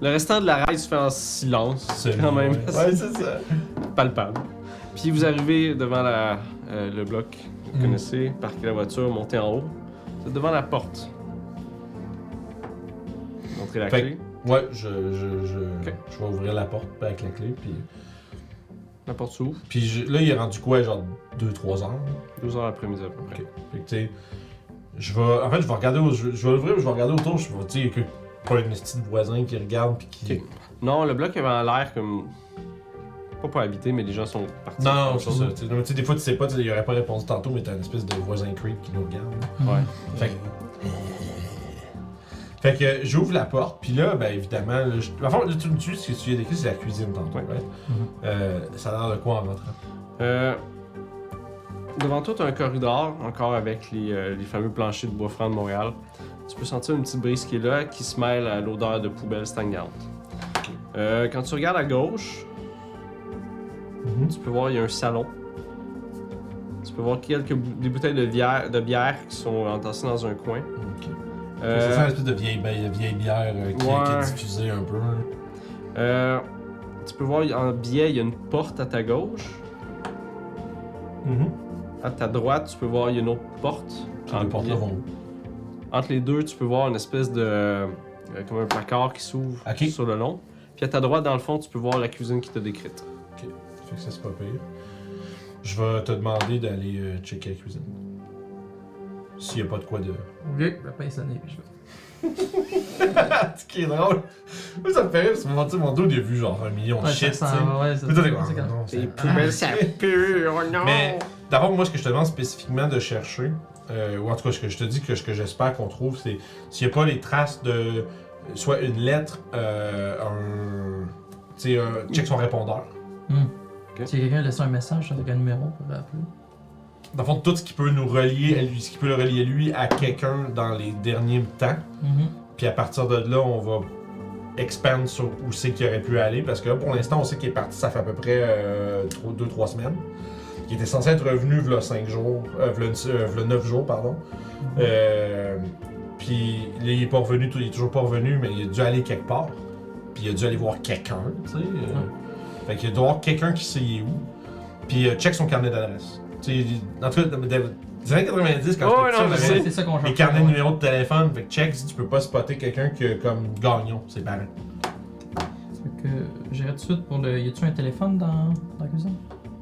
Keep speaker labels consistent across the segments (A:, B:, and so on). A: Le restant de la ride se fait en silence, c'est quand même assez
B: Ouais, c'est ça.
A: palpable. Puis vous arrivez devant la, euh, le bloc, vous
B: Mm.
A: connaissez, parquez la voiture, montez en haut. Vous êtes devant la porte. Montrez la
B: Fait
A: clé.
B: Ouais, je, je, je,
A: Ok.
B: je vais ouvrir la porte avec la clé. Puis,
A: La porte s'ouvre,
B: puis je- là, il est rendu quoi, genre 2-3 ans?
A: deux heures après-midi à peu près.
B: Ok. Fait que, tu sais, je vais. En fait, je vais regarder. au- Je, je vais l'ouvrir, puis je vais regarder autour. Je vais dire que pas une petite voisin qui regarde, puis qui.
A: Ok. Non, le bloc avait l'air comme. Pas pour habiter, mais les gens sont partis.
B: Non,
A: Autre
B: c'est
A: chose.
B: ça. tu sais, non, mais tu sais, des fois, tu sais pas, tu sais, il aurait pas répondu tantôt, mais t'as une espèce de voisin creep qui nous regarde.
A: Ouais.
B: Fait que. Fait que euh, j'ouvre la porte, puis là, ben évidemment, là, je... enfin, là, tu me dis ce que tu as décrit, c'est la cuisine tantôt,
A: Ouais. Mm-hmm.
B: right? Euh, ça a l'air de quoi en rentrant?
A: Euh, devant toi, tu un corridor, encore avec les, euh, les fameux planchers de bois franc de Montréal. Tu peux sentir une petite brise qui est là, qui se mêle à l'odeur de poubelle stagnante. Euh, quand tu regardes à gauche,
B: Mhm.
A: tu peux voir, il y a un salon. Tu peux voir quelques bou- des bouteilles de bière, de bière qui sont entassées dans un coin.
B: Ok. Ça sent une
A: Euh,
B: espèce de vieille, bi- vieille bière euh, qui, qui
A: Ouais.
B: est diffusée un peu. là.
A: euh, tu peux voir, en biais, il y a une porte à ta gauche.
C: Mm-hmm.
A: À ta droite, tu peux voir, il y a une autre porte.
B: Puis
A: en
B: les portes là
A: biais.
B: vont.
A: Entre les deux, tu peux voir une espèce de. euh, comme un placard qui s'ouvre
B: Ok.
A: sur le long. Puis à ta droite, dans le fond, tu peux voir la cuisine qui t'a décrite.
B: Fait que ça, c'est pas pire. Je vais te demander d'aller euh, checker la cuisine. S'il y a pas de quoi de.
C: Ok, la pince sonner, puis je vais.
B: Ce qui est drôle. Moi, ça me fait rire parce que mon, tu sais, mon dos, il a vu genre un million de
C: Ouais,
B: Oh, shit, tu sais.
C: ça sent- ouais, ça
B: Mais toi, t'es comme,
C: c'est
B: ah,
C: grave.
B: non,
A: Les
B: c'est-
A: poubelles, ça pue, oh non!
B: Mais- D'abord, moi, ce que je te demande spécifiquement de chercher, euh, ou en tout cas, ce que je te dis que ce que j'espère qu'on trouve, c'est s'il n'y a pas les traces de soit une lettre, euh, un. Tu sais, un- check son répondeur.
C: Si quelqu'un a laissé un message avec un numéro pour appeler.
B: Dans le fond, tout ce qui peut nous relier à lui, ce qui peut le relier lui à quelqu'un dans les derniers temps.
A: Mhm.
B: Puis à partir de là, on va expandre sur où c'est qu'il aurait pu aller. Parce que là, pour l'instant, on sait qu'il est parti, ça fait à peu près euh, 2-3 semaines. Il était censé être revenu v'là 5 jours, euh, v'là, une- euh, v'là 9 jours, pardon. Euh, puis là, il est pas revenu, tout- il est toujours pas revenu, mais il a dû aller quelque part. Puis il a dû aller voir quelqu'un, tu sais. euh. Fait qu'il doit y avoir quelqu'un qui sait il est où. Puis euh, check son carnet d'adresse. Tu sais, il- en tout cas, dans les années 90,
A: Oh,
B: quand j'étais
A: non,
B: petit, on
A: je
B: avait-
A: sais.
C: C'est ça qu'on
B: Euh, les
C: cherche.
B: carnets de numéro de téléphone, fait que check si tu peux pas spotter quelqu'un qui a comme gagnon, c'est pareil.
C: Fait que j'irai tout de suite pour le. Y a-tu un téléphone dans, dans la cuisine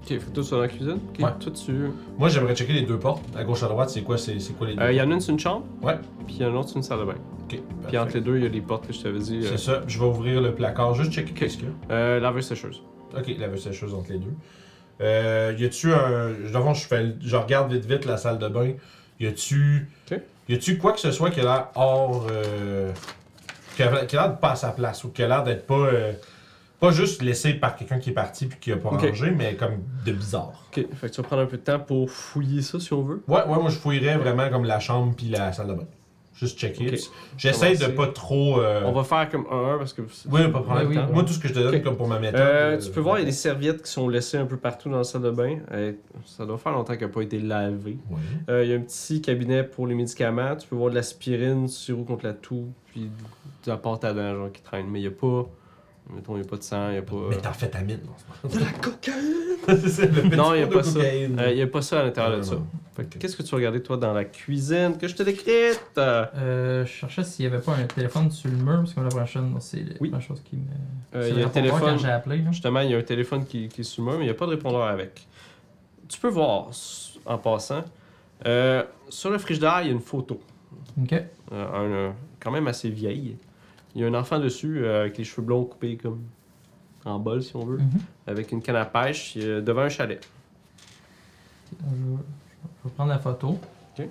A: Ok, fait que toi, sur la cuisine? Ok,
B: Ouais.
A: toi, tu.
B: Moi j'aimerais checker les deux portes, à gauche à droite, c'est quoi, c'est, c'est quoi les deux
A: Euh, Il y en a une, c'est une chambre.
B: Ouais.
A: Puis il y en a une autre, c'est une salle de bain.
B: Ok,
A: Puis
B: parfait.
A: entre les deux, il y a les portes que je t'avais dit.
B: C'est ça, je vais ouvrir le placard, juste checker
A: Ok.
B: qu'est-ce qu'il y a.
A: Euh, laveuse sécheuse.
B: Ok, la seule chose entre les deux. Euh, y a-tu un. Devant, je, fais, je regarde vite vite la salle de bain. Y a-tu.
A: Ok.
B: Y a-tu quoi que ce soit qui a l'air hors. euh, qui, a, qui a l'air de pas à sa place ou qui a l'air d'être pas. euh, pas juste laissé par quelqu'un qui est parti puis qui a pas
A: Ok.
B: rangé, mais comme de bizarre.
A: Ok, fait que tu vas prendre un peu de temps pour fouiller ça si on veut.
B: Ouais, ouais, moi je fouillerais vraiment comme la chambre puis la salle de bain. Juste checker.
A: Ok.
B: Puis J'essaie de pas trop. euh,
A: On va faire comme un, un parce que. c'est-
B: Oui, pas de problème.
C: Oui, oui.
B: Moi, tout ce que je te donne
A: Ok.
B: comme pour ma méthode.
A: Euh,
B: euh,
A: tu peux voir, il y a des serviettes qui sont laissées un peu partout dans la salle de bain. Euh, ça doit faire longtemps qu'elle n'a pas été lavée.
B: Ouais.
A: Euh, Il y a un petit cabinet pour les médicaments. Tu peux voir de l'aspirine, du sirop contre la toux, puis de la pâte à dents genre, qui traîne. Mais il n'y a pas. Mettons, il n'y a pas de sang, il n'y a pas. euh,
B: Mais t'en fais ta mine.
A: de la cocaïne
B: C'est le petit
A: Non, il n'y a
B: pot de
A: pas ça.
B: cocaïne.
A: Euh, Il n'y a pas ça à l'intérieur
B: Non,
A: de ça.
B: non, non.
A: Fait que
B: Ok.
A: Qu'est-ce que tu regardais, toi, dans la cuisine que je te décrite Euh,
C: Euh, je cherchais s'il y avait pas un téléphone sur le mur, parce que la prochaine, c'est la
A: Oui.
C: la chose qui me.
A: Il
C: c'est
A: y
C: le
A: a un
C: répondeur
A: téléphone.
C: quand j'ai appelé. là.
A: Justement, il y a un téléphone qui, qui est sous le mur, mais il n'y a pas de répondeur avec. Tu peux voir, s- en passant, euh, sur le frigidaire, il y a une photo.
C: Ok.
A: Euh, un, euh, quand même assez vieille. Il y a un enfant dessus euh, avec les cheveux blonds coupés comme en bol, si on veut,
C: Mhm.
A: avec une canne à pêche euh, devant un chalet.
C: Je, vais- je vais prendre la photo.
A: Ok.
C: Euh,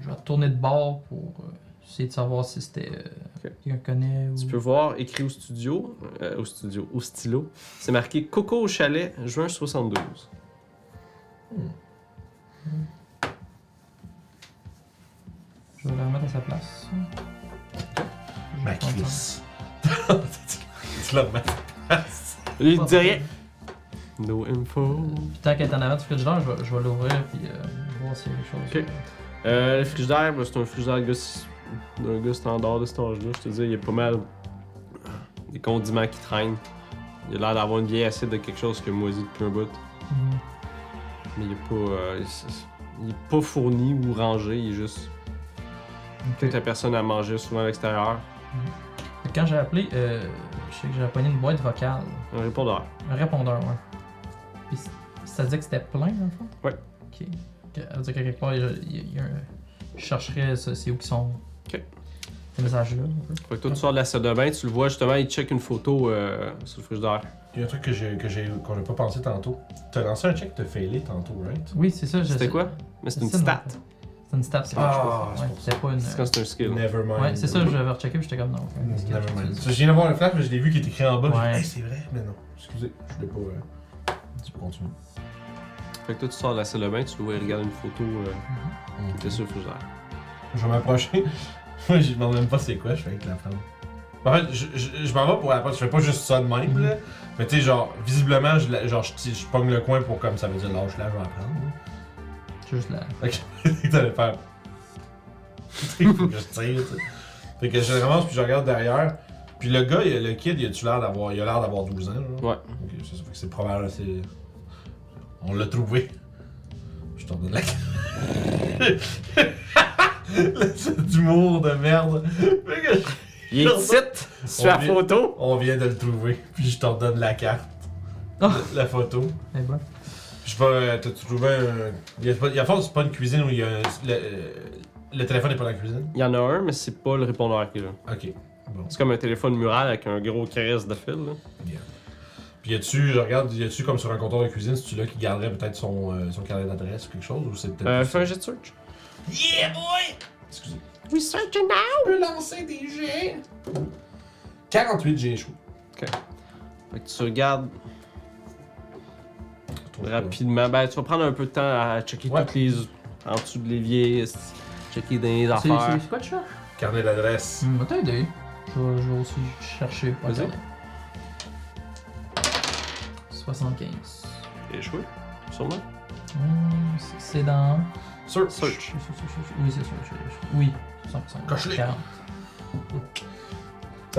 C: je vais retourner de bord pour euh, essayer de savoir si c'était euh,
A: Ok.
C: quelqu'un que connaît ou.
A: Tu peux voir écrit au studio, euh, au studio, au stylo, c'est marqué Coco au chalet, juin 72.
C: Je vais la remettre à sa place.
B: Ma cuisse. tu l'as remarqué.
A: Il te dit
C: dirait.
A: rien. No info.
C: Puis tant qu'elle est en avant du frigidaire, je vais, je vais l'ouvrir puis euh, voir s'il y a quelque chose.
A: Ok. Euh, le frigidaire, ben, c'est un frigidaire de gars- d'un gars standard de cet âge-là. Je te dis, il est pas mal des condiments qui traînent. Il a l'air d'avoir une vieille assiette de quelque chose qui a moisi depuis un bout.
C: Mhm.
A: Mais il est pas, euh, c- c- il est pas fourni ou rangé, il est juste. Peut-être la personne à manger souvent à l'extérieur.
C: Quand j'ai appelé, euh, je sais que j'avais pogné une boîte vocale.
A: Un répondeur.
C: Un répondeur, ouais. Puis c- ça disait que c'était plein, dans le fond?
A: Ouais.
C: Ok. Que- Ça veut dire que quelque part, il y a- il y a un- je chercherais ce- c'est où qu'ils sont.
A: Ok.
C: Ces messages-là, un peu.
A: Fait que toi, tu sors de la salle de bain, tu le vois justement, il check une photo euh, sur le frigidaire.
B: Il y a un truc que j'ai, que j'ai, qu'on n'a pas pensé tantôt. T'as lancé un check, t'as failé tantôt, right?
C: Oui, c'est ça. je
A: C'était
C: sais-
A: quoi? Mais c'est une
C: ça, non.
A: stat.
C: C'est une stat, c'est
B: Ah,
C: pas
B: c'est
C: ouais,
B: pour ça.
C: C'était pas une.
A: C'est quand c'est un skill.
B: Never mind.
C: Ouais, c'est ça, j'avais rechecké puis j'étais comme non.
B: Mm,
C: qu'est-ce que
B: Never
C: tu
B: mind.
C: dis?
B: Je viens d'avoir le flash, mais je l'ai vu qui est écrit en bas.
C: Ouais.
B: j'ai dit, Hey, c'est vrai, mais non. Excusez, je l'ai pas. euh, Tu peux continuer.
A: Fait que toi, tu sors de la salle de bain, tu le vois, il regarde une photo euh, qui était sur le frigidaire.
B: Je vais m'approcher. Moi, je demande même pas c'est quoi, je fais avec la femme. En fait, je, je, je m'en vais pour l'approche, je fais pas juste ça de même, là. Mais tu sais, genre, visiblement, je, la- genre, je, t- je pogne le coin pour comme ça veut dire lâche-la, je vais la prendre. là.
C: C'est juste la.
B: Fait que t'allais faire. Tu sais, faut que je tire, tu sais. Fait que je ramasse puis je regarde derrière. Puis le gars, il a- le kid, il a-tu l'air d'avoir. Il a l'air d'avoir 12 ans, genre.
A: Ouais.
B: Ok, c'est ça. Fait que c'est probable, c'est. On l'a trouvé. Je t'en donne la Le d'humour de merde. Fait que je-
A: Il est ici, sur la
B: On est-
A: photo.
B: On vient de le trouver. Puis je t'en donne la carte.
C: Ah.
B: La photo.
C: Eh ben,
B: Je sais pas, euh, t'as-tu trouvé un. Il y a, pas- il y a fort, c'est pas une cuisine où il y a un- Le, euh, le téléphone n'est pas dans la cuisine.
A: Il y en a un, mais c'est pas le répondeur qui est là.
B: Ok. Bon.
A: C'est comme un téléphone mural avec un gros caresse de fil. Là.
B: Puis y a-tu, je regarde, y a-tu comme sur un comptoir de cuisine, si tu là qui garderait peut-être son, euh, son carnet d'adresse ou quelque chose, ou c'est peut-être.
A: Euh,
B: plus-
A: fais un jet de search.
B: Yeah, boy! Excusez.
A: We search now!
B: On peut lancer des jets! 48, j'ai échoué.
A: Fait que tu regardes rapidement. Ben, tu vas prendre un peu de temps à checker
B: Ouais.
A: toutes les. en dessous de l'évier, s- checker dans les
C: c'est-
A: affaires.
C: c'est quoi de ça?
B: Carnet d'adresse.
C: Tu m'as t'aider. Je vais, je vais aussi chercher. pour
A: Vas-y.
C: regarder. 75.
A: Échoué, sûrement.
C: Hum, c'est- c'est dans.
B: Search.
A: Search.
C: Oui, c'est sûr. je- je- Oui, 100%.
B: Coche-les.
C: 40.
B: Dans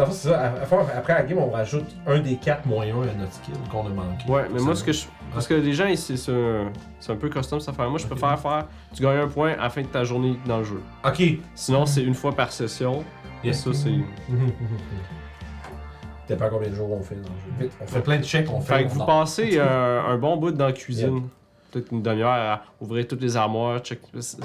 B: le fond, c'est ça. à- à faire- après la game, on rajoute un des quatre moyens à notre skill qu'on a manqué.
A: Ouais, mais
B: Ça
A: moi,
B: va.
A: ce que je. Parce que les gens, ils- c'est c'est un, c'est un peu custom cette affaire. Moi, je
B: Ok.
A: préfère faire. Tu gagnes un point à la fin de ta journée dans le jeu.
B: Ok. Ah.
A: Sinon, c'est une fois par session. Et
B: Yes.
A: ça, c'est.
B: Dépend combien de jours on fait dans le jeu. Vite, on fait plein de checks, on fait.
A: Fait que
B: on
A: vous
B: dort.
A: passez euh, un bon bout dans la cuisine. Peut-être une demi-heure à ouvrir toutes les armoires, check. c'est-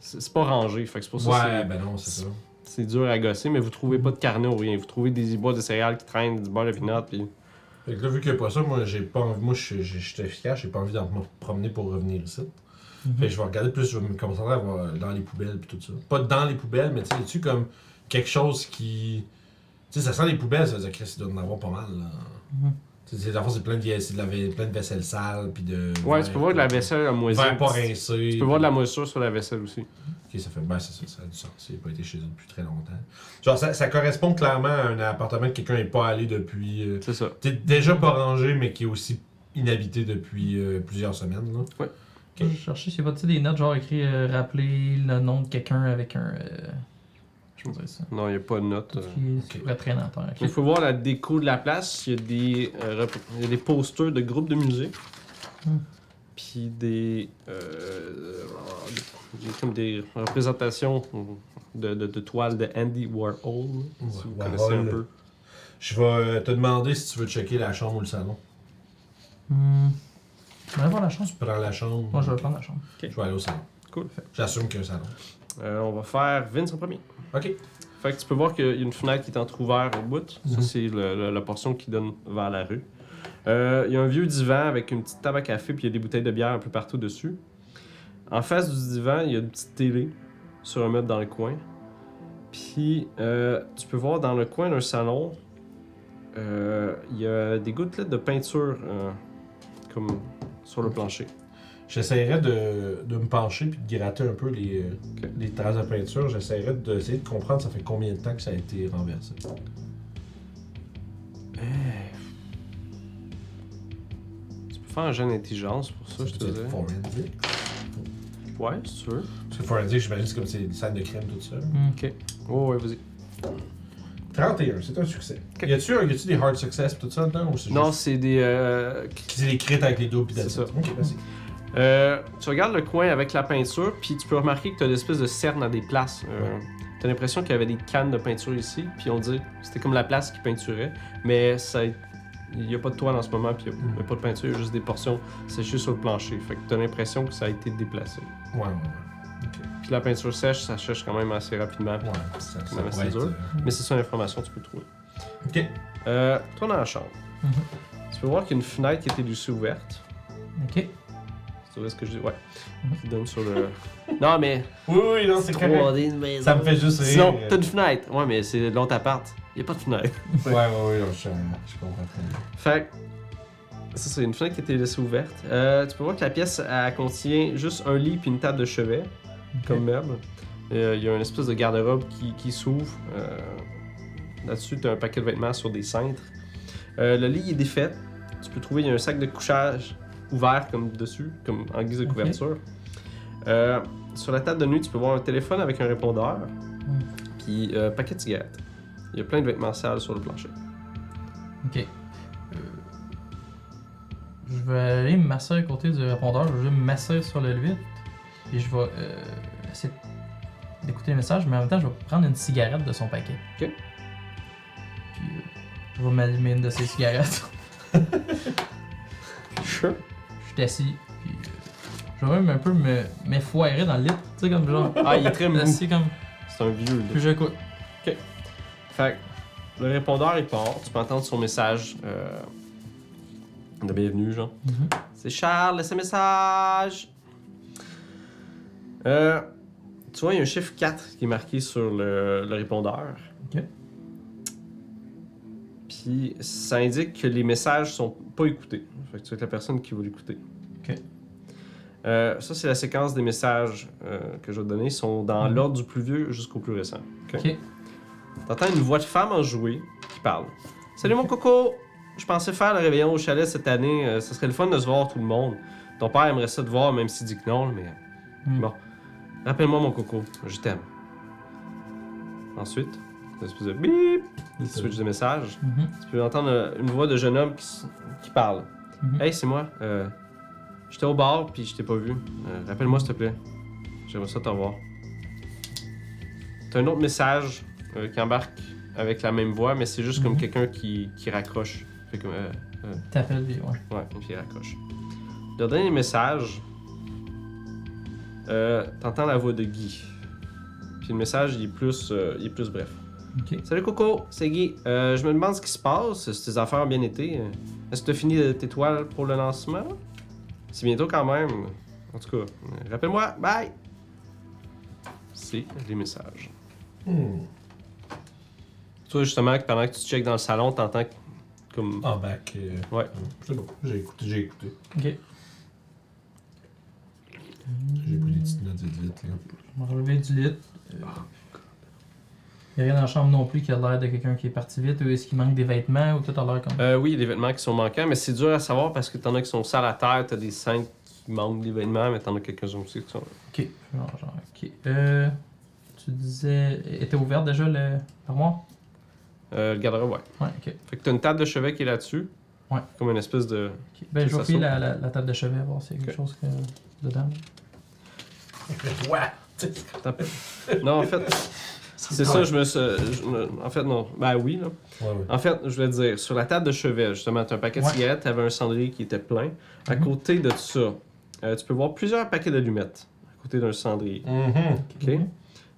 A: C'est c'est pas rangé, fait que c'est pour ça que
B: Ouais,
A: c'est-
B: ben non, c'est ça.
A: c'est dur à gosser, mais vous trouvez pas de carnet ou rien. Vous trouvez des boîtes de céréales qui traînent, du beurre de pinot, puis
B: Fait que là, vu qu'il n'y a pas ça, moi, j'ai pas envie. Moi, je je- j'étais efficace, j'ai pas envie d'en me promener pour revenir ici.
A: Mhm.
B: Fait que je vais regarder plus, je vais me concentrer à voir dans les poubelles puis tout ça. Pas dans les poubelles, mais tu sais, tu comme quelque chose qui. Tu sais, ça sent les poubelles, ça veut dire que il doit en avoir pas mal, là.
C: Mhm.
B: Tu sais, dans le fond, c'est plein de, vieilles- c'est de la ve- plein de vaisselle sale, puis de.
A: Ouais, tu peux voir de la vaisselle à moisie.
B: Verre pas
A: Tu
B: rincé.
A: peux voir de la moisissure sur la vaisselle aussi.
B: Ok, ça fait. Ben, c'est ça, ça a du sens. Il a pas été chez eux depuis très longtemps. Genre, ça, ça correspond clairement à un appartement que quelqu'un n'est pas allé depuis. euh,
A: C'est ça.
B: T'es déjà pas rangé, mais qui est aussi inhabité depuis euh, plusieurs semaines. Là.
C: Je vais chercher, je sais pas, tu sais, des notes, genre écrit euh, rappeler le nom de quelqu'un avec un. euh, je vais dire ça.
A: Non, il a pas de note.
C: Tout
A: euh.
C: ce qui est- ce qui pourrait traîner en terre.
A: Il faut voir la déco de la place. Il y a des, euh, rep- il y a des posters de groupes de musique.
C: Hmm.
A: Puis des, euh, des- comme des représentations de, de, de toiles de Andy Warhol. si vous
B: Warhol.
A: connaissez un peu.
B: Je vais euh, te demander si tu veux checker la chambre ou le salon.
C: Hum. Je vais aller voir la chance.
B: Tu prends la chambre.
C: Moi, je vais prendre la chambre.
B: Je vais aller au salon.
A: Cool.
B: J'assume qu'il y a un salon.
A: Euh, on va faire Vince en premier.
B: Ok.
A: Fait que tu peux voir qu'il y a une fenêtre qui est entrouverte au bout. Ça,
B: Mhm.
A: c'est le- le- la portion qui donne vers la rue. Euh, Il y a un vieux divan avec une petite table à café, puis il y a des bouteilles de bière un peu partout dessus. En face du divan, il y a une petite télé sur un meuble dans le coin. Puis euh, tu peux voir dans le coin d'un salon, euh, il y a des gouttelettes de peinture euh, comme sur le plancher.
B: J'essaierai de, de me pencher puis de gratter un peu les, euh,
A: Ok.
B: les traces de peinture. J'essaierai d'essayer de comprendre ça fait combien de temps que ça a été renversé.
A: Tu peux faire un jeu d'intelligence pour ça, je te
B: C'est
A: dirais.
B: forensic.
A: Ouais, si tu veux.
C: Hmm.
B: Parce que forensic, j'imagine, c'est comme c'est une scène de crime, tout ça.
C: Hum.
A: Ok. Oh, ouais, vas-y.
B: 31, c'est un succès.
A: Ok.
B: Y a-tu un- y a-tu des hard success pis tout ça dedans ou c'est
A: Non,
B: juste-
A: c'est des. euh,
B: C'est les crits avec les doubles pis
A: C'est ça.
B: Ok, merci.
A: Euh, tu regardes le coin avec la peinture, puis tu peux remarquer que tu as des espèces de cernes à des places. Euh, tu as l'impression qu'il y avait des cannes de peinture ici, puis on dit c'était comme la place qui peinturait, mais ça, il n'y a pas de toile en ce moment, puis il
B: Mm.
A: n'y a, pas de peinture, il y a juste des portions séchées sur le plancher. Fait que tu as l'impression que ça a été déplacé.
B: Ouais, ouais, ouais. Ok.
A: Puis la peinture sèche, ça sèche quand même assez rapidement.
B: Ouais, hein. ça, ça
A: Ouais, mais
B: pourrait
A: c'est
B: être,
A: dur.
B: euh,
A: Mais c'est ça l'information que tu peux trouver.
B: Ok.
A: Euh, toi, dans la chambre,
C: Mhm.
A: tu peux voir qu'il y a une fenêtre qui était du sous ouverte.
C: Ok.
A: Tu vois ce que je dis? Ouais.
C: Mhm.
A: Qui donne sur le. non, mais
B: Oui, oui, non, c'est correct.
A: 3D de maison.
B: Ça me fait juste rire.
A: Sinon, t'as une fenêtre. Ouais, mais c'est l'autre appart. Y a pas de fenêtre.
B: Ouais, ouais, ouais, non, je, je comprends très bien.
A: Fait que. Ça, c'est une fenêtre qui était laissée ouverte. Euh, tu peux voir que la pièce, elle contient juste un lit puis une table de chevet, comme meuble. euh, Il y a une espèce de garde-robe qui, qui s'ouvre. Euh, Là-dessus, t'as un paquet de vêtements sur des cintres. Euh, le lit il est défait. Tu peux trouver, il y a un sac de couchage ouvert comme dessus, comme en guise de
C: Ok.
A: couverture. Euh, sur la table de nuit, tu peux voir un téléphone avec un répondeur.
C: Mm.
A: Puis euh, paquet de cigarettes. Il y a plein de vêtements sales sur le plancher.
C: Ok. Euh, je vais aller me masser à côté du répondeur, je vais juste me masser sur le 8, puis je vais euh, essayer d'écouter le message, mais en même temps, je vais prendre une cigarette de son paquet.
A: Ok.
C: Puis euh, je vais m'allumer une de ses cigarettes.
A: Sure.
C: je suis assis, puis euh, je vais même un peu me m'effoirer dans le lit, tu sais, comme genre.
A: Ah, il est très mou.
C: assis comme.
A: C'est un vieux. là.
C: Puis j'écoute.
A: Fait que le répondeur il part. Tu peux entendre son message euh, de bienvenue, genre.
C: Mhm.
A: C'est Charles, laisse un message. Euh, tu vois, il y a un chiffre 4 qui est marqué sur le, le répondeur.
C: Ok.
A: Puis ça indique que les messages sont pas écoutés. Fait que tu vas être la personne qui va l'écouter.
C: Ok.
A: Euh, ça, c'est la séquence des messages euh, que je vais te donner. Ils sont dans
C: Mhm.
A: l'ordre du plus vieux jusqu'au plus récent. Ok.
C: Ok.
A: T'entends une voix de femme en jouet qui parle. Salut mon coco! Je pensais faire le réveillon au chalet cette année. Euh, ce serait le fun de se voir tout le monde. Ton père aimerait ça te voir, même s'il dit que non, mais.
C: Mm.
A: Bon. Rappelle-moi mon coco. Je t'aime. Ensuite, une espèce de bip, il switch de message.
C: Mhm.
A: Tu peux entendre euh, une voix de jeune homme qui, s- qui parle.
C: Mhm.
A: Hey, c'est moi. Euh, J'étais au bar puis je t'ai pas vu. Euh, Rappelle-moi s'il te plaît. J'aimerais ça te revoir. T'as un autre message euh, qui embarque avec la même voix, mais c'est juste comme
C: Mhm.
A: quelqu'un qui, qui raccroche. Fait comme. euh,
C: T'appelles, puis ouais.
A: Ouais, puis il raccroche. Le dernier message, euh, t'entends la voix de Guy. Puis le message, il est plus, euh, il est plus bref.
C: Ok.
A: Salut Coco, c'est Guy. Euh, je me demande ce qui se passe, si tes affaires ont bien été. Euh, Est-ce que t'as fini euh, tes toiles pour le lancement? C'est bientôt quand même. En tout cas, euh, rappelle-moi, bye! C'est les messages.
B: Hmm.
A: Toi, justement, que pendant que tu checkes dans le salon, t'entends que- comme...
B: En bac. euh,
A: Ouais.
B: C'est bon, j'ai écouté, j'ai écouté.
C: Ok.
B: J'ai pris des petites notes vite, vite, là.
C: Je me relever du lit. Il n'y a rien dans la chambre non plus qui a l'air de quelqu'un qui est parti vite ou est-ce qu'il manque des vêtements ou tout à l'heure comme.
A: Euh, oui, il y a des vêtements qui sont manquants, mais c'est dur à savoir parce que t'en as qui sont sales à terre, t'as des cinq qui manquent des vêtements, mais t'en as quelques-uns aussi qui sont.
C: Ok. Genre, genre, ok. Euh, tu disais. Était ouvert déjà le. L'armoire
A: Euh, le garde-robe, ouais.
C: Ouais, ok.
A: Fait que t'as une table de chevet qui est là-dessus.
C: Ouais.
A: Comme une espèce de.
C: Ok. Ben, je
A: Ça
C: vais fouiller
A: s'ouvre.
C: la, la, la table de chevet, voir s'il y a quelque chose que... dedans.
B: Ouais!
A: Attends un peu. non, en fait. C'est ça, je me suis. je me- En fait, non. Ben oui, là.
B: Ouais, ouais.
A: En fait, je voulais dire, sur la table de chevet, justement, t'as un paquet de
C: Ouais.
A: cigarettes, t'avais un cendrier qui était plein. À
C: Mhm.
A: côté de ça, euh, tu peux voir plusieurs paquets d'allumettes à côté d'un cendrier.
B: Mhm.
A: OK?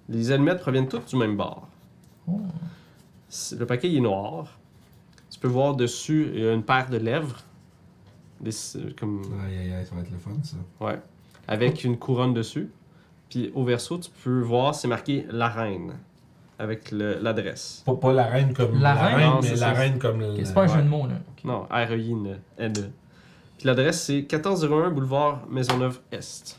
A: Les allumettes proviennent toutes du même bord.
C: Oh,
A: C'est- Le paquet il est noir. Tu peux voir dessus il y a une paire de lèvres. Des- euh, comme,
B: Aïe, aïe, aïe, ça va être le fun, ça.
A: ouais. Avec une couronne dessus. Puis au verso, tu peux voir, c'est marqué la reine. Avec le- l'adresse.
B: Pas, pas la reine comme
C: La
B: la,
C: reine?
B: reine,
A: Non,
B: mais
A: c'est
B: la
A: ça.
B: reine comme la...
C: ok, C'est pas un
A: Euh, ouais.
C: jeu de mots là. Ok.
A: Non, E R-E-I-N-E. N-E. Puis l'adresse, c'est 1401 boulevard Maisonneuve-Est.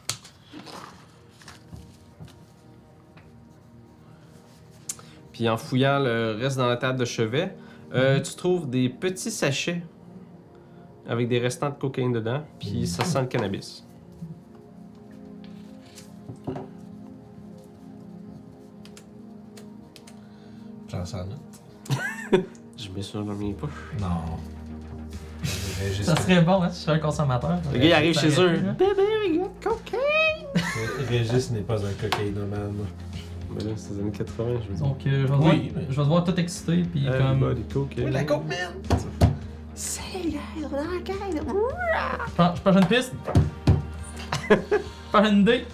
A: Puis en fouillant le reste dans la table de chevet, euh, tu trouves des petits sachets avec des restants de cocaïne dedans, puis ça sent le cannabis.
B: J'en sens note.
A: je mets ça dans mes poches.
B: Non.
C: Ça
B: Régis,
C: serait bon, hein, si je suis un consommateur.
A: Le gars, il arrive chez eux.
C: Là.
A: Bébé, regarde, coquin!
B: Régis n'est pas un cocaïnomane.
A: Mais là, c'est les années 80, je veux dire. Ah, bah,
C: Donc, euh, je, vais devoir,
B: Oui, mais-
C: je vais devoir tout excité, puis comme.
A: Everybody cocaine.
B: cocaïne!
C: Je pars je pars sur une piste. Je pars sur une idée.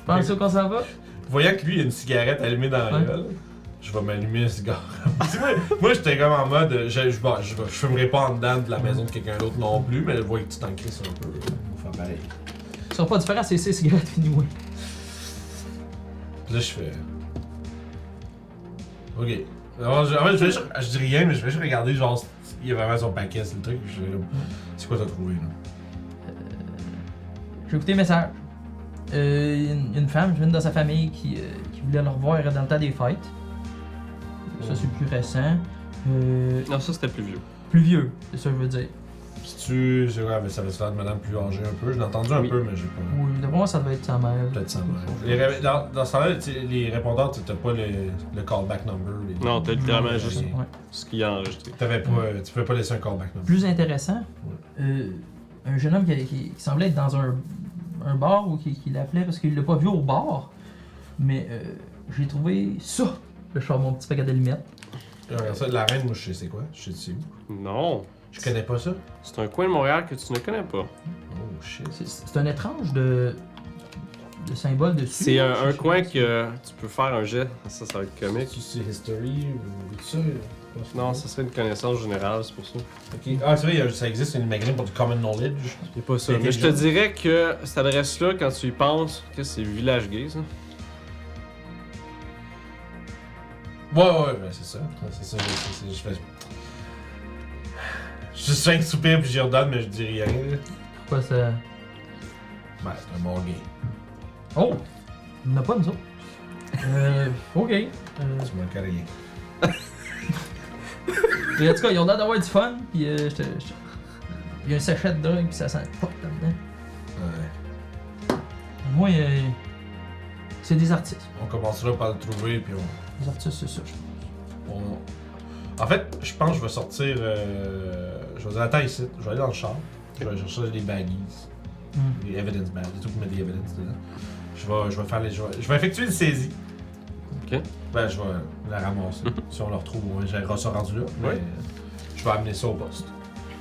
C: Je pars sur qu'on s'en va.
B: Voyant que lui, il a une cigarette allumée dans la
C: Ouais.
B: gueule, je vais m'allumer un cigare. Tu vois, Moi, j'étais comme en mode, euh, je, je, bon, je, je fumerai pas en dedans de la maison de quelqu'un d'autre non plus, mais je vois que tu t'en crisses un peu. Faut faire pareil.
C: Ils sont pas différents, c'est ces cigarettes anyway.
B: Puis Là, je fais. Ok. Alors, je, en fait, je, vais juste- je dis rien, mais je vais juste regarder, genre, il y a vraiment son paquet, c'est le truc. Je, c'est quoi t'as trouvé, là?
C: J'ai écouté le message. Euh, il y a une- une femme, une de sa famille, qui, euh, qui voulait le revoir dans le temps des fêtes. Ça, c'est plus récent. Euh,
A: Non, ça c'était plus vieux.
C: plus vieux, c'est ça que je veux dire.
B: Si tu. C'est vrai, mais ça va se faire de madame plus âgée un peu. Je l'ai entendu un
A: Oui.
B: peu, mais j'ai pas.
C: Oui, d'après moi, ça devait être sa mère.
B: Peut-être ça, ouais. Les ré- dans, dans ce temps-là, tu sais, les répondeurs, tu- t'as pas le, le callback number. les-
A: Non, t'as littéralement
B: Ouais.
A: juste
C: Ouais.
A: ce qu'il a enregistré.
B: T'avais pas, euh, tu pouvais pas laisser un callback number.
C: Plus intéressant, euh, un jeune homme qui, qui- qui semblait être dans un, un bar ou qui, qui l'appelait parce qu'il l'a pas vu au bar. Mais euh, j'ai trouvé ça. Là, je sors mon petit paquet d'allumettes.
B: Et Euh, Regarde ça, la reine, moi, je sais c'est quoi. Je sais c'est où.
A: Non,
B: Je connais pas ça.
A: c'est un coin de Montréal que tu ne connais pas.
B: Oh shit.
C: C'est- C'est un étrange de, de symbole dessus.
A: C'est un,
C: Je-
A: un
C: je-
A: coin que tu peux faire un jet. Ah, Ça, ça va être
B: Mais
A: comique.
B: tu sais history ou tout ça? euh,
A: Non, ça serait une connaissance générale, c'est pour ça.
B: Ok. Ah, c'est vrai, il y a- ça existe une magazine pour du common knowledge.
A: C'est pas ça. Mais je te
B: Intelligent.
A: dirais que cette adresse-là, quand tu y penses, que c'est village gay, ça.
B: Ouais, ouais, ouais, ben, c'est ça. Ouais, C'est ça, c'est- c'est- je fais. Je suis un soupir puis j'y redonne, mais je dis rien. là.
C: Pourquoi ça.
B: Ben, c'est un bon game.
C: Oh! Il n'y en a pas, nous autres. Euh, ok. Euh,
B: Tu manques à rien.
C: mais en tout cas, ils ont l'air d'avoir du fun, puis euh, j'étais- j'étais- Il y a un sachet de drogue, puis ça sent le pot là-dedans.
B: Ouais.
C: Moi, euh, c'est des artistes.
B: On commencera par le trouver puis on.
C: Des artistes, c'est ça. je pense.
B: on- En fait, je pense que je vais sortir. euh, Je vais dire, attends ici, je vais aller dans le char. Je vais aller chercher des baggies.
C: Hmm.
B: Les evidence bags, tout pour mettre des evidence dedans. Je vais, je vais faire les. Je vais, je vais effectuer une saisie.
A: Ok. Mhm.
B: Ben, je vais la ramasser. si on la retrouve, on gérera ça rendu là. Mais
A: Ouais.
B: je vais amener ça au poste.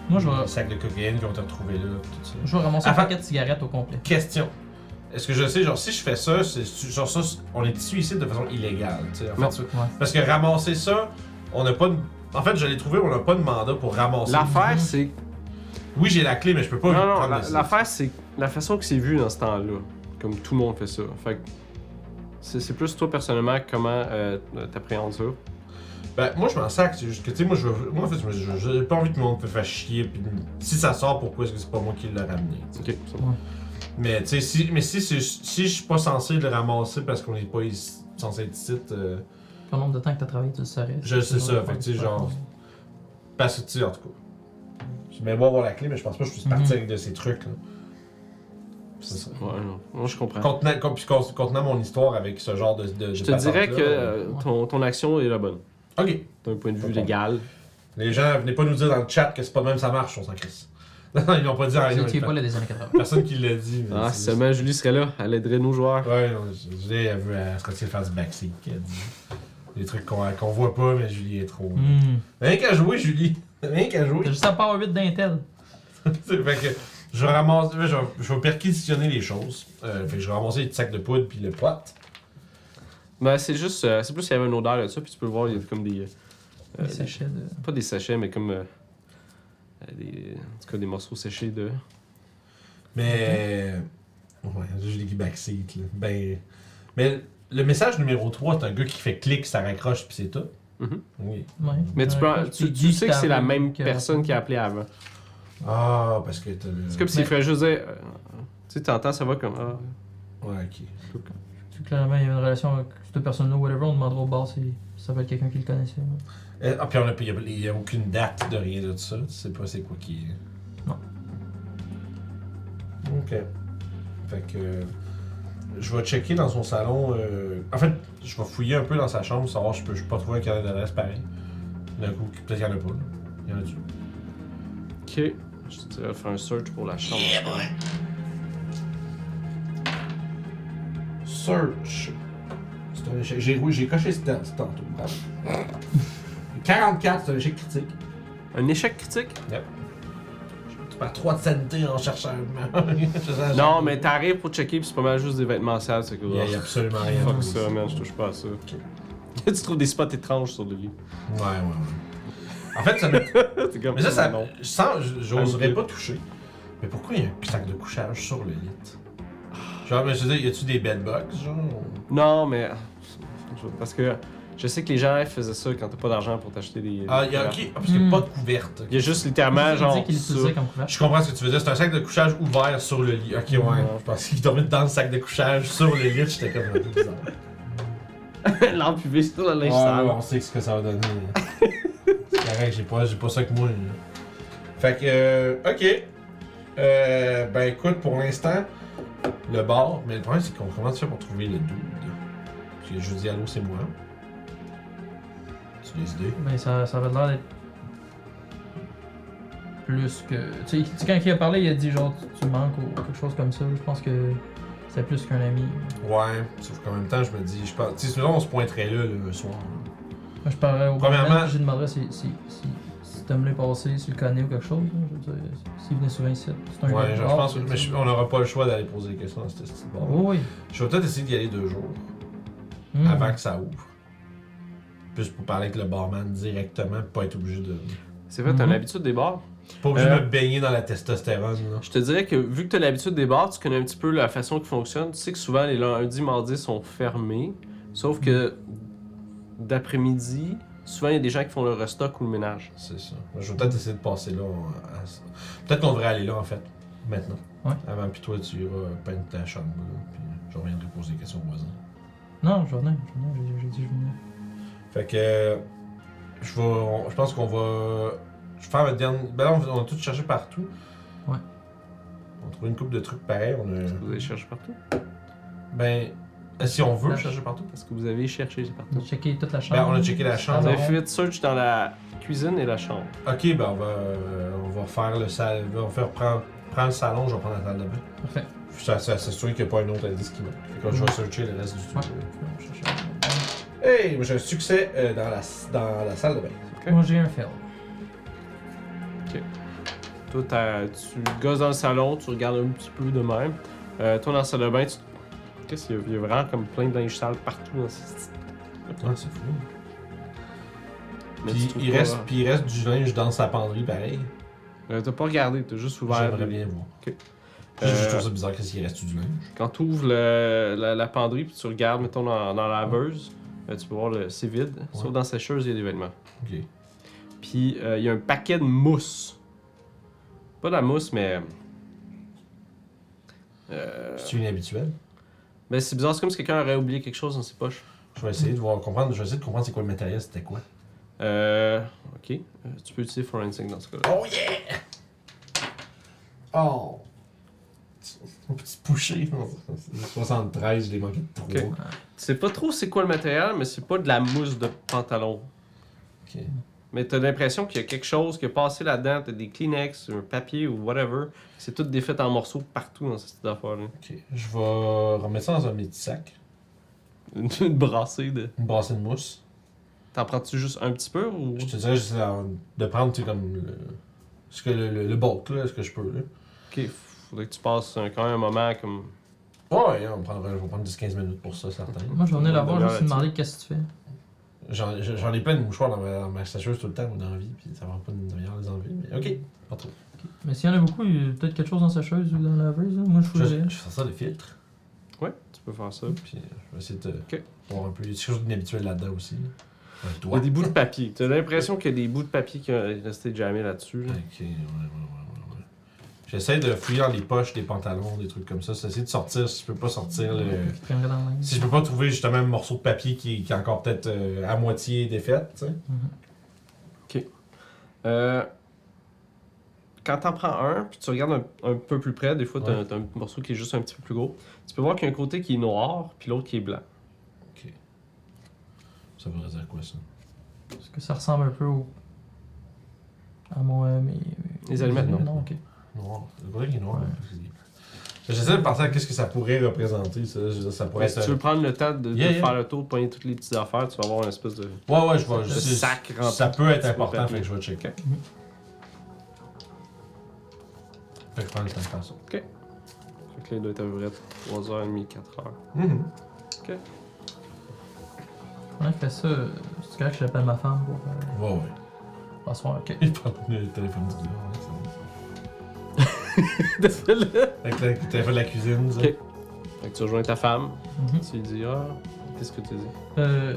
C: Moi, je
B: Les
C: vais,
B: sacs de cocaïne qui ont été retrouvés là, tout ça.
C: je vais ramasser un
B: Enfin-
C: paquet de cigarettes au complet.
B: Question. Est-ce que je sais, genre, si je fais ça, c'est genre ça, c'est- on est issu ici de façon illégale, tu sais. en
A: Non.
B: fait,
C: Ouais.
B: Parce que ramasser ça, on n'a pas de. En fait, je l'ai trouvé, on n'a pas de mandat pour ramasser.
A: L'affaire, c'est.
B: Oui, j'ai la clé, mais je peux pas.
A: Non, non,
B: prendre
A: la-
B: le-
A: l'affaire, c'est la façon que c'est vu dans ce temps-là. Comme tout le monde fait ça. Fait que. C'est c'est plus toi, personnellement, comment euh, t'appréhendes ça.
B: Ben, moi, je m'en sac. C'est juste que, tu sais, moi, je veux- moi, en fait, je me- je- j'ai pas envie que le monde me fasse chier. Puis, si ça sort, pourquoi est-ce que c'est pas moi qui l'ai ramené? tu sais.
A: Ok, c'est bon.
B: Mais, tu sais, si, mais si, c'est- si je suis pas censé le ramasser parce qu'on est pas ici- censé être ici, euh,
C: Le nombre de temps que t'as travaillé, tu le saurais.
B: Je sais ça, fait que tu sais, genre- parce que, tu sais, en tout cas. Je vais voir avoir la clé, mais je pense pas que je puisse partir
C: Mhm.
B: avec de ces trucs, là. C'est ça.
A: Ouais, non. Moi, je comprends.
B: Contenant, con- puis con- contenant mon histoire avec ce genre de. de-
A: Je
B: de
A: te dirais
B: patente-là,
A: que euh, ton, ton action est la bonne.
B: Ok.
A: D'un point de vue
B: Comprends.
A: légal.
B: Les gens, venez pas nous dire dans le chat que c'est pas de même ça marche, on s'en crisse. Ils l'ont pas dit en
C: Vous
B: rien.
C: étiez pas là des années 80.
B: Personne qui l'a dit. mais
A: Ah,
B: c'est
A: si
B: juste-
A: seulement Julie serait là, elle aiderait nos joueurs.
B: Ouais, non, je- je l'ai, elle veut, elle se retire faire du backseat, qu'elle dit. Des trucs qu'on qu'on voit pas, mais Julie est trop.
C: Hmm.
B: Rien qu'à jouer, Julie. Rien qu'à jouer.
C: T'as juste à Power 8 d'Intel.
B: fait que je ramasse, je, vais- je vais perquisitionner les choses. Euh, fait que je vais ramasser les petits sacs de poudre puis le pot.
A: Ben, c'est juste. euh, c'est plus qu'il y avait une odeur de ça, puis tu peux le voir, il y a comme des. euh,
C: Des
A: des-
C: sachets de.
A: pas des sachets, mais comme. euh, euh, des, en tout cas, des morceaux séchés de.
B: Mais. Ouais, Julie qui backseat, là. Ben. Mais le message numéro 3, t'as un gars qui fait clic, ça raccroche puis c'est tout.
A: Mhm.
B: Oui.
C: Ouais.
A: Mais tu, peux en-
C: Ouais,
A: tu,
C: puis
A: tu
C: Guy,
A: sais que c'est la
C: t'as-
A: même
C: que-
A: personne qui a appelé avant.
B: Ah, parce que t'as le.
A: C'est comme s'il
C: Mais-
A: ferait juste dire. euh, tu sais, t'entends, ça va comme. Ah,
B: Ouais, ok.
C: Tu- Clairement, il y a une relation avec cette personne-là, whatever, on demandera au bar si ça va être quelqu'un qui le connaissait. ouais.
B: Euh, Ah, puis on a, il y a- il y a, aucune date de rien de ça. Tu sais pas c'est quoi qui est.
C: Non.
B: Ok. Fait que. euh, Je vais checker dans son salon. euh, En fait, je vais fouiller un peu dans sa chambre, savoir si je peux je peux pas trouver un carnet d'adresse pareil. D'un coup, peut-être qu'il y en a pas. là. Il y en a-tu?
A: Ok. Je te dirais de faire un search pour la chambre.
B: Yeah, boy. Search. C'est un échec. J'ai, oui, j'ai coché ce temps- ce tantôt. Bravo. 44, c'est un échec critique.
A: Un échec critique?
B: Tu perds 3 de sanité en cherchant un.
A: Non, mais t'arrives pour checker, puis c'est pas mal juste des vêtements sales, c'est que.
B: Il n'y a absolument rien.
A: Fuck ça, man, je touche pas à ça. tu trouves des spots étranges sur le lit.
B: Ouais, ouais, ouais. En fait, ça me.
A: T'es comme,
B: Mais ça, ça.
A: non.
B: Je sens, je- j'oserais
A: Ok.
B: pas toucher. Mais pourquoi il y a un sac de couchage sur le lit? Genre, mais je veux dire, y a-tu des bedbugs, genre? ou-
A: Non, mais. Parce que je sais que les gens faisaient ça quand t'as pas d'argent pour t'acheter des.
B: Ah, y a, ok. Ah, parce qu'il n'y a
C: Hmm.
B: pas de couverte. ok.
A: Il y a juste littéralement,
C: Je
A: Ah, genre.
C: dis qu'il
A: ça.
C: utilisait comme couvert.
B: Je comprends ce que tu veux dire, c'est un sac de couchage ouvert sur le lit. Ok, ouais.
A: Ouais.
B: Je pensais qu'il dormait dans le sac de couchage sur le lit, j'étais comme un peu bizarre.
A: L'empuvé sur le linge sale.
B: on sait ce que ça va donner. c'est correct, j'ai pas, j'ai pas ça que moi. là. Fait que, euh, ok. Euh, ben écoute, pour l'instant, le bar. Mais le problème, c'est qu'on comment tu fais pour trouver le dude Parce que je dis allô, c'est moi. Tu as des idées
C: Mais ben, ça, ça avait l'air d'être. Plus que. Tu sais, tu sais, quand il a parlé, il a dit genre tu, tu manques ou quelque chose comme ça. Je pense que c'est plus qu'un ami.
B: Ouais, sauf qu'en même temps, je me dis, je pense. Tu sais, sinon, on se pointerait là, là, le soir.
C: Moi, je parlerais au
B: Premièrement-
C: barman, je lui demanderais si, si, si, si t'aimes les passer, s'il le connaît ou quelque chose. hein. Je veux dire, s'il venait souvent ici. C'est un gars
B: Ouais,
C: de
B: genre, je
C: bar,
B: pense que-
C: Ah, c'est- Oh.
B: mais je- on n'aura pas le choix d'aller poser des questions dans cette petite bar.
C: Ah Oui, oui.
B: Je vais peut-être essayer d'y aller deux jours
C: Hmm.
B: avant que ça ouvre. Plus pour parler avec le barman directement, pas être obligé de.
A: C'est vrai, t'as
C: Mhm.
A: l'habitude des bars.
B: Pas obligé
A: Euh.
B: de me baigner dans la testostérone, là.
A: Je te dirais que vu que t'as l'habitude des bars, tu connais un petit peu la façon qu'ils fonctionnent. Tu sais que souvent les lundis, mardis sont fermés. Sauf que d'après-midi, souvent il y a des gens qui font le restock ou le ménage.
B: C'est ça. Je vais peut-être essayer de passer là. en- à ça. Peut-être qu'on devrait aller là, en fait, maintenant.
C: Ouais.
B: Avant, puis toi, tu iras peindre ta chambre, là, puis je reviendrai poser des questions aux voisins.
C: Non, je revenais, je revenais, j'ai- j'ai dit je venais.
B: Fait que. euh, Je, vais, on- je pense qu'on va. Je vais faire le dernier. Ben là, on, on a tout cherché partout.
C: Ouais.
B: On a trouvé une coupe de trucs pareils. On a.
A: Vous allez chercher partout.
B: Ben, euh, si on veut
C: La-
B: chercher partout.
A: Parce que vous avez cherché
C: On
A: partout.
C: a checké toute la chambre.
B: Ben, on a checké la chambre.
A: Vous
B: Ah
A: avez
B: bon?
A: fait search dans la cuisine et la chambre.
B: Ok, ben on va, euh, on va faire le salon, on va faire prendre, prendre le salon, je vais prendre la salle de bain.
C: Parfait.
B: Ça, ça s'assure qu'il n'y a pas un autre indice qui manque. Fait que je vais searcher le reste du truc. Hey, moi, j'ai un succès euh, dans, la, dans la salle de bain.
A: Ok.
C: Moi j'ai un fail.
A: Toi, t'as- tu gosses dans le salon, tu regardes un petit peu de même. Euh, toi, dans le salle de bain, tu. Qu'est-ce qu'il y a? Il y a vraiment comme plein de linge sale partout hein, dans ce
B: Ah, c'est fou.
A: Mais
B: Puis
A: tu trouves
B: il,
A: pas- hein?
B: reste, puis il reste du linge dans sa penderie, pareil.
A: Euh, t'as pas regardé, t'as juste ouvert.
B: J'aimerais bien voir.
A: Ok.
B: Je, je
A: Euh,
B: trouve ça bizarre qu'est-ce qu'il reste du linge.
A: Quand tu ouvres la, la penderie puis tu regardes, mettons, dans, dans la laveuse, euh, tu peux voir, le, c'est vide. Sauf
B: Ah. Ouais.
A: dans la sécheuse, il y a des vêtements.
B: Ok.
A: Puis euh, il y a un paquet de mousse. Pas de la mousse, mais. Euh,
B: C'est inhabituel.
A: ben, c'est bizarre, c'est comme si quelqu'un aurait oublié quelque chose dans ses poches.
B: Je vais essayer de voir, comprendre, je vais essayer de comprendre c'est quoi le matériel, c'était quoi.
A: Euh. Ok. Euh, tu peux utiliser Forensic dans ce cas-là.
B: Oh yeah! Oh! Un petit poussé. 73, je l'ai manqué de 3.
A: Ok. Tu sais pas trop c'est quoi le matériel, mais c'est pas de la mousse de pantalon. Mais t'as l'impression qu'il y a quelque chose qui est passé là-dedans. T'as des Kleenex, un papier ou whatever. C'est tout défait en morceaux partout dans cette affaire-là.
B: ok. Je vais remettre ça dans un petit sac.
A: Une, une brassée de.
B: Une brassée de mousse.
A: T'en prends-tu juste un petit peu ou.
B: Je te dirais, j'essaie de- de prendre, tu sais, comme le. Ce que le, le, le bulk, là, ce que je peux, là.
A: Ok, faudrait que tu passes un- quand même un moment comme.
B: Ouais, on prendra, je vais prendre 10-15 minutes pour ça, certain.
C: Moi je venais la voir, je me suis
A: Là-dessus.
C: demandé qu'est-ce que tu fais.
B: J'en j'en ai plein de mouchoirs dans ma, dans ma sacheuse tout le temps, ou dans la vie, puis ça va pas une demi-heure les enlever, mais ok, pas trop.
C: Mais s'il y en a beaucoup, il y a peut-être quelque chose dans sa chaise ou dans la laveuse. hein. Moi je
B: Je,
C: fouillerais.
B: je fais ça le filtre.
A: Ouais, tu peux faire ça.
B: Puis euh, je vais essayer de
A: Ok.
B: voir un peu. Il y a quelque chose d'inhabituel là-dedans aussi. Un
A: Il y
B: doigt.
A: a des bouts de papier. T'as l'impression qu'il y a des bouts de papier qui ont resté jamais là-dessus.
B: Ok,
A: là.
B: ouais, ouais, ouais, ouais, ouais. J'essaie de fouiller dans les poches des pantalons, des trucs comme ça. J'essaie de sortir si je peux pas sortir le.
C: Qui traînerait dans la main.
B: Si je peux pas trouver justement un morceau de papier qui, qui est encore peut-être euh, à moitié défaite, tu sais.
A: Euh, quand t'en prends un, puis tu regardes un, un peu plus près, des fois t'as
B: Ouais.
A: t'as un morceau qui est juste un petit peu plus gros, tu peux voir qu'il y a un côté qui est noir, puis l'autre qui est blanc.
B: Ça voudrait dire quoi ça
C: Parce que ça ressemble un peu au... à mon. euh, mes- mes-
A: Les allumettes, non.
C: ok.
B: Noir. C'est vrai qu'il est noir. parce que- J'essaie de penser à qu'est-ce que ça pourrait représenter, ça. Je veux dire, ça pourrait
A: Ben, si
B: être.
A: tu veux prendre le temps de, de
B: Yeah, yeah.
A: faire le tour, de poigner toutes les petites affaires, tu vas avoir une espèce de,
B: un- Ouais, ouais, je vois.
A: de
B: Je sais-
A: sac rempli.
B: Ça peut être
A: petits
B: important,
A: papiers.
B: fait que je vais checker.
A: Ok.
B: Fait que je prends le temps de faire ça.
A: Fait que là, il doit être à peu près 3h30, 4h.
B: Mhm.
C: On a fait ça. euh, C'est correct que j'appelle ma femme pour. euh,
B: Ouais, ouais.
C: passoire, ok.
B: Il parle le téléphone du gars, ouais, c'est bon. Avec la- le téléphone de la cuisine, ça.
A: Ok. Fait que tu rejoins ta femme,
B: Mm-hmm.
C: Mhm.
A: tu lui dis Ah, qu'est-ce que tu dis
C: Euh,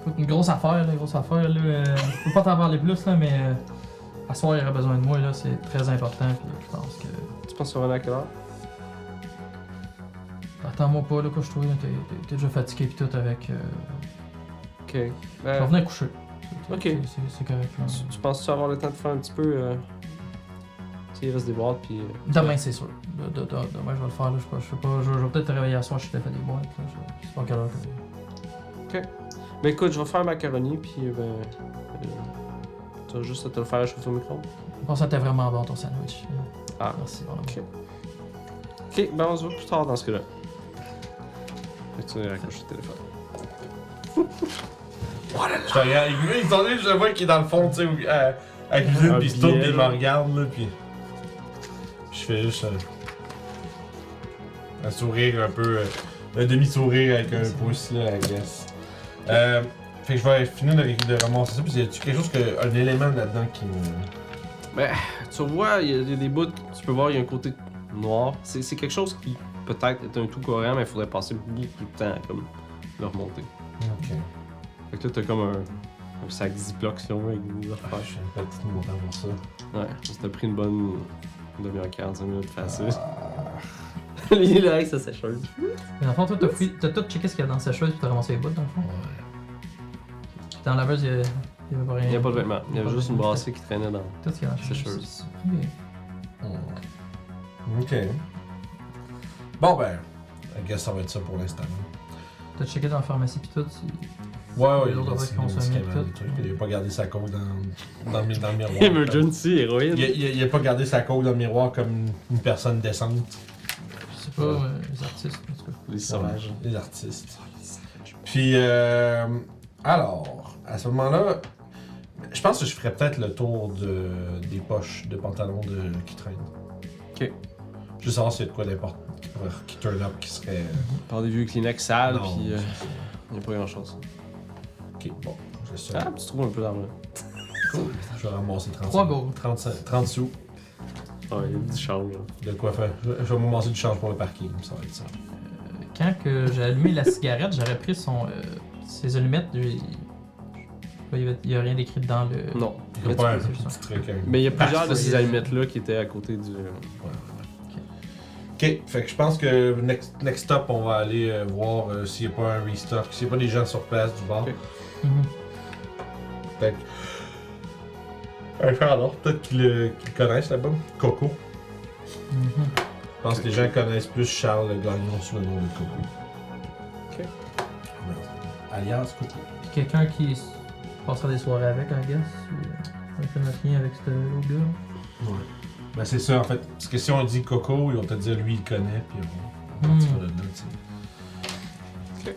C: écoute, une grosse affaire, là, grosse affaire. Là, euh, je peux pas t'en parler plus, là, mais euh, à soir, il y aura besoin de moi, là, c'est très important. Puis je pense que.
A: Tu penses revenir à quelle heure
C: Attends-moi pas, là, couche toi t'es t'es- t'es déjà fatigué, puis tout avec. Euh...
A: Ok.
C: Je
A: Ben,
C: vais venir coucher. C'est-
A: Ok.
C: c'est- c'est- C'est correct. là.
A: tu, tu penses-tu avoir le temps de faire un petit peu. euh, Tu sais, il reste des boîtes, puis. euh,
C: Demain, c'est sûr. De- de- de- demain, je vais le faire, là, je sais pas. Je, sais pas, je, je vais peut-être te réveiller à soir, je suis fait des boîtes. Là, je, je sais pas à quelle heure que
A: Ben écoute, je vais faire un macaroni, puis ben. euh, tu as juste à te le faire chauffer au micro.
C: Je pense que t'es vraiment bon ton sandwich. là.
A: Ah.
C: Merci, vraiment.
A: Ok. Ok, ben on se voit plus tard dans ce cas-là. Fait que tu raccroches le téléphone.
B: Je te regarde, il me- il s'en est, je le vois qu'il est dans le fond, tu sais, où- à, à la cuisine,
A: Un
B: puis il se tourne,
A: billet,
B: puis il me
A: là.
B: regarde, là, puis. Je fais juste un, un sourire un peu. euh, Un demi-sourire avec un
C: Merci.
B: pouce, là, I guess. Euh, fait que je vais finir de, de ramasser ça, puis y a-tu quelque chose, que, un élément là-dedans qui me.
A: Ah, Tu vois, il y, a- il y a des bouts, tu peux voir, il y a un côté noir. C'est c'est quelque chose qui peut-être est un tout coréen, mais il faudrait passer beaucoup de temps à comme, le remonter.
B: Ok.
A: Fait que là, t'as comme un, un sac Ziploc, si on veut, avec des
B: Ah,
A: affaires.
B: je suis un petit mot pour ça.
A: Ouais, ça t'a pris une bonne demi-heure, 45 minutes facile. il
B: Ah.
A: est là avec sa sécheuse.
C: Mais dans le fond, toi, t'as fouillé- t'as tout checké ce qu'il y a dans sa chose, puis t'as ramassé les boîtes, dans le fond.
B: Ouais.
C: Puis dans la laveuse, il y, a- il y avait pas rien.
A: Il n'y a pas de vêtements, il y avait juste une
C: brassée.
A: brassée qui traînait dans.
C: Tout ce qu'il y a dans
A: C'est
C: la
A: sûr.
C: chose. Ok.
B: Hmm. Ok. Bon, ben. I guess ça va être ça pour l'instant.
C: T'as checké dans la pharmacie, puis tout. si-
B: Ouais, ouais,
C: Les
B: il
C: autres
B: a
C: avaient
B: essayé
C: consommé
B: des médicaments,
C: tout.
B: des trucs, mais Il a pas gardé sa coke dans, dans, mi- dans le miroir.
A: Emergency,
B: Il a,
A: héroïne.
B: il a- il a pas gardé sa coke dans le miroir comme une- une personne décente.
C: Je sais pas, euh, les artistes, en tout cas.
A: Les sauvages.
B: Les artistes. Puis, euh, alors, à ce moment-là, je pense que je ferais peut-être le tour de, des poches de pantalons de, qui traînent.
A: Ok.
B: Juste savoir s'il y a de quoi d'important qui, pourrait- qui turn up, qui serait.
A: Par des vieux Kleenex sales,
B: Non,
A: puis euh,
B: c'est ça.
A: il n'y a pas grand chose.
B: Ok, bon, c'est ça.
A: Ah, tu trouves un peu d'argent.
B: Cool. Je vais ramasser 30,
C: Trois gourdes.
B: 30, 30
A: Ouais,
B: sous.
A: Ah, il y a du change. là.
B: De quoi faire. Je je vais m'amasser du change pour le parking, ça va être ça.
C: Euh, Quand que j'ai allumé la cigarette, j'aurais pris son, euh, ses allumettes. j'ai- Il y avait- il y a rien d'écrit dedans. Le...
A: Non.
B: Il y
A: Mais,
B: a pas un
C: tu peux dire
B: petit truc. hein.
A: tu- mais il y a plusieurs de
C: Parfait.
A: ces allumettes-là qui étaient à côté du. euh,
B: Ok, fait que je pense que next, next up, on va aller euh, voir euh, s'il n'y a pas un restock, s'il n'y a pas des gens sur place du bar.
A: Ok.
C: Mhm.
B: Fait que. Un frère d'or, peut-être euh, qu'ils le, qu'ils le connaissent là-bas. Coco.
C: Mhm.
B: Je pense que les gens connaissent plus Charles Gagnon sous le nom de Coco.
A: Ok.
B: Alias Coco.
C: Puis quelqu'un qui s- passera des soirées avec, I guess. ou- Un peu notre lien avec ce gars.
B: Ouais. Ben c'est ça en fait. Parce que si on dit Coco, ils vont te dire lui il connaît, puis on va
C: Hmm.
B: partir de là, tu sais. C'est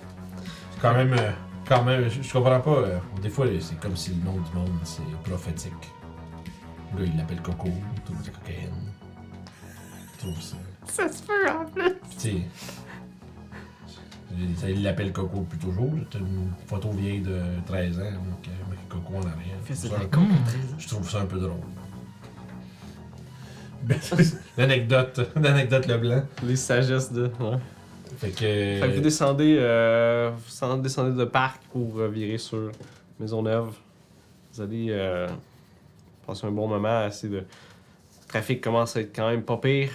B: quand même. euh, quand même je, je comprends pas. euh, des fois, c'est comme si le nom du monde, c'est prophétique. Le gars, il l'appelle Coco, il trouve de la cocaïne. Il trouve ça.
A: Ça se peut, en plus!
B: Tu sais. ça, Il l'appelle Coco depuis toujours. C'est une photo vieille de 13 ans, donc euh, avec Coco en arrière.
A: Fais ça
B: C'est un-
A: de
C: Mhm.
B: je trouve ça un peu drôle. L'anecdote, l'anecdote Leblanc.
A: Les sagesses de. Ouais.
B: Fait
A: Fait que vous
B: que.
A: descendez, euh, vous descendez- descendez de parc pour euh, virer sur Maisonneuve. Vous allez euh, passer un bon moment. Assez de... Le trafic commence à être quand même pas pire.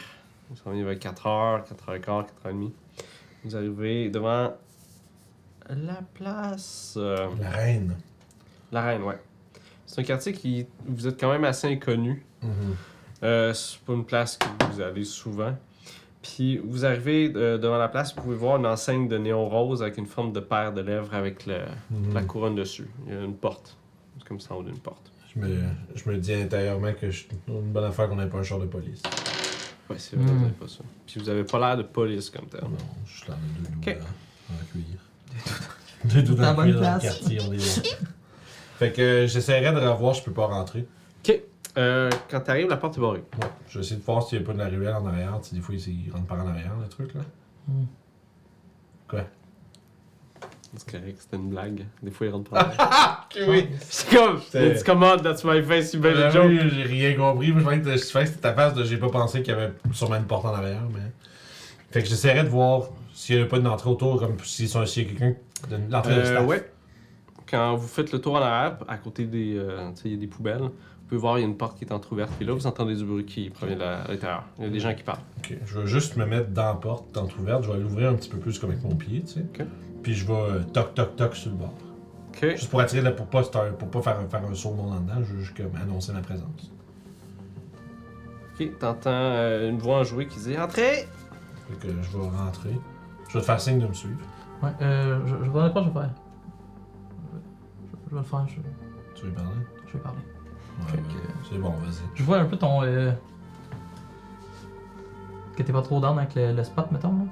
A: Vous s'en venez vers 4h, 4h15, 4h30. Vous arrivez devant la place. euh,
B: La reine.
A: la Reine, ouais. C'est un quartier qui. Vous êtes quand même assez inconnu.
B: Mhm.
A: Euh, c'est pas une place que vous allez souvent. Puis vous arrivez euh, devant la place, vous pouvez voir une enseigne de néon rose avec une forme de paire de lèvres avec le-
B: Mhm.
A: la couronne dessus. Il y a une porte. C'est comme ça en haut d'une porte.
B: Je, me, je me dis intérieurement que c'est une bonne affaire qu'on n'ait pas un char de police.
A: Ouais, c'est vrai,
C: Hmm.
A: vous avez pas ça. Puis vous avez pas l'air de police comme tel.
B: Ah Non, je suis dans les deux
A: Ok.
B: doigts à accueillir. Deux doigts
C: Dans
B: à
C: la bonne
B: accueillir dans le
C: place.
B: quartier, on est là. Fait que euh, j'essaierai de revoir, je peux pas rentrer.
A: Euh, quand t'arrives, la porte est barrée.
B: Ouais. Je vais essayer de voir s'il n'y a pas de la ruelle en arrière. Tu sais, des fois, ils rentrent par en arrière, le truc, là.
A: C'est correct, c'était une blague. Des fois, ils rentrent par là.
B: oui.
A: Ah, C'est Ah comme,
B: C'est-
A: it's come on, that's my face, you better
B: Ben,
A: joke.
B: oui, j'ai rien compris. Moi, je pense que je fais que c'était ta face de j'ai pas pensé qu'il y avait sûrement une porte en arrière, mais. Fait que j'essaierai de voir s'il n'y a pas une entrée autour, comme s'il y a quelqu'un de l'entrée de
A: Euh,
B: staff.
A: ouais. Quand vous faites le tour en arrière, à côté des, euh, tu sais, il y a des poubelles, vous pouvez voir, il y a une porte qui est entrouverte. Puis là, vous entendez du bruit qui provient de la- de l'intérieur. Il y a des gens qui parlent.
B: Ok, Je vais juste me mettre dans la porte entrouverte. Je vais l'ouvrir un petit peu plus comme avec mon pied, tu sais.
A: Ok.
B: Puis je vais euh, toc toc toc sur le bord.
A: OK.
B: Juste pour attirer la pour pas, star- pour pas faire, faire un saut dans dedans, je veux juste comme annoncer ma présence.
A: Ok, t'entends euh, une voix enjouée qui dit Entrez
B: Fait que je vais rentrer. Je vais te faire signe de me suivre.
C: Ouais, euh, je, je vais dans la porte, je vais faire. Je, je vais le faire, je,
B: Tu veux y parler?
C: je vais parler.
B: Ouais, ben, c'est bon, vas-y.
C: Je vois un peu ton. Euh... Que t'es pas trop down avec le, le spot, mettons. Là.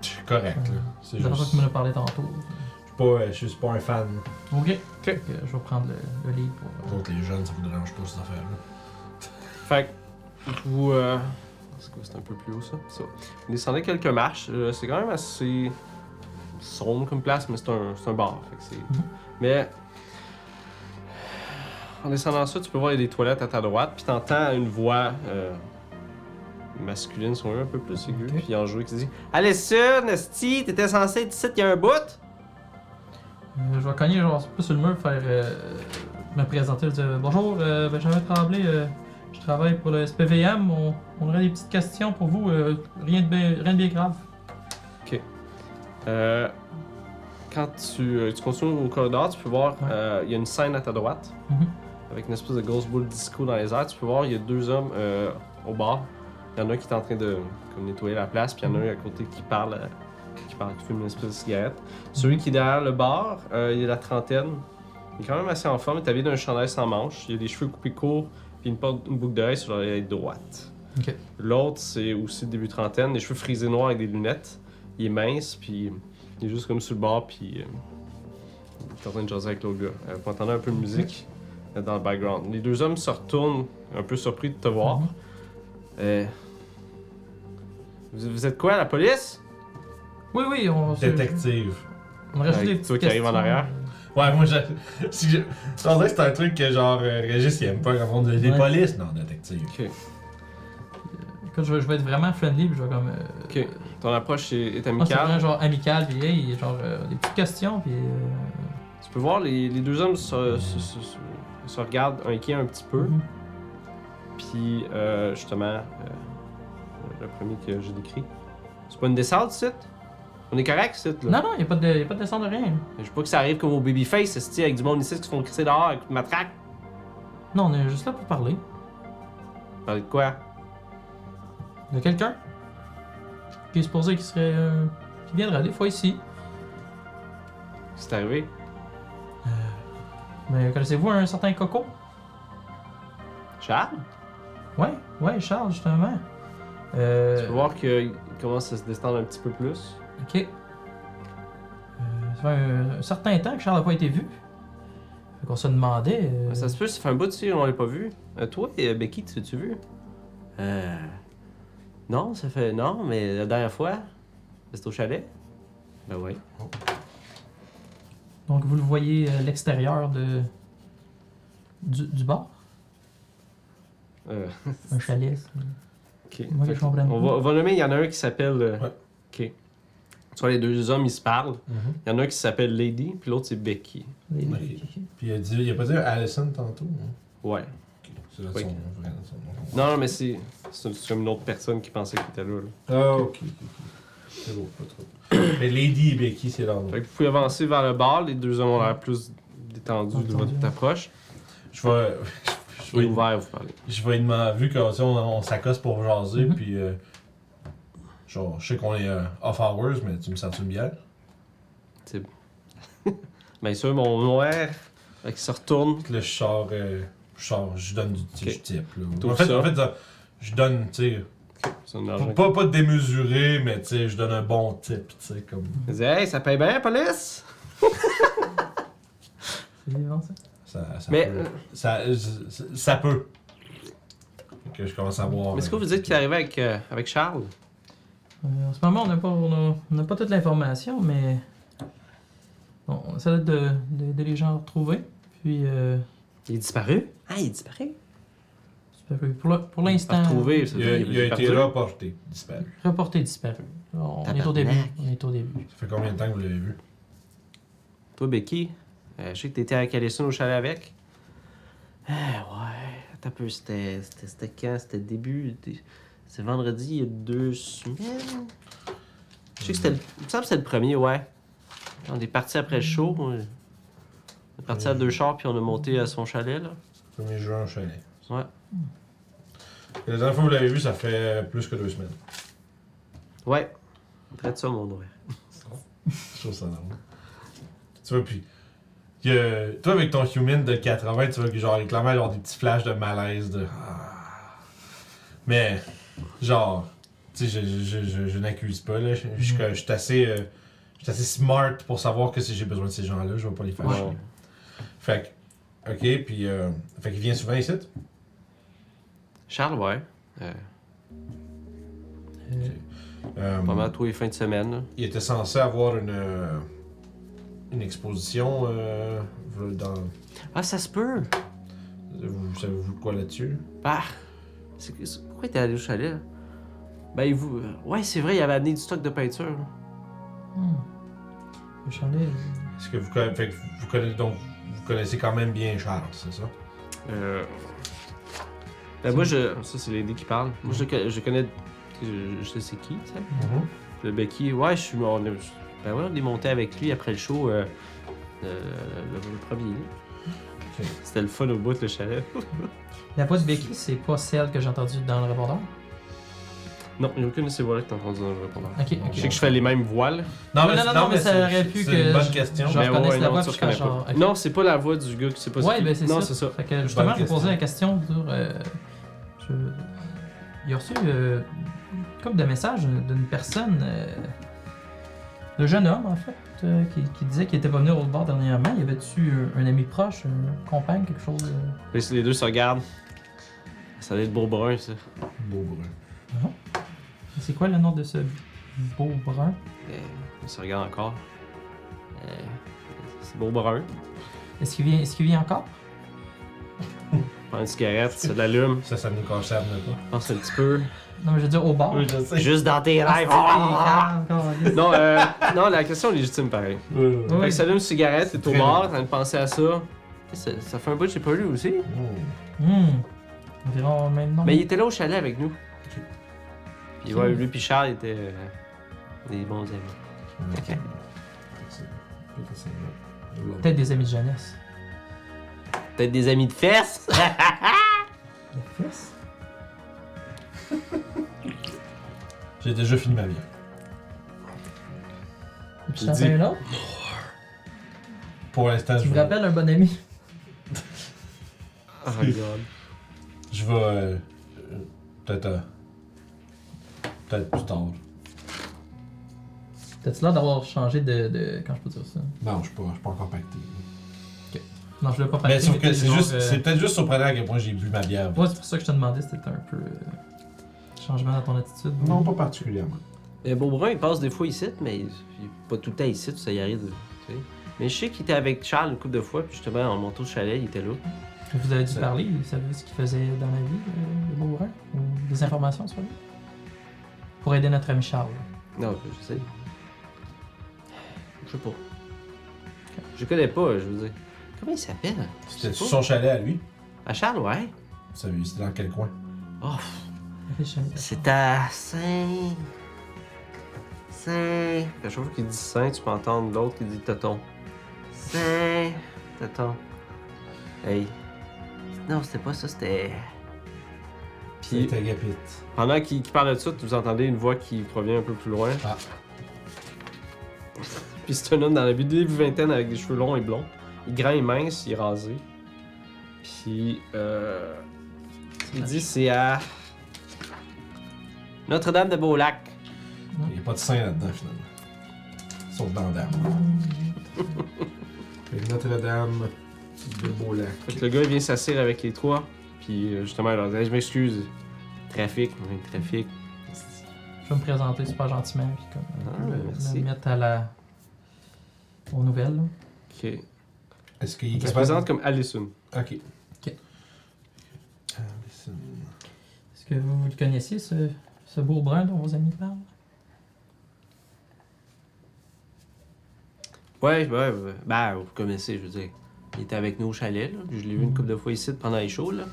B: Je suis correct, là. C'est
C: De la façon que
B: juste.
C: tu me l'as parlé tantôt.
B: Je suis pas, euh, je suis pas un fan.
C: Ok. Fait que je vais prendre le, le lead pour. euh,
B: Contre les jeunes, ça vous dérange pas cette affaire-là.
A: Fait que vous. euh, C'est quoi, c'est un peu plus haut ça Ça. Vous descendez quelques marches. euh, c'est quand même assez. sombre comme place, mais c'est un, c'est un bar. Fait que c'est-
C: Mhm.
A: Mais. En descendant ça, tu peux voir il y a des toilettes à ta droite, puis t'entends une voix. euh, masculine, sont un peu plus aiguë,
C: Ok.
A: puis enjouée qui dit Allez sur, Nasty, t'étais censé être ici il y a un bout
C: Euh, je vais cogner genre plus sur le mur, faire euh, me présenter, je dire bonjour, euh, Benjamin Tremblay, euh, je travaille pour le SPVM, on, on aurait des petites questions pour vous, euh, rien, de bien, rien de bien grave.
A: Euh, quand tu, euh, tu continues au corridor, tu peux voir,
C: Ouais.
A: euh, il y a une scène à ta droite,
C: Mhm.
A: avec une espèce de grosse boule disco dans les airs. Tu peux voir, il y a deux hommes euh, au bar. Il y en a un qui est en train de comme, nettoyer la place, puis il y en a un à côté qui parle, euh, qui, parle qui fume une espèce de cigarette. Celui qui est derrière le bar, euh, il est la trentaine. Il est quand même assez en forme, il est habillé d'un chandail sans manches, il a des cheveux coupés courts, puis une, porte- une boucle d'oreille sur l'oreille droite.
C: Ok.
A: L'autre, c'est aussi début trentaine, les cheveux frisés noirs avec des lunettes. Il est mince, puis il est juste comme sur le bord, puis euh, il est en train de jaser avec l'autre gars. Euh, vous entendez un peu de musique euh, dans le background. Les deux hommes se retournent, un peu surpris de te voir.
C: Mhm.
A: Euh, vous, vous êtes quoi, la police?
C: Oui, oui, on se.
B: Détective.
C: On aurait
A: Ouais,
C: juste des
A: tu vois
C: petites
A: qu'il arrive en
C: questions.
A: arrière.
B: Ouais, moi, je. Si je... On dirait que c'est un truc que, genre, euh, Régis, il aime pas quand on dit les
C: Ouais.
B: polices. Non, détective.
A: Ok.
C: Écoute, je vais, je vais être vraiment friendly, puis je vais comme. euh,
A: Ok. Ton approche est, est
C: moi, Ah, c'est vraiment
A: amicale.
C: genre amical, puis hey, genre euh, des petites questions, puis. euh,
A: Tu peux voir, les, les deux hommes se, se- se- se- se regardent inquiets un petit peu.
C: mhm.
A: Puis, euh, justement, euh, le premier que j'ai décrit. C'est pas une descente, site? On est correct, site, là?
C: Non, non, y a pas de, y a pas de descente de rien.
A: Je veux pas que ça arrive comme au Babyface, cest avec du monde ici qui se font crisser dehors avec une matraque.
C: Non, on est juste là pour parler.
A: Parler de quoi?
C: de quelqu'un qui est supposé qu'il serait. euh, qui viendrait des fois ici.
A: C'est arrivé?
C: Mais connaissez-vous un certain Coco
A: Charles?
C: Ouais, ouais, Charles, justement. Euh,
A: Tu peux voir qu'il commence à se détendre un petit peu plus.
C: Ok. Euh, ça fait un, un certain temps que Charles n'a pas été vu. Fait qu'on se demandait. euh,
A: Ça se peut, ça fait un bout de si on l'a pas vu. Euh, toi et euh, Becky, tu tu vu? Euh. Non, ça fait. Non, mais la dernière fois, c'était au chalet? Ben ouais.
C: Donc vous le voyez à l'extérieur de. Du, du bar
A: Euh,
C: Un chalet. ça.
A: ok.
C: Moi, je comprends
A: on,
C: pas.
A: va, on va nommer, il y en a un qui s'appelle. euh,
B: Ouais.
A: Ok. Tu vois, les deux hommes, ils se parlent.
B: Mhm.
A: Il y en a un qui s'appelle Lady, puis l'autre, c'est Becky.
C: Des-
B: Ok. Puis il a, dit, il a pas dit Allison tantôt. hein?
A: Ouais.
B: C'est là
A: Oui.
B: son vrai son nom.
A: Non, non, mais c'est c'est- c'est comme une autre personne qui pensait qu'il était là. là.
B: Ah, ok. ok, ok. C'est beau, pas trop. Mais Lady et Becky, c'est leur nom.
A: Fait que vous pouvez avancer vers le bar, les deux hommes ont l'air plus détendus de
C: Détendus,
A: votre
C: ouais.
A: approche.
B: Je vais. Je
A: Et
B: vais,
A: ouvert, vous parlez.
B: je vais demander, vu qu'on on, on s'accoste pour jaser,
C: Mhm.
B: puis. euh, Genre, je sais qu'on est euh, off hours, mais tu me sers une bière?
A: Bien sûr, mon noir. Fait qu'il se retourne.
B: Puis là, je sors, euh, je sors, je donne du tu sais, je type. Là. En
A: T'ouvres
B: fait,
A: ça.
B: en fait, ça, je donne, tu sais,
A: C'est une
B: pas,
A: argent.
B: pas, pas démesuré, mais tu sais, je donne un bon type, tu sais, comme.
A: Il dit Hey, ça paye bien, police
C: C'est vivant, ça.
B: Ça, ça
A: Mais- euh,
B: peut. Ça, ça, ça peut. Fait Que je commence à boire.
A: Mais est-ce que
B: euh,
A: vous dites qu'il est arrivé avec, euh, avec Charles
C: Euh, en ce moment, on n'a pas, on a- on n'a pas toute l'information, mais bon, on essaie de, de- de les gens retrouver. Puis, euh,
A: Il est disparu Ah, il est disparu
C: disparu. pour le- pour l'instant,
A: Retrouvé, ça veut
B: Il a,
A: dire qu'il
B: il a été
A: perdu.
B: reporté, disparu.
C: reporté disparu. On est au
A: Tabarnak.
C: début. On est au début.
B: Ça fait combien de temps que vous l'avez vu?
A: Toi, Becky, euh, je sais que t'étais à Calesson au chalet avec. Eh ouais, t'as peu, c'était c'était- c'était quand? C'était début. dé- C'est vendredi, il y a deux semaines. Je sais que c'était le. Il me semble que c'était le premier, ouais. On est parti après le show. On est parti à deux chars, puis on est monté à son chalet, là.
B: 1er juin au chalet.
A: Ouais.
B: Et la dernière fois que vous l'avez vu, ça fait euh, plus que deux semaines.
A: Ouais. Traite ça, mon noir.
B: Je trouve ça drôle. Tu vois, puis. que- toi, avec ton human de 80, tu vois que genre, il clairement, genre, des petits flashs de malaise, de. Ah. Mais, genre, tu sais, je, je, je, je, je n'accuse pas, là. Je, je-
A: Mm-hmm.
B: je suis assez. euh, je suis assez smart pour savoir que si j'ai besoin de ces gens-là, je vais pas les faire
A: Ouais.
B: chier. Fait que. Ok, puis. euh, fait qu'il vient souvent ici.
A: Charles, ouais. Euh,
C: Euh,
B: Euh,
A: pas mal tous les fins de semaine. là.
B: il était censé avoir une. euh, une exposition euh, dans.
A: Ah, ça se peut!
B: Vous savez-vous de quoi là-dessus?
A: Bah, c'est que- c'est- pourquoi t'es allé au chalet? là? Ben, il vous. Ouais, c'est vrai, il avait amené du stock de peinture. là.
C: hmm. Le chalet, euh,
B: Est-ce que vous, conna- fait que vous connaissez donc vous connaissez quand même bien Charles, c'est ça?
A: Euh... Ben, moi, je. Ça, c'est les dés qui parlent. Moi, je, le- je connais. Je, je sais c'est qui, tu sais.
B: Mm-hmm.
A: Le Becky. Ouais, je suis. On, est- ben, ouais, on est monté avec lui après le show. euh, euh, le, le premier.
B: Ok.
A: C'était le fun au bout, le chalet.
C: la voix de Becky, c'est pas celle que j'ai entendue dans le répondeur.
A: Non, il y a aucune de ces voix-là que t'as entendu dans le répondeur.
C: Ok, ok.
A: Je sais que je fais les mêmes voiles.
B: Non,
C: non, non, non, mais ça
B: c'est-
C: aurait pu
B: c'est
C: que
B: une bonne
C: je-
B: question.
C: Genre, je
A: ouais,
C: connais la
A: non,
C: voix,
A: tu
C: puis je fais
A: reconnais
C: genre,
A: pas.
C: ok.
A: Non, c'est pas la voix du gars qui sait pas
C: Ouais,
A: qui.
C: ben c'est ça.
A: Non, c'est ça.
C: Fait que justement, je
B: question.
C: posais la question sur. euh, je- Il a reçu euh, une couple de messages d'une personne, euh, de jeune homme en fait, euh, qui, qui disait qu'il était pas venu au bar dernièrement. Il avait-tu un, un ami proche, une compagne, quelque chose euh,
A: Les, les deux se regardent. Ça allait être beau brun, ça.
B: Beau brun.
C: Non. C'est quoi le nom de ce beau brun
A: Euh, on se regarde encore. Euh, c'est beau brun.
C: Est-ce qu'il vient, est-ce qu'il vient encore
A: Prends une cigarette, ça l'allume.
B: Ça, ça nous concerne pas.
A: Pense un petit peu.
C: Non, mais je veux dire au bar.
B: Oui, je sais.
A: Juste dans tes
C: Ah,
A: rêves.
C: ah, ah, ah, ah.
A: Non, euh, non, la question est légitime pareil.
B: Euh,
C: Ouais.
A: Fait que ça allume une cigarette, t'es au
B: très
A: bar, t'as pensé à ça. ça. ça fait un bout que j'ai pas lu aussi.
B: mm.
C: Hmm. Environ le même nom.
A: Mais il était là au chalet avec nous. Puis ouais, lui puis Charles étaient euh, des bons amis. Ok.
B: C'est- putain, c'est bon.
C: Peut-être des amis de jeunesse.
A: Peut-être des amis de fesses.
C: La fesse?
B: J'ai déjà fini ma vie.
C: Et puis
A: Je
C: t'en
A: dis-
C: fais un autre?
B: Pour l'instant, Ah, je
C: Tu me
B: vais,
C: rappelles un bon ami?
A: oh my god.
B: je vais euh, euh, peut-être euh, peut-être plus tard.
C: T'as-tu l'air d'avoir changé de, de. Quand je peux dire ça?
B: Non, je suis pas, je suis pas encore pacté.
C: Non, je l'ai pas
B: Mais
C: parlé.
B: sauf que c'est juste, c'est peut-être juste surprenant à quel point j'ai bu ma bière.
C: euh, Ouais, c'est pour ça que je te demandais si c'était un peu. euh, changement dans ton attitude.
B: Non, pas particulièrement.
A: Mais Euh, Beaubrun, il passe des fois ici, mais il il est pas tout le temps ici, ça y arrive. tu sais. Mais je sais qu'il était avec Charles une couple de fois, puis justement, en montant au chalet, il était là.
C: Vous avez dû
B: C'est-
C: parler, vous savez ce qu'il faisait dans la vie, euh, le beau brun? Ou des informations sur lui? Pour aider notre ami Charles.
A: Non, je sais. Je sais pas. Je connais pas, je veux dire. Comment il s'appelle?
B: C'était
A: Je sais pas.
B: son chalet à lui.
A: À Charles, ouais.
B: Vous savez, C'était dans quel coin?
A: Oh, pff,
C: C'est
A: c'est à Saint. Saint. À chaque fois qu'il dit Saint, tu peux entendre l'autre qui dit Toton. Saint. Toton. Hey. Non, c'était pas ça, c'était. Puis
B: C'est Agapit.
A: pendant qu'il qu'il parle de ça, vous entendez une voix qui provient un peu plus loin.
B: Ah.
A: Puis c'est un homme dans la vie début vingtaine avec des cheveux longs et blonds. Il est grand et mince, il est rasé. Puis euh, il dit c'est à Notre-Dame de Beau-Lac.
B: Il n'y a pas de saint là-dedans, finalement. Sauf dans Dame. Fait que Notre-Dame de Beau-Lac.
A: Fait que le gars il vient s'asseoir avec les trois. Puis euh, justement, il leur dit Hey, Je m'excuse. Trafic, on vient de trafic.
C: Je vais me présenter super gentiment, puis comme.
A: Ah,
C: un peu le-
A: merci.
C: Le mettre à la. aux nouvelles, là.
A: Ok.
B: Est-ce qu'il est
A: Il se
B: capable
A: présente comme Allison.
B: Ok.
C: Ok.
B: Ah, mais c'est-
C: Est-ce que vous, vous le connaissiez, ce, ce beau brun dont vos amis parlent
A: Ouais, ouais, ouais. ben, vous connaissez, je veux dire. Il était avec nous au chalet, là. puis Je l'ai vu une couple de fois ici pendant les shows, là.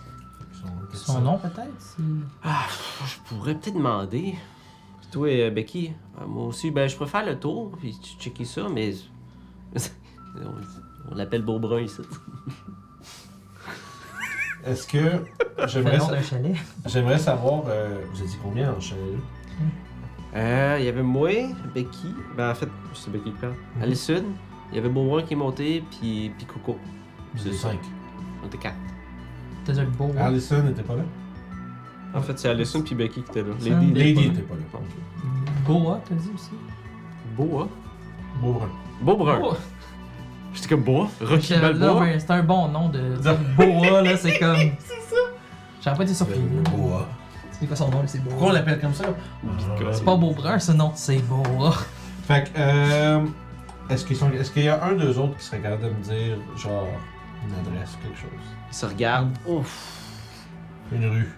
B: son-
C: Son nom, peut-être c'est-
A: Ah, pff, je pourrais peut-être demander. Puis toi, euh, Becky, euh, moi aussi, ben, je préfère le tour, puis tu checker ça, mais. on on l'appelle Beaubrun ici.
B: Est-ce que.
C: Le
B: J'aimerais,
C: nom
B: sa-
C: d'un chalet.
B: j'aimerais savoir. euh, vous avez dit combien en chalet là
A: Euh, il y avait moi, Becky, ben, en fait, c'est Becky qui parle.
B: Mhm.
A: Allison, il y avait Beaubrun qui est monté, puis, puis Coco.
B: Vous
A: C'est
B: êtes
A: ça.
B: cinq.
A: On était quatre.
C: Peut-être le beau.
B: Allison n'était pas là
A: En fait, c'est Allison puis Becky qui étaient là.
C: Ça me
A: Lady.
B: Lady
C: pas
B: n'était pas là.
C: Boa, t'as dit aussi
A: Beau, hein?
B: Beaubrun.
A: Beaubrun.
C: Boa.
A: J'étais comme Bois, Rocky
C: Là,
A: Balboa.
C: ouais, C'est un bon nom de. de Boa, là, c'est comme. c'est ça J'aurais pas été surpris.
B: Le Euh, Boa.
C: C'est quoi son nom, là, c'est Boa
B: Pourquoi on l'appelle comme ça
C: C'est pas beau brun, ce nom, c'est Boa.
B: Fait que, euh, est-ce, qu'ils sont, est-ce qu'il y a un d'eux autres qui serait capable de me dire, genre, une adresse, quelque chose
A: Ils se regardent. Ouf.
B: Une rue.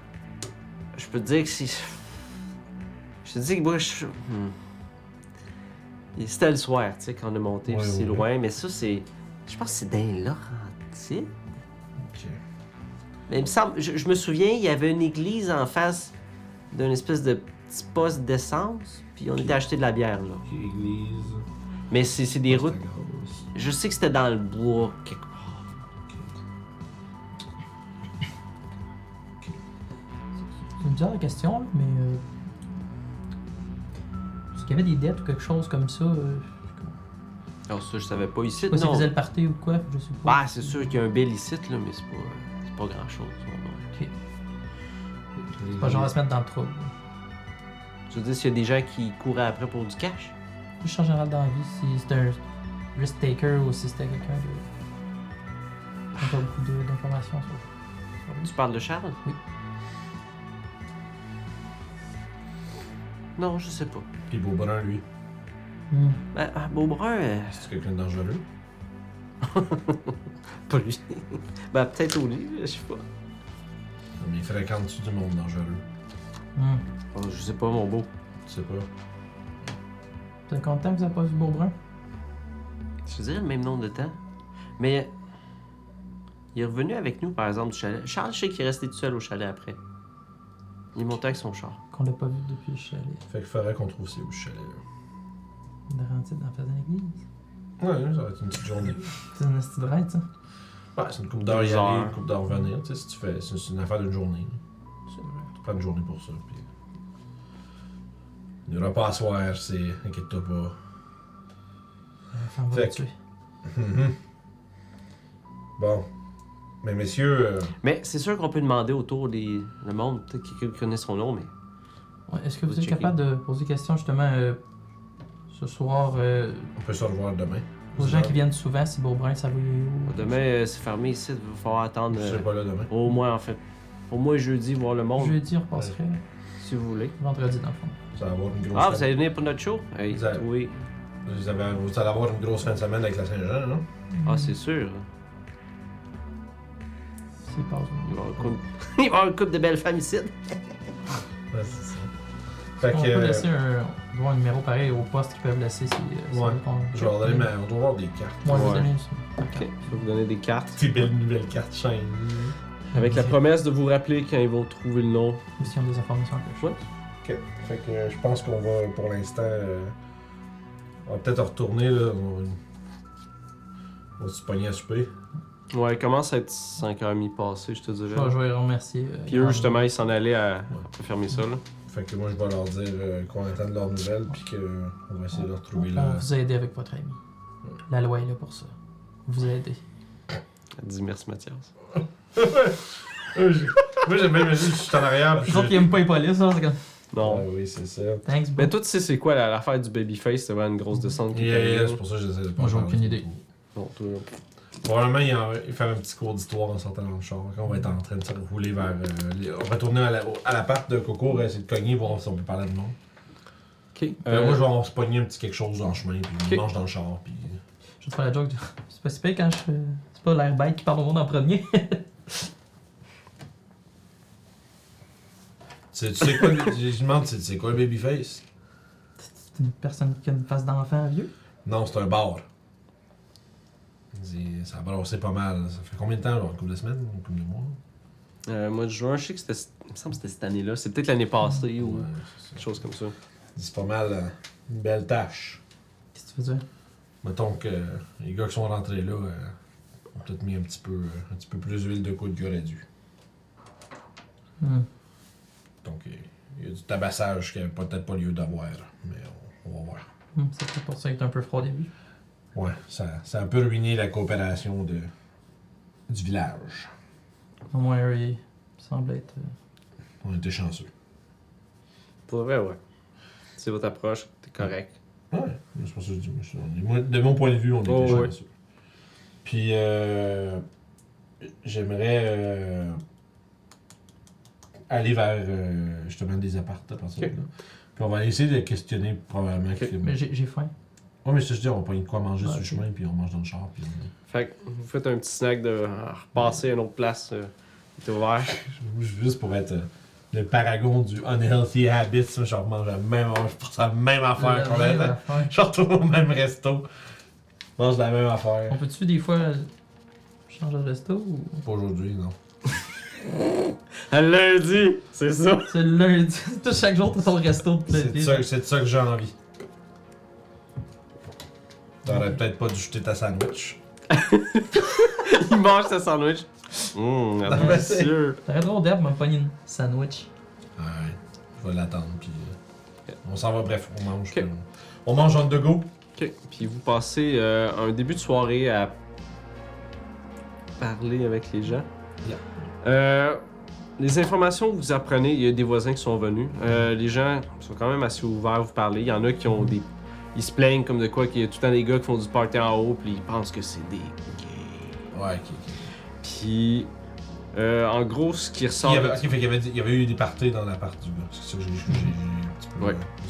A: Je peux te dire que si. Je te dis que moi, je. Hmm. Et C'était le soir, tu sais, quand on est monté,
B: Ouais,
A: puis c'est
B: ouais.
A: loin, mais ça, c'est. Je pense que c'est dans Laurentides.
B: Ok.
A: Mais il me semble. Je, je me souviens, il y avait une église en face d'un espèce de petit poste d'essence, puis on était acheté de la bière, là.
B: Ok, église.
A: Mais c'est c'est des routes.
B: Pythagoras.
A: Je sais que c'était dans le bois, quelque part.
C: C'est une bizarre question, là, mais. euh, Est-ce qu'il y avait des dettes ou quelque chose comme ça euh,
A: Alors, ça, je savais pas
C: Je
A: ici,
C: sais pas s'ils
A: non.
C: faisaient le party ou quoi, je sais pas.
A: Bah, c'est sûr qu'il y a un bill ici, là, mais c'est pas, c'est pas grand chose.
C: C'est pas genre à se mettre dans le trouble.
A: Tu veux dire s'il y a des gens qui couraient après pour du cash?
C: Juste en général dans la vie, si c'était un risk taker ou si c'était quelqu'un de. qui a pas beaucoup de- d'informations sur. sur lui.
A: Tu parles de Charles?
C: Oui.
A: Non, je sais pas.
B: Puis Beaubrun, lui,
C: Hmm.
A: Ben, ah, Beaubrun, euh,
B: c'est quelqu'un de dangereux.
A: pas lui. ben, peut-être au lit, je sais pas.
B: Mais il fréquente-tu du monde dangereux
C: Hmm.
A: Oh, je sais pas, mon beau.
B: Tu sais pas.
C: T'es content que vous avez pas vu Beaubrun?
A: Je te dirais le même nombre de temps. Mais, il est revenu avec nous, par exemple, du chalet. Charles, je sais qu'il est resté tout seul au chalet après. Il est monté avec son char.
C: Qu'on l'a pas vu depuis le chalet.
B: Fait qu'il faudrait qu'on trouve ces où chalet là.
C: De rentrer dans la face de l'église.
B: Ouais, ça va être une petite journée.
C: C'est une astuce de raid, ça.
B: Ouais, c'est une coupe d'heure y
A: Deux
B: aller,
A: heures.
B: une coupe d'heure revenir. Tu sais, si tu fais. C'est c'est une affaire d'une journée. là.
C: C'est vrai.
B: Tu prends une journée pour ça. Puis... Il n'y aura pas à soir, c'est. Inquiète-toi pas.
C: Enfin, on va
B: Fait
C: le
B: que-
C: tuer.
B: Mhm. Bon. Mais messieurs, euh,
A: Mais c'est sûr qu'on peut demander autour des le monde, peut-être quelqu'un qui connaît son nom, mais
C: Ouais, Est-ce que
A: Faut
C: vous êtes
A: checker.
C: capable de poser des questions justement euh, ce soir euh,
B: on peut se revoir demain.
C: aux gens qui viennent souvent si Beaubrun, ça va où
A: demain euh, c'est fermé ici, il va falloir attendre
B: Je
A: euh,
B: serai pas là demain.
A: au moins en fait. Au moins jeudi voir le monde
C: Jeudi, on repasserait.
A: si vous voulez.
C: Vendredi, dans le fond.
B: Ça va avoir une grosse.
A: Ah,
B: fin-
A: vous allez venir pour notre show Hey,
B: Exact.
A: Oui.
B: vous, avez- vous allez avoir une grosse fin de semaine avec la Saint-Jean, non?
A: Ah, c'est sûr.
C: C'est pas
A: Il va y avoir un couple, il va y avoir un couple de belles femmes ici.
B: Ouais, c'est ça. Fait
C: On
B: que.
C: peut
B: euh,
C: laisser un, on doit un numéro pareil au poste qu'ils peuvent laisser si, euh, si
B: Ouais.
C: veut qu'on-
B: Je vais leur donner, mais on doit avoir des cartes.
C: Moi, je vais
A: Ouais.
C: donner une-
A: Ok, je vais vous donner des cartes.
B: Des belles nouvelles cartes chaînes.
C: Mm-hmm.
A: Avec la promesse de vous rappeler quand ils vont trouver le nom.
C: Ou si on a des informations à quelque chose.
B: Ok. Fait que euh, je pense qu'on va pour l'instant. euh, on va peut-être retourner là. On, on va se pogner à souper.
A: Ouais, il commence à être 5h30 passé, je te
C: Je
A: dirais.
C: vais, je vais les remercier. euh,
A: Puis eux,
C: grandement.
A: justement, ils s'en allaient à, à fermer ça, là.
B: Fait que moi, je vais leur dire euh, qu'on attend de leurs nouvelles, puis qu'on va essayer de leur trouver
C: On
B: là.
C: va vous aider avec votre ami. La loi est là pour ça. Vous aider.
A: Elle dit merci, Mathias.
B: moi, j'aime bien imaginer que je suis en arrière, puis
C: Les
B: je...
C: autres, ils aiment pas les polices, hein, c'est comme.
A: Non.
B: Ah oui, c'est ça.
C: Thanks,
A: Mais
C: bro.
A: Ben, toi, tu sais, c'est quoi la- l'affaire du babyface? C'est vraiment une grosse descente qui
B: Yeah,
A: t'arrive,
B: yeah,
A: là.
B: c'est pour ça que j'essaie de pas
C: Moi, j'ai
B: en parler
C: aucune idée.
B: beaucoup.
A: Bon, toi,
B: Probablement, il, en- il fait un petit cours d'histoire en sortant dans le char. Quand on va être en train de se rouler vers. euh, les- retourner à la, au- à l'appart de Coco, essayer de cogner, voir si on peut parler de monde.
A: OK.
B: Puis là, Ben, moi, je vais on se pogner un petit quelque chose en chemin, puis
A: Euh. Ok.
B: on mange dans le char, puis.
C: Je vais te faire la joke. du- C'est pas si pire quand je. C'est pas l'air bête qui parle au monde en premier.
B: Tu sais, tu sais quoi, le- je lui demande, c'est c'est quoi le babyface
C: C'est une personne qui a une face d'enfant vieux.
B: Non, c'est un bar. Il dit, ça a brassé pas mal. Ça fait combien de temps, genre, une couple de semaines, une couple de mois
A: Euh, mois de juin, je sais que c'était... Il me semble que c'était cette année-là. C'est peut-être l'année passée ou
B: Ouais, c'est
A: quelque
B: ça.
A: chose comme ça.
B: Il dit, C'est pas mal, euh, une belle tâche.
C: Qu'est-ce que tu veux dire?
B: Mettons que euh, les gars qui sont rentrés là euh, ont peut-être mis un petit peu, euh, un petit peu plus d'huile de coude qu'il aurait dû.
C: Hmm.
B: Donc, euh, il y a du tabassage qui n'avait peut-être pas lieu d'avoir, mais on, on va voir.
C: Hmm, C'est peut-être pour ça qu'il est un peu froid au début.
B: Ouais, ça, ça a un peu ruiné la coopération de, du village.
C: Au moins, eux, ils semblent être. euh,
B: On était chanceux.
A: Pour vrai, ouais. C'est votre approche, t'es correct.
B: Ouais, c'est pour ça que je dis, moi, je- on est- moi, de mon point de vue, on était
A: Oh, ouais.
B: chanceux. Puis, euh, j'aimerais euh, aller vers euh, justement des appartements.
A: Ok.
B: Puis, on va essayer de questionner probablement. que-
C: Mais j'ai j'ai faim.
B: Ouais, mais c'est ça, je dis, on prend de quoi manger
C: Ah,
B: sur le
C: ok.
B: chemin, puis on mange dans le char. Puis on-
A: Fait que vous faites un petit snack de ah, repasser à une autre place. euh, il est ouvert.
B: Juste pour être euh, le paragon du unhealthy habits, ça, je remange la même, je pense à la même affaire qu'on
C: La- la-
B: avait.
C: la faim.
B: Je retourne au même resto, mange la même affaire.
C: On peut-tu des fois euh, changer de resto ou.
B: Pas aujourd'hui, non.
A: À lundi, c'est ça.
C: C'est le lundi. Tout chaque jour, t'as ton resto de
B: C'est de
C: plaisir.
B: ça, c'est de ça que j'ai envie. T'aurais peut-être pas dû jeter ta sandwich.
A: Il mange sa sandwich. Hum,
B: mais
A: délicieux.
C: T'aurais trop d'herbe, m'a pogné une sandwich.
B: Ouais, je vais l'attendre, puis euh, on s'en va, bref, on mange.
A: Ok.
B: puis On, on mange en de go.
A: Ok, puis vous passez euh, un début de soirée à parler avec les gens.
B: Yeah.
A: Euh, les informations que vous apprenez, il y a des voisins qui sont venus. Euh, les gens sont quand même assez ouverts à vous parler. Il y en a qui ont des. Ils se plaignent comme de quoi qu'il y a tout le temps des gars qui font du party en haut, puis ils pensent que c'est des gays.
B: Ouais, ok. ok.
A: Puis, euh, en gros, ce qui
B: Il
A: ressort.
B: y avait, ok, fait qu'il y avait, dit- il y avait eu des parties dans l'appart du gars. C'est ça que j'ai j'ai- j'ai un petit peu.
A: Ouais.
B: euh,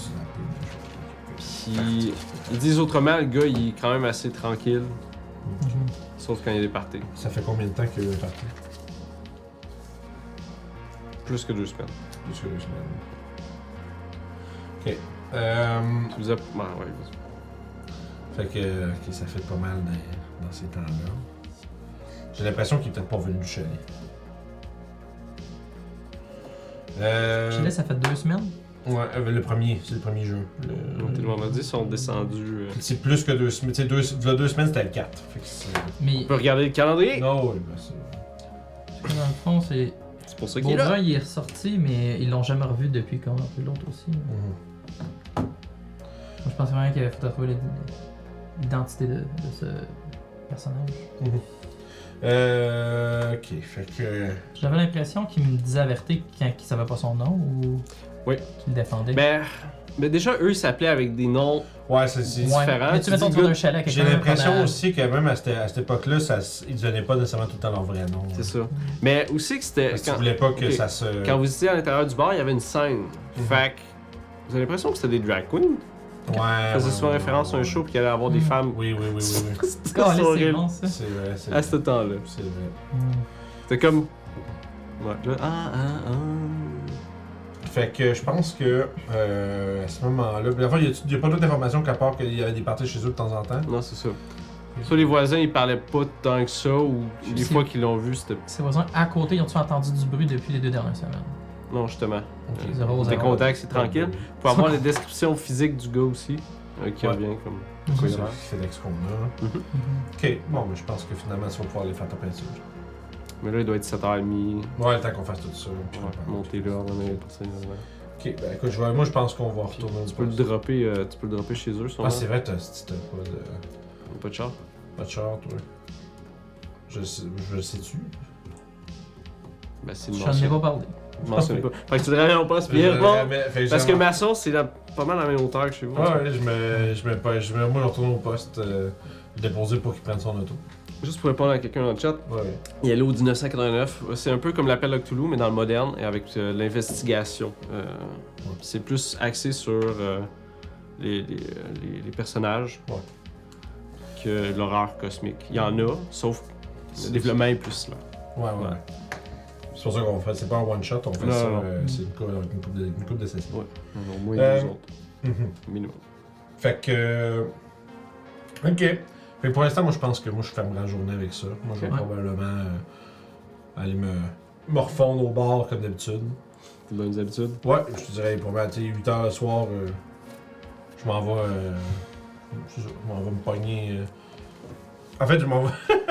B: c'est un peu-
A: Puis, ils disent autrement, le gars, il est quand même assez tranquille,
B: Mhm.
A: sauf quand il est parti.
B: Ça fait combien de temps qu'il y a eu un party
A: Plus que deux semaines.
B: Plus que deux semaines. Ok. Euh,
A: Vous avez... ouais, ouais, vas-y.
B: Fait que ok, ça fait pas mal dans, dans ces temps-là. J'ai l'impression qu'il est peut-être pas venu du chalet.
C: Je
B: Euh,
C: là, ça fait deux semaines.
B: ouais, euh, le premier, c'est le premier jeu.
C: Euh,
B: Le-
A: Donc, tes vendredis sont descendus. euh.
B: C'est plus que deux semaines. Tu sais, deux, v'là deux semaines, c'était le 4. Fait que c'est.
C: Mais
A: On peut regarder le calendrier.
B: Non, oui, ben c'est.
C: dans le fond, c'est.
A: C'est pour ça qu'il est là.
C: Baudrin, il est ressorti, mais ils l'ont jamais revu depuis qu'on a pris l'autre aussi. Moi,
B: Mhm.
C: je pensais vraiment qu'il avait fallu trouver l'identité de, de ce personnage.
B: Euh. Ok, fait que.
C: J'avais l'impression qu'il me disait avertir quand il savait pas son nom ou.
A: Oui.
C: Qu'il le défendait.
A: Ben, ben déjà, eux, ils s'appelaient avec des noms.
B: Ouais, c'est. c'est-
A: Ouais. différent.
C: Mais
A: Tu
C: tu mettons
A: dis,
C: dans
A: gars,
C: un chalet à quelqu'un.
B: J'ai l'impression
C: pendant-
B: aussi que même à cette, à cette époque-là, ça, s- ils donnaient pas nécessairement tout le temps leur vrai nom.
A: C'est ça. Mais aussi que c'était...
B: Parce qu'ils
A: Quand,
B: voulaient pas que
A: ok.
B: ça se.
A: quand vous étiez à l'intérieur du bar, il y avait une scène.
B: Mhm.
A: Fait que... Vous avez l'impression que c'était des drag queens.
B: Ouais.
A: Ils
B: Ah, ouais,
A: faisaient souvent
B: ouais,
A: référence à un
B: ouais.
A: show puis qu'il allait avoir des
C: Mhm.
A: femmes.
B: Oui, oui, oui, oui. oui.
A: C'était
C: Ah, là, c'est
A: horrible.
C: bon ça.
B: C'est vrai, c'est vrai.
A: À ce temps-là.
B: C'est vrai.
C: Hmm.
A: C'était comme... Ouais. là, ah, ah, ah.
B: Fait que je pense que euh, à ce moment-là. puis, Enfin, il n'y a, pas d'autres informations qu'à part qu'il y avait des parties chez eux de temps en temps.
A: Non, c'est ça. Soit les voisins, ils parlaient pas tant que ça, ou les
C: Si.
A: fois qu'ils l'ont vu, c'était.
C: Ses voisins à côté, ils ont-tu entendu du bruit depuis les deux dernières semaines?
A: Non, justement.
B: Ok.
C: Zéro,
A: Des
C: zéro.
A: contacts, c'est tranquille. Pour avoir les descriptions physiques du gars aussi. euh, qui
B: Ouais.
A: revient comme.
C: Mhm.
B: C'est
A: cohérent.
B: Félix qu'on a. Ok, bon, mais je pense que finalement, si on va pouvoir les faire taper dessus.
A: Mais là, il doit être 7h30.
B: Ouais, le temps qu'on fasse tout ça. puis qu'on parle.
A: Monter là, ramener les personnes. là.
B: Ok, ben écoute, je vais- moi je pense qu'on va retourner du
A: Tu peux le dropper, euh, tu peux le dropper chez eux, sûrement.
B: Ah, c'est vrai, t'as si t'as pas de.
A: Pas de char.
B: Pas de char, toi. Je sais, je sais-tu.
A: Ben, c'est
C: Je
A: une
C: n'en ai
A: mention.
C: pas parlé.
A: Mentionne pas. Fait que tu devrais on passe bien,
B: Je-
A: bon.
B: mais- fait
A: Parce que
B: j'ai-
A: ma sauce, c'est la- pas mal à la même hauteur que chez vous. en tout
B: Ouais,
A: cas.
B: ouais, je me. Je me, pas- je me- moi je retourne au poste, euh, le déposer pour qu'il prenne son auto.
A: Juste pour répondre à quelqu'un dans le chat,
B: Ouais, ouais.
A: il y a l'eau 1989. C'est un peu comme l'appel à Cthulhu, mais dans le moderne et avec euh, l'investigation. Euh, C'est plus axé sur euh, les, les- les- les personnages
B: Ouais.
A: que l'horreur cosmique. Il y en a, sauf le développement est plus lent.
B: Ouais, ouais.
A: Ouais.
B: ouais. C'est pour ça qu'on fait. C'est pas un one shot, on fait
A: Non,
B: ça.
A: non.
B: euh, c'est une coupe, une coupe de, une coupe de session.
A: Au moins
B: Euh,
A: deux autres, minimum.
B: Fait que. euh, Ok. Fait que pour l'instant, moi, je pense que moi, je fermerai la journée avec ça. Moi, je vais
A: Ouais.
B: probablement euh, aller me, me refondre au bar comme d'habitude.
A: Des bonnes habitudes.
B: Ouais, je te dirais, pour 8 h le soir, euh, je m'en vais. euh, c'est ça, je m'en vais me pogner. euh. En fait, je m'en vais.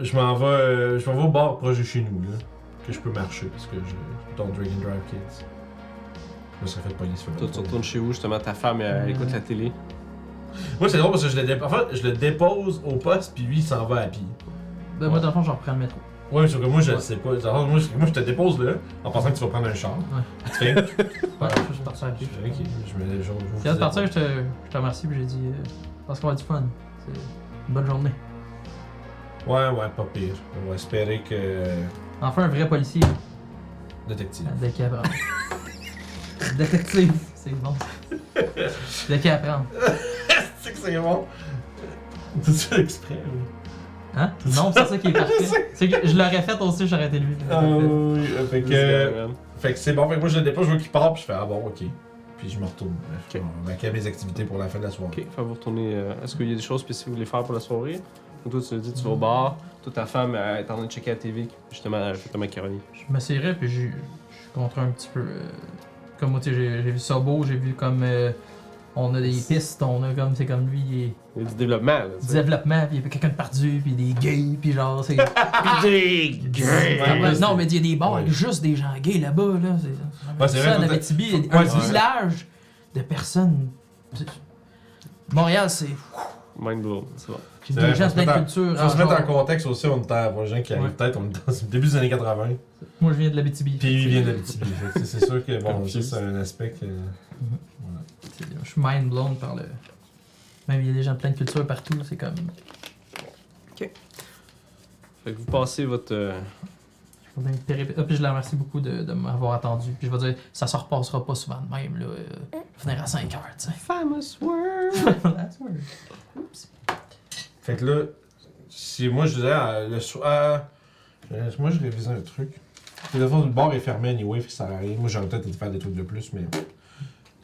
B: je m'en vais, euh, je m'en vais au bar proche de chez nous, là. Que je peux marcher, parce que je. Don't drink and drive, kids. Je me serais fait pogner, ça fait
A: Toi,
B: pas
A: tu
B: trop.
A: retournes chez vous, justement, ta femme euh,
C: Mm.
A: écoute la télé.
B: Moi, c'est drôle parce que je le, dé- en fait, je le dépose au poste, puis lui, il s'en va à pied.
C: Ben, moi, dans le fond, j'en reprends le métro.
B: Ouais, sauf que moi, je le
C: Ouais.
B: sais pas. Dans le fond, Moi je, moi, je te dépose là, en pensant que tu vas prendre un char. Tu fais. Ok,
C: Ouais, je suis parti à
B: je
C: pied.
B: fais, ok, je me lève, je- je vous
C: Puis avant
B: faisais
C: de partir,
B: pas.
C: je te, je te remercie puis j'ai dit euh, parce qu'on va du fun. C'est une bonne journée.
B: Ouais, ouais, pas pire. On va espérer que.
C: Enfin, un vrai policier
B: Détective.
C: de qui apprendre. Détective, c'est bon. De qui apprendre.
B: C'est que c'est bon. T'as fait exprès, oui.
C: Hein? Non, c'est ça qui est parfait. C'est que je l'aurais fait aussi, j'aurais été lui.
B: oui. Fait
A: C'est,
B: que.
A: euh,
B: Fait que c'est bon. Fait que moi, je le dépose, je vois qu'il part, puis je fais ah bon, ok. Puis je me retourne. Je maquille mes activités pour la fin de la soirée.
A: Ok, fait que vous retournez. euh, Est-ce qu'il y a des choses spécifiques que vous voulez faire pour la soirée Donc, toi, tu as dit, tu vas au bar. Toi, ta femme euh, est en train de checker la TV, justement, elle fait ta macaroni.
C: Je m'assurais puis je, je suis contre un petit peu. euh, comme moi, tu sais, j'ai j'ai vu ça beau, j'ai vu comme. euh, on a des pistes, on a comme. C'est comme lui, il est
A: Il y a du développement, là. tu
C: du
A: sais.
C: développement, puis il y avait quelqu'un de perdu, puis des gays, puis genre, c'est.
A: Ah,
B: Ouais,
C: Ah, non,
B: c'est-
C: mais il y a des bars
B: ouais.
C: avec juste des gens gays là-bas. Là. C'est
B: Ouais, c'est vrai,
C: ça, en
B: faut-
C: Abitibi,
B: faut-
C: un
B: ouais, c'est-
C: village de personnes. C'est- Montréal, c'est.
A: Mind blown, c'est bon.
C: Puis
B: vrai,
C: des gens
B: faut
C: de
B: se
C: plein de
B: mettre en-
C: cultures.
B: Faut se
C: en
B: mettre en
C: genre-
B: contexte aussi, on est à- pour les gens qui arrivent
C: Ouais.
B: peut-être, on est dans le début des années 80,
C: Moi, je viens de l'Abitibi.
B: puis lui il vient de la petite Fait que c'est sûr que bon,
A: Confus.
B: ça, c'est un aspect que. Voilà.
C: C'est- Je suis mind blown par le. Même il y a des gens de plein de cultures partout, c'est comme.
A: Fait que vous passez votre. euh,
C: je vais bien péri- Ah, puis je la remercie beaucoup de, de m'avoir attendu. Puis je vais dire, ça se repassera pas souvent de même, là. euh, Je vais venir à 5 heures, tu sais.
A: Famous word!
C: That's weird.
B: Fait que là, si moi je disais ah, le soir. euh, moi je révisais un truc. Puis le fond du bar est fermé anyway, fait que ça sert à rien. Moi j'aurais peut-être été faire des trucs de plus, mais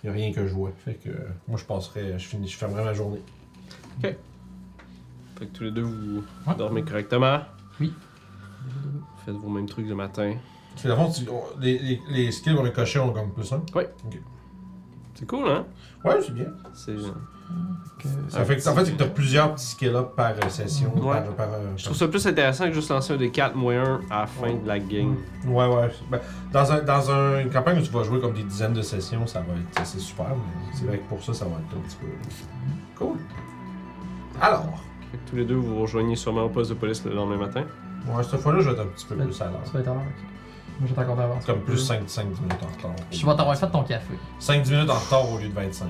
B: y a rien que je vois. Fait que euh, moi je passerais, je finis, je fermerais ma journée.
A: Fait que tous les deux, vous
C: Ouais.
A: dormez correctement.
C: Oui.
A: Faites vos mêmes trucs le matin.
B: Puis le fond, tu- on- les, les, les skills qu'on a cochés ont comme plus un.
A: C'est cool, hein?
B: Ouais, c'est bien.
A: C'est. euh,
C: Que-
B: Ça fait que, en fait, c'est que t'as plusieurs petits skills-up par euh, session.
A: Ouais.
B: Par, par, euh,
A: Je trouve ça plus intéressant que juste lancer un des 4 moyens à la fin de la game.
B: Ouais, ouais. Ben, dans, un, dans un- une campagne où tu vas jouer comme des dizaines de sessions, ça va être c'est super, mais c'est vrai que pour ça, ça va être un petit peu. Cool. Alors,
A: Fait que tous les deux, vous rejoignez sûrement au poste de police le lendemain matin.
B: moi, cette fois-là, je vais être un petit peu
C: Ouais.
B: plus à
C: Ça
B: l'aise.
C: va être à l'heure. ok. Moi, j'étais encore d'avance.
B: Comme plus 5-10 minutes en retard.
C: Je vais t'avoir fait ton café.
B: 5-10 minutes en retard au lieu de 25. là.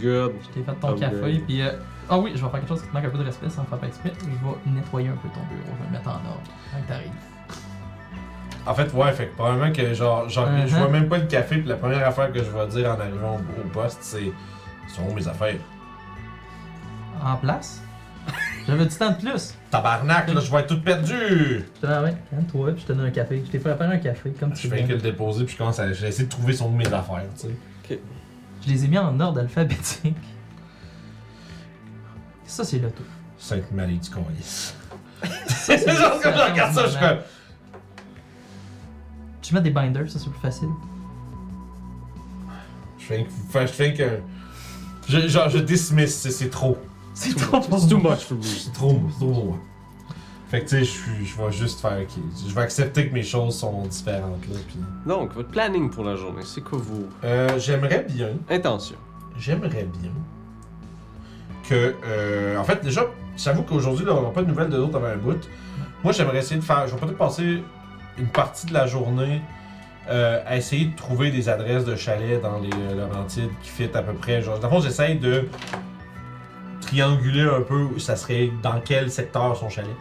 A: Good.
C: Je t'ai fait ton
A: Oh,
C: café,
A: good.
C: puis. euh, Ah oui, je vais faire quelque chose qui te manque un peu de respect sans faire pas exprès. Je vais nettoyer un peu ton bureau, je vais le mettre en ordre quand que t'arrives.
B: En fait, ouais, fait que probablement que genre, genre
C: Mhm.
B: je vois même pas le café, puis la première affaire que je vais dire en arrivant au, au poste, c'est sont où mes affaires.
C: En place J'avais du temps de plus.
B: Tabarnak, là, je vais être tout perdu!
C: Je te donne la main, calme-toi, puis je te donne un café. Je t'ai fait faire un café, comme
B: Ah, Je
C: tu
B: fais que
C: veux.
B: le déposer, puis je commence à. J'ai essayé de trouver son où mes affaires, tu sais.
C: Je les ai mis en ordre alphabétique. Ça, c'est le tout.
B: Sainte-Marie du Colis.
C: Ça,
B: C'est genre comme je regarde ça, je suis comme.
C: Tu mets des binders, ça, c'est plus facile.
B: Je fais un- je fais un- je fais que. Je, genre, je dismiss, c'est- c'est trop.
C: C'est
A: Too
C: trop
A: much.
C: pour
A: It's too
C: moi.
A: much for me.
B: C'est trop, c'est trop pour moi. Fait que tu sais, je suis- je vais juste faire. ok, je vais accepter que mes choses sont différentes là. puis-
A: Donc, votre planning pour la journée, c'est quoi vos
B: Euh, j'aimerais bien,
A: intentions?
B: j'aimerais bien que. euh, en fait, déjà, j'avoue qu'aujourd'hui, là, on n'a pas de nouvelles de l'autre avant un bout. Moi, j'aimerais essayer de faire. Je vais peut-être passer une partie de la journée euh, à essayer de trouver des adresses de chalets dans les euh, Laurentides qui fit à peu près. Genre, dans le fond, j'essaye de trianguler un peu où ça serait dans quel secteur son chalet.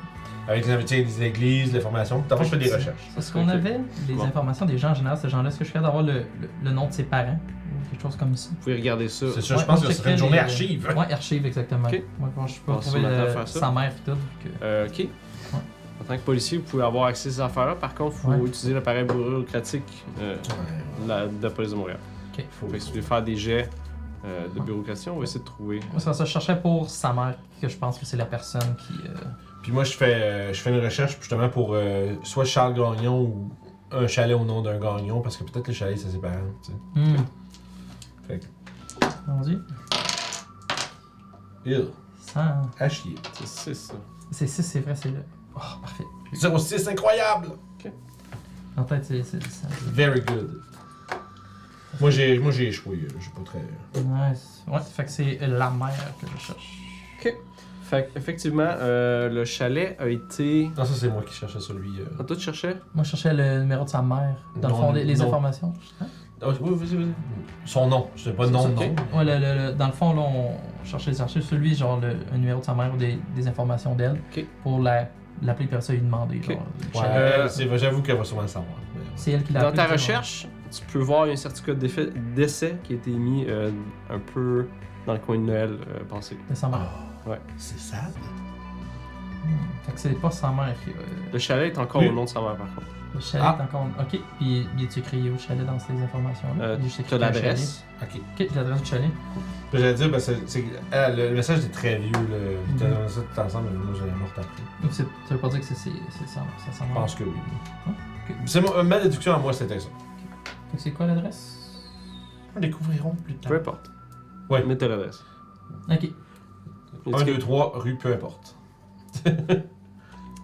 B: Avec les invités des églises, les formations. Dans le fond, je fais des recherches.
C: Est-ce qu'on
A: Ok.
C: avait les
A: Bon.
C: informations des gens en général, ces gens-là? Est-ce que je suis capable d'avoir le, le- le nom de ses parents? Ou quelque chose comme ça?
A: Vous pouvez regarder ça.
B: C'est ça,
C: Ouais,
B: je pense
C: moi,
B: que ce
C: je
B: serait une
C: crée
B: journée
C: les-
B: archive.
C: Ouais, archive, exactement.
A: Ok.
C: Moi, je pense que je peux
A: Bon,
C: retrouver
A: si on attend
C: le-
A: faire ça.
C: sa mère et tout. donc,
A: Euh,
C: euh,
A: ok. En tant que policier, vous pouvez avoir accès à ces affaires-là. Par contre, il faut
C: Ouais.
A: utiliser l'appareil bureaucratique euh, de, la, de la police de Montréal.
C: Ok.
A: Fait que si vous voulez faire des jets euh, de bureaucratie, on va essayer de trouver.
C: Moi, c'est ça. Je cherchais pour sa mère, que je pense que c'est la personne qui. euh,
B: Puis moi, je fais, euh, je fais une recherche justement pour euh, soit Charles Gagnon ou un chalet au nom d'un Gagnon, parce que peut-être le chalet, ça sépare. tu sais.
C: hmm.
B: Fait que-
C: Rendu?
B: Ew,
C: Cent-
B: à chier.
A: C'est- C'est ça.
C: hein. C'est 6, c'est vrai, c'est le. Oh, parfait.
B: 06, incroyable!
C: En tête, c'est. c'est- c'est-
B: Very good. Moi, j'ai moi, j'ai échoué. euh, J'ai pas très.
C: Nice. Ouais, fait que c'est la mère que je cherche.
A: Fait effectivement, euh, le chalet a été.
B: Non, ça, c'est moi qui cherchais sur lui. euh.
A: Ah, toi, tu cherchais
C: Moi, je cherchais le numéro de sa mère. Dans le
B: Non,
C: fond, les, les
B: non.
C: informations. Hein?
B: Ah, oui, oui, vas-y, vas-y. Son nom. Je sais pas le nom,
A: C'est
B: nom.
A: ok.
B: mais-
C: Ouais, le- le- le- dans le fond, là, on cherchait les archives sur lui, genre le, un numéro de sa mère ou des, des informations d'elle.
A: Ok.
C: Pour la- l'appeler puis après ça, lui demander.
A: Ok.
C: genre, le
B: Ouais,
C: chalet.
A: Euh,
B: c'est- j'avoue qu'elle va sûrement le savoir. mais-
C: C'est elle qui l'a
A: Dans
C: appelé,
A: ta
C: genre.
A: recherche, tu peux voir un certificat d'effet- d'essai qui a été mis euh, un peu dans le coin de Noël euh, passé.
C: De sa mère.
A: Ouais.
B: C'est ça.
C: Hmm. Fait que c'est pas sa mère qui. euh,
A: Le chalet est encore
B: Oui.
A: au nom de sa mère, par contre.
C: le chalet
B: Ah.
C: est encore. Ok. Puis, il est-tu crié au chalet dans ces informations-là
A: Euh,
C: Il est juste
A: tu as
C: écrit un
A: l'adresse.
B: Ok.
C: chalet. Ok, l'adresse du chalet.
B: Puis J'allais dire, ben, c'est, c'est- ah, le, le message est très vieux. Là.
C: Mhm.
B: T'as donné ça tout ensemble, mais moi, je l'ai morte après.
C: Donc, c'est- ça veut pas dire que c'est c'est- c'est sa c'est sa
B: Je
C: mère.
B: pense que oui.
C: Ah,
B: C'est mon- euh, ma déduction à moi, c'était ça.
C: Fait que c'est quoi l'adresse
B: On découvrirons plus
A: Peu importe.
B: Ouais. Ah,
A: Mais t'as l'adresse.
C: Ok.
B: 1, 2, 3, rue, peu importe.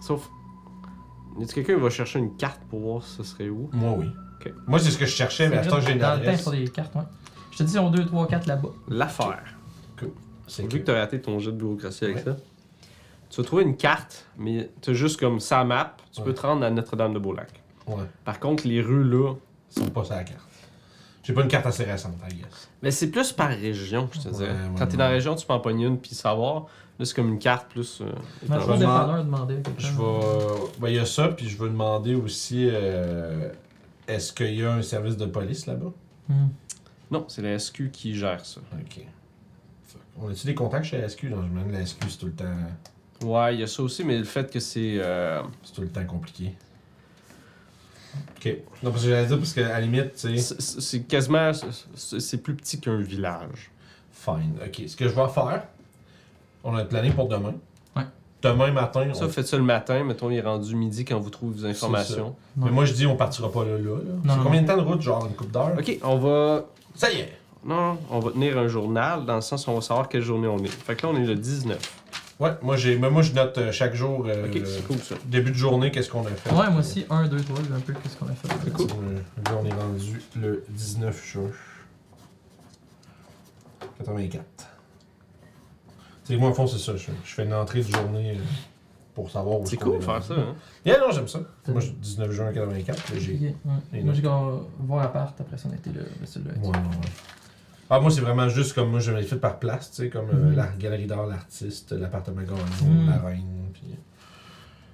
A: Sauf. Est-ce que quelqu'un qui va chercher une carte pour voir ce serait où?
B: Moi, oui.
A: Ok.
B: Moi, c'est ce que je cherchais, mais à ce temps, j'ai une
C: dans le temps
B: adresse.
C: sur des cartes, ouais. Je te dis, ils ont 2, 3, 4 là-bas.
A: L'affaire.
B: C'est
A: Vu que
B: que...
A: t'as raté ton jet de bureaucratie avec
B: Ouais.
A: ça, tu vas trouver une carte, mais t'as juste comme sa map, tu peux
B: Ouais.
A: te rendre à Notre-Dame-de-Beaulac.
B: Ouais,
A: Par contre, les rues là,
B: ils sont pas sur la carte. J'ai pas une carte assez récente, I guess.
A: Mais c'est plus par région, je te dirais.
B: ouais,
A: Quand t'es dans
B: ouais.
A: la région, tu peux en pogner une puis savoir. Là, c'est comme une carte plus. euh,
C: Mais
A: étendue.
C: je vais au
B: vais demander-
C: dépanneur demander à quelqu'un.
B: Je vais. Ben, il y a ça, puis je veux demander aussi euh, est-ce qu'il y a un service de police là-bas
C: Hmm.
A: Non, c'est la SQ qui gère ça.
B: Ok. Fuck. On a-tu des contacts chez la SQ Non, je me demande, la SQ, c'est tout le temps.
A: Ouais, il y a ça aussi, mais le fait que c'est. euh,
B: C'est tout le temps compliqué. Ok. Non, parce que j'allais dire, parce qu'à la limite, tu sais.
A: c'est- c'est quasiment. C'est c'est plus petit qu'un village.
B: Fine. Ok. Ce que je vais faire, on a plané pour demain.
C: Ouais.
B: Demain matin,
A: Ça,
B: on...
A: vous faites ça le matin, mettons, il est rendu midi quand vous trouvez vos informations.
B: Mais moi, je dis, on partira pas là. là, là.
C: Non,
B: C'est
C: non.
B: combien de temps de route Genre une coupe d'heure
A: Ok, on va.
B: Ça y est
A: Non, on va tenir un journal dans le sens où on va savoir quelle journée on est. Fait que là, on est le 19.
B: Ouais, moi, j'ai... mais moi je note euh, chaque jour, euh,
A: Ok, c'est cool ça.
B: début de journée, qu'est-ce qu'on a fait.
C: Ouais, moi aussi, 1, 2, 3, un peu qu'est-ce qu'on a fait.
A: cool.
B: Euh, Là, on est rendu le 19 juin. 84. C'est moi, au fond, c'est ça. Je, je fais une entrée de journée euh, pour savoir où
A: C'est
B: est-ce qu'on
A: cool
B: est
A: de faire
B: rendu.
A: ça, hein?
B: Yeah, non, j'aime ça. Moi, je 19 juin 84, là, j'ai...
C: Ok, ouais.
B: Et là.
C: Moi, j'ai qu'on voir appart, après ça, on était le, le seul là.
B: Ouais, ouais, ouais. Ah, moi, c'est vraiment juste comme moi, je l'ai fait par place, tu sais, comme euh,
C: Mhm.
B: la galerie d'art, l'artiste, l'appartement Gagnon,
C: Mhm.
B: la reine, puis...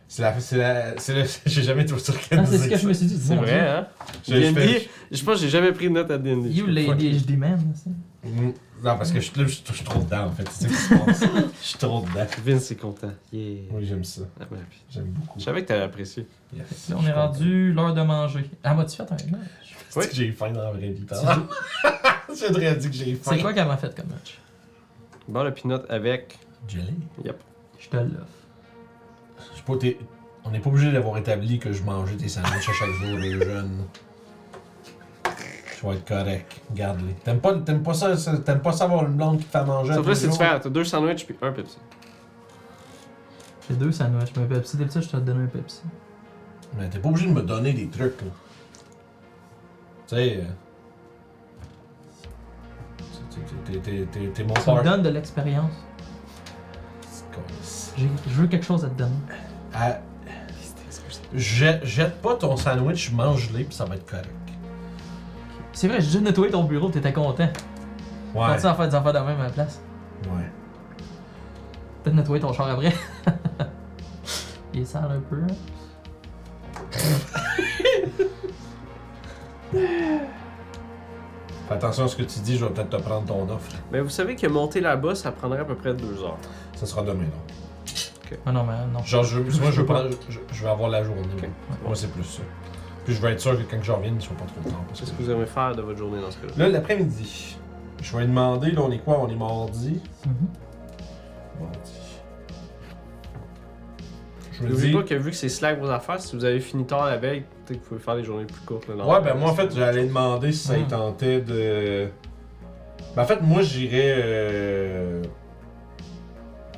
B: C'est la... C'est la... C'est le... J'ai jamais tout organisé.
C: Ah, c'est ce que je me suis dit.
A: C'est
C: mon
A: vrai,
C: Dieu.
A: hein?
B: Je- je
A: D&D,
B: fais-
A: je pense que j'ai jamais pris de note à D&D.
C: You lady HD man, là, ça.
B: Mm. Non, parce que je, là, je, je suis trop dedans, en fait. C'est ça qui se passe. je suis trop dedans.
A: Vince est content. Yeah.
B: Oui, j'aime ça.
A: Ah, ben, puis-
B: J'aime beaucoup.
A: Je savais que t'allais apprécier.
B: Yes.
C: Puis Là, on est rendu l'heure de manger. Ah, m'as-tu fait un match?
B: C'est
A: Ouais.
B: que j'ai faim dans la vraie vie. pardon. Je voudrais dire que j'ai faim.
C: C'est quoi qu'elle m'a fait comme match?
A: Bon, le peanut avec.
B: Jelly.
A: Yep.
C: Je te l'offre.
B: Je sais pas, t'es- On n'est pas obligé d'avoir établi que je mangeais tes sandwichs à chaque jour, les jeunes. Je sais tu vas être correct. Garde-les. T'aimes pas, t'aimes pas ça, ça- t'aimes pas ça avoir une blonde qui te fait manger à
A: Sauf là,
B: tous
A: c'est
B: les jours?
A: différent. T'as deux sandwichs puis un Pepsi.
C: J'ai deux sandwichs, mais un Pepsi. D'habitude, je te donne un Pepsi.
B: Mais t'es pas obligé de me donner des trucs, là. Tu sais. euh, t'es- t'es- t'es- t'es- T'es mon
C: Ça me
B: père.
C: donne de l'expérience. J'ai- Je veux quelque chose à te donner.
B: Ah, jette, jette pas ton sandwich, mange-les, puis ça va être correct.
C: C'est vrai, j'ai juste nettoyé ton bureau, t'étais content.
B: Ouais.
C: Quand tu en faire des affaires de même à la place.
B: Ouais.
C: Peut-être nettoyer ton char après. Il est sale un peu. hein.
B: Fais attention à ce que tu dis, je vais peut-être te prendre ton offre.
A: Mais Ben, vous savez que monter là-bas, ça prendrait à peu près deux heures.
B: Ça sera demain, non?
C: Ah non, mais non.
B: Genre, je, moi, je, veux prendre- je, je vais avoir la journée.
A: Ok.
B: Moi, c'est plus ça. Puis je vais être sûr que quand je revienne, ils sont pas trop tard. Parce
A: Qu'est-ce
B: que...
A: que vous aimez faire de votre journée dans ce cas-là?
B: Là, l'après-midi, je vais lui demander, là, on est quoi? On est mardi?
C: Mhm.
B: Mardi. Je me
A: N'oubliez
B: dis...
A: pas que vu que c'est slack vos affaires, si vous avez fini tard la veille, peut-être que vous pouvez faire des journées plus courtes. le lendemain.
B: Ouais, ben moi, en fait, j'allais demander si ça
C: Mhm.
B: y tentait de... Ben, en fait, moi, j'irais... euh,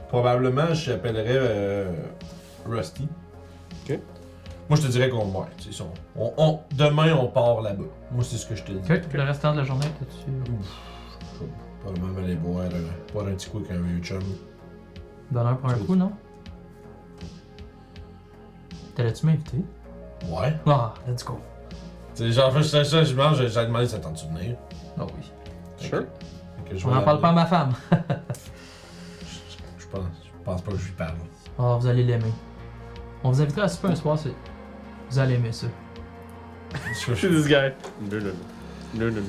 B: Probablement, j'appellerais euh, Rusty.
A: Ok.
B: Moi, je te dirais qu'on... Ouais, c'est ça. On, on- Demain, on part là-bas. Moi, c'est ce que je te dis.
C: Ok, le restant de la journée, t'as-tu.
B: Probablement aller boire, euh, boire un petit coup avec un vieux chum.
C: Donne un pour un coup, non? T'allais-tu m'inviter?
B: Ouais.
C: Ah, let's go.
B: C'est genre, je ça, ça, je mange, j'ai demandé si ça tente de venir.
C: Ah oui.
A: Sure.
B: Fait que je
C: On
B: vais
C: n'en parle
B: aller-
C: pas à ma femme.
B: Je pense, je pense pas que je lui parle.
C: Ah, vous allez l'aimer. On vous invitera à souper un soir, c'est. Vous allez aimer ça.
B: Je-
A: Je suis
B: je-
A: this guy. Le, le, le. Le, le, le.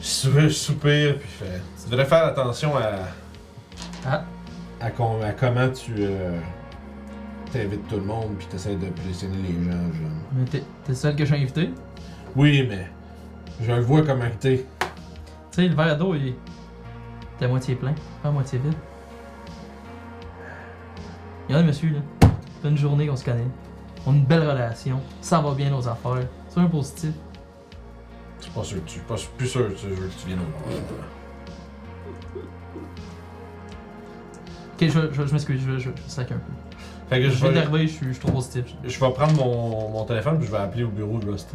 B: je- je soupire, puis je fais. Tu devrais faire attention à.
C: Ah.
B: À, com- à comment tu. euh, T'invites tout le monde, puis t'essaies de pressionner les gens, genre.
C: Mais t'es t'es le seul que j'ai invité? Tu
B: Oui, mais. Je le vois comme invité.
C: sais, le verre d'eau, il est. T'es à moitié plein, pas à moitié vide. Regardez, monsieur, là. C'est une journée qu'on se connaît. On a une belle relation. Ça va bien nos affaires. C'est un positif.
B: Je suis pas sûr que tu. Pas, je suis plus sûr que tu veux que tu viennes au
C: Ok, je, je, je m'excuse, je, je, je sac un peu.
B: Fait que
C: Je
B: je
C: suis
B: vais.
C: énervé, je suis, je suis trop positif. Je-
B: Je vais prendre mon, mon téléphone, puis je vais appeler au bureau de Rusty.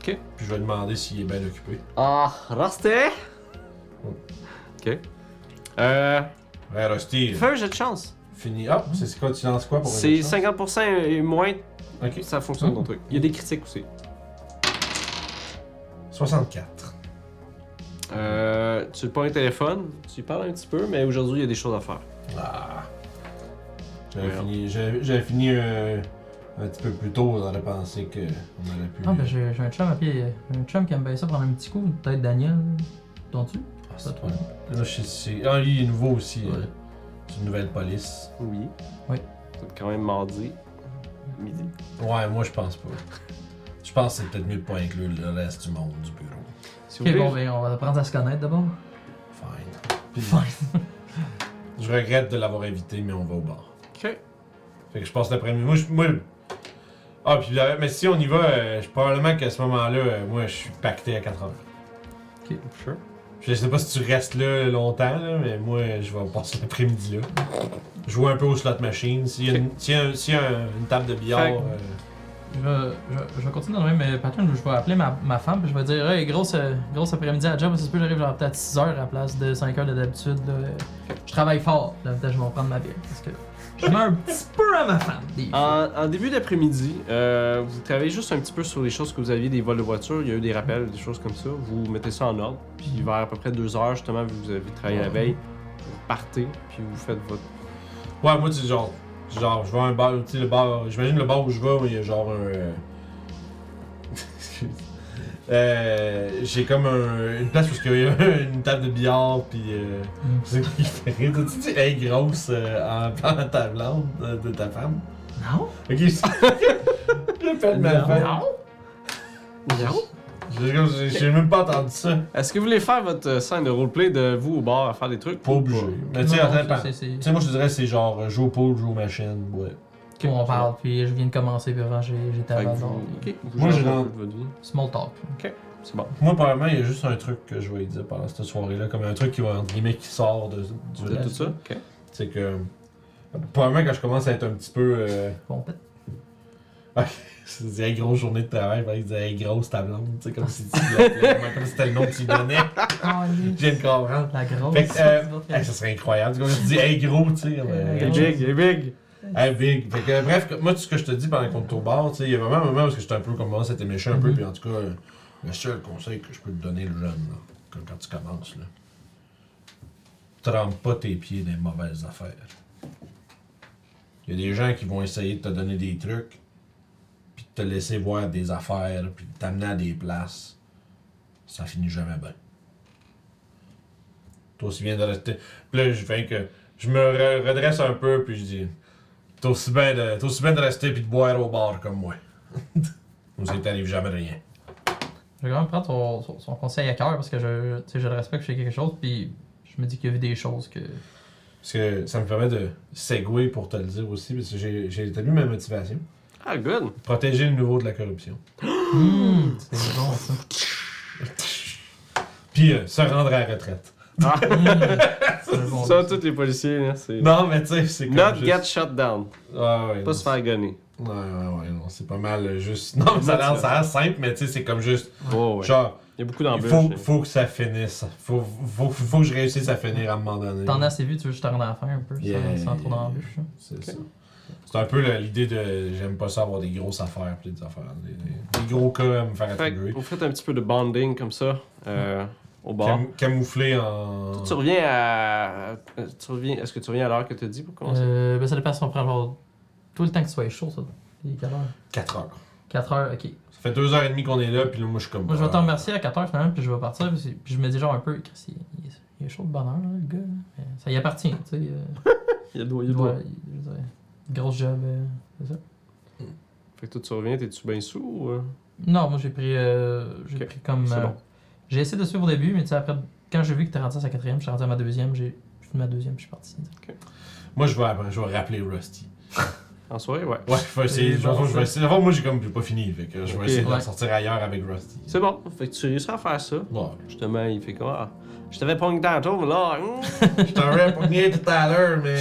A: Ok.
B: Puis je vais demander s'il est bien occupé.
A: Ah, Rasté! Ok. Euh.
B: Ouais, Rusty.
A: Fais un jeu de chance.
B: Fini. Hop, c'est c'est quoi? Tu lances quoi pour une
A: C'est
B: chance?
A: 50% et moins,
B: Ok.
A: ça fonctionne ton truc. Il y a des critiques aussi.
B: 64.
A: Euh. Tu prends un téléphone, tu y parles un petit peu, mais aujourd'hui, il y a des choses à faire.
B: Ah. J'avais
A: Merde.
B: fini, j'avais j'avais fini euh, un petit peu plus tôt, j'aurais pensé qu'on aurait pu.
C: Ah, ben j'ai j'ai un chum à pied. J'ai un chum qui aime bien ça prendre un petit coup. Peut-être Daniel. T'entends-tu?
B: Ah, c'est toi. Là, je sais- c'est- Ah, lui, il est nouveau aussi. hein. C'est une nouvelle police.
A: Oui.
C: Oui.
A: C'est quand même mardi. Midi.
B: Ouais, moi, je pense pas. Je pense que c'est peut-être mieux de pas inclure le reste du monde du bureau.
A: Si vous
C: Ok, bon,
A: voulez,
C: ben on va apprendre à se connaître d'abord.
B: Fine. Puis- je regrette de l'avoir invité, mais on va au bar.
A: Ok.
B: Fait que je passe l'après-midi. Moi, je- moi, Ah, puis la- mais si on y va, euh, je- probablement qu'à ce moment-là, euh, moi, je suis pacté à 80.
A: Sure.
B: Je sais pas si tu restes là longtemps, là, mais moi, je vais passer l'après-midi là. Jouer un peu au slot machine. S'il y a une, s'il y a un- s'il y a un- une table de billard.
A: Fait que-
B: euh,
C: Je vais, je, je vais continuer dans le même pattern. Je vais appeler ma, ma femme puis je vais dire Hey, grosse, euh, grosse après-midi à job. Ça se peut que j'arrive genre peut-être 6 h à la place de 5 h de d'habitude. là. Je travaille fort. Là, peut-être que je vais prendre ma bière. Parce que je mets un petit peu à ma femme. des fois.
A: En, en début d'après-midi, euh, vous travaillez juste un petit peu sur les choses que vous aviez, des vols de voiture, il y a eu des rappels, des choses comme ça. Vous mettez ça en ordre, puis vers à peu près deux heures, justement, vu que vous avez travaillé la veille, vous partez, puis vous faites votre.
B: Ouais, moi, c'est genre. Genre, je vais à un bar, tu sais, le bar. J'imagine le bar où je vais, il y a genre un. euh, Excuse. Euh, J'ai comme un- une place où il y a une table de billard, puis. euh,
C: Mm.
B: C'est qui fait rire. T'as-tu dit, hey, grosse, euh, en parlant de ta blonde, de, de ta femme?
C: Non?
B: Ok, je fais de ma femme.
C: Non?
B: J'ai- J'ai j'ai même pas entendu ça.
A: Est-ce que vous voulez faire votre euh, scène de roleplay de vous au bar à faire des trucs
B: Pas obligé. Mais tu sais,
C: Non,
B: attends,
C: non,
B: par-
C: c'est-
B: tu
C: c'est-
B: sais, moi je te dirais, c'est genre euh, joue au pool, joue aux machines, ouais.
A: Ok.
C: où on parle, puis je viens de commencer, puis avant j'ai- j'étais
A: Fait que
C: avant.
A: vous,
C: donc,
A: ok, vous
B: Moi,
A: jouez
B: j'ai
A: un
B: dans-
A: peu de votre vie.
C: Small talk.
A: C'est bon.
B: Moi, probablement, il y a juste un truc que je vais dire pendant cette soirée-là, comme un truc qui va, entre guillemets, qui sort de, du
A: De tout
B: reste.
A: ça? Ok.
B: C'est que. Probablement, quand je commence à être un petit peu. euh,
C: Bon, peut-être.
B: Je disais, hey, grosse journée de travail, il disait, hey, grosse ta blonde, tu sais, comme si tu l'appelais, comme si c'était le nom que tu lui donnais. J'ai une comprendre.
C: La grosse.
B: Fait que, euh,
C: c'est votre-
B: Hey, ça serait incroyable. Tu sais, je dis, hey, gros, tu sais.
C: Hey,
B: euh,
A: Il est big, il est big!
B: Hey, big. Fait que, bref, que- moi, tout ce que je te dis pendant qu'on tourne au bar, tu sais, il y a vraiment un moment où j'étais un peu comme moi, c'était méchant un peu,
C: Mhm.
B: puis en tout cas, euh, le seul conseil que je peux te donner, le jeune, là, comme quand tu commences, là, trempe pas tes pieds dans les mauvaises affaires. Il y a des gens qui vont essayer de te donner des trucs, puis de te laisser voir des affaires, puis de t'amener à des places. Ça finit jamais bien. Toi aussi bien de rester. Puis là, je fais que je me re- redresse un peu, puis je dis T'es aussi bien de, t'es aussi bien de rester puis de boire au bar comme moi. Nous, ça t'arrive jamais rien.
C: Je vais quand même prendre son, son- son conseil à cœur parce que je, tu sais, je le respecte, je sais quelque chose, puis je me dis qu'il y a eu des choses que.
B: Parce que ça me permet de segouer pour te le dire aussi, parce que j'ai, j'ai établi ma motivation.
A: Ah, good!
B: Protéger le nouveau de la corruption.
C: Hum, c'est bon ça.
B: Puis euh, se rendre à la retraite.
A: Ah,
C: Hum, c'est un bon
A: ça,
C: truc.
A: tous les policiers, là, c'est.
B: Non, mais tu sais, c'est comme.
A: Not
B: juste-
A: get shut down.
B: Ah, ouais,
A: Pas
B: non,
A: se faire gonner.
B: Ouais, ouais, ouais, non, c'est pas mal euh, juste. Non, mais ça a l'air- ça a l'air simple, mais tu sais, c'est comme juste.
A: Oh, ouais.
B: Genre,
A: Il y a beaucoup
B: il
A: d'embûches.
B: faut,
A: hein.
B: faut que ça finisse. Faut, faut, faut que je réussisse à finir à un moment donné.
C: T'en as assez vu, tu veux juste te rendre à la fin un peu, sans-
B: Yeah.
C: sans, trop d'embûches. hein.
B: C'est ça. C'est un peu le- l'idée de j'aime pas ça avoir des grosses affaires puis des affaires. Des, des- des gros cas à me faire
A: Fait que
B: attribuer.
A: vous faites un petit peu de bonding comme ça euh, au bar.
B: Cam- camouflé en.
A: Tu reviens à. Tu reviens... Est-ce que tu reviens à l'heure que tu as dit pour commencer?
C: Euh, ben ça dépend si on prend genre, tout le temps que tu sois chaud, ça. Il est quelle heure
B: 4 heures.
C: 4 heures, ok.
B: Ça fait 2 heures et demie qu'on est là puis là moi je suis comme.
C: Moi, je vais
B: ah,
C: te remercier à 4h finalement, puis je vais partir. Puis, c'est- puis je me dis genre un peu, Chris, il, il est- il est chaud de bonheur, là, le gars. là. Mais Ça y appartient, tu sais. euh,
A: Il y a doigt,
C: il doit- il- je veux dire, grosse job, euh, c'est ça.
A: Fait que toi, tu reviens, t'es-tu bien sous ou. euh?
C: Non, moi, j'ai pris, euh, j'ai
A: Ok,
C: pris comme...
A: c'est
C: euh,
A: bon.
C: J'ai essayé de suivre au début, mais tu sais, après, quand j'ai vu que t'es rendu à sa quatrième, je suis rendu à ma deuxième, j'ai j'ai fini ma deuxième, puis je suis parti.
B: Moi je vais, après- je vais rappeler Rusty.
A: En soirée, ouais.
B: Ouais, je vais essayer.
C: Et
B: je vais-
C: bon,
B: je vais essayer. D'abord, moi j'ai comme j'ai pas fini. Fait que je vais
A: Ok.
B: essayer de
C: Ouais.
B: sortir ailleurs avec Rusty.
A: C'est bon. Fait que tu réussiras à faire ça.
B: Ouais.
A: Justement, il fait quoi? Je t'avais pogné tantôt, mais là. hum,
B: Je t'aurais pogné tout à l'heure, mais.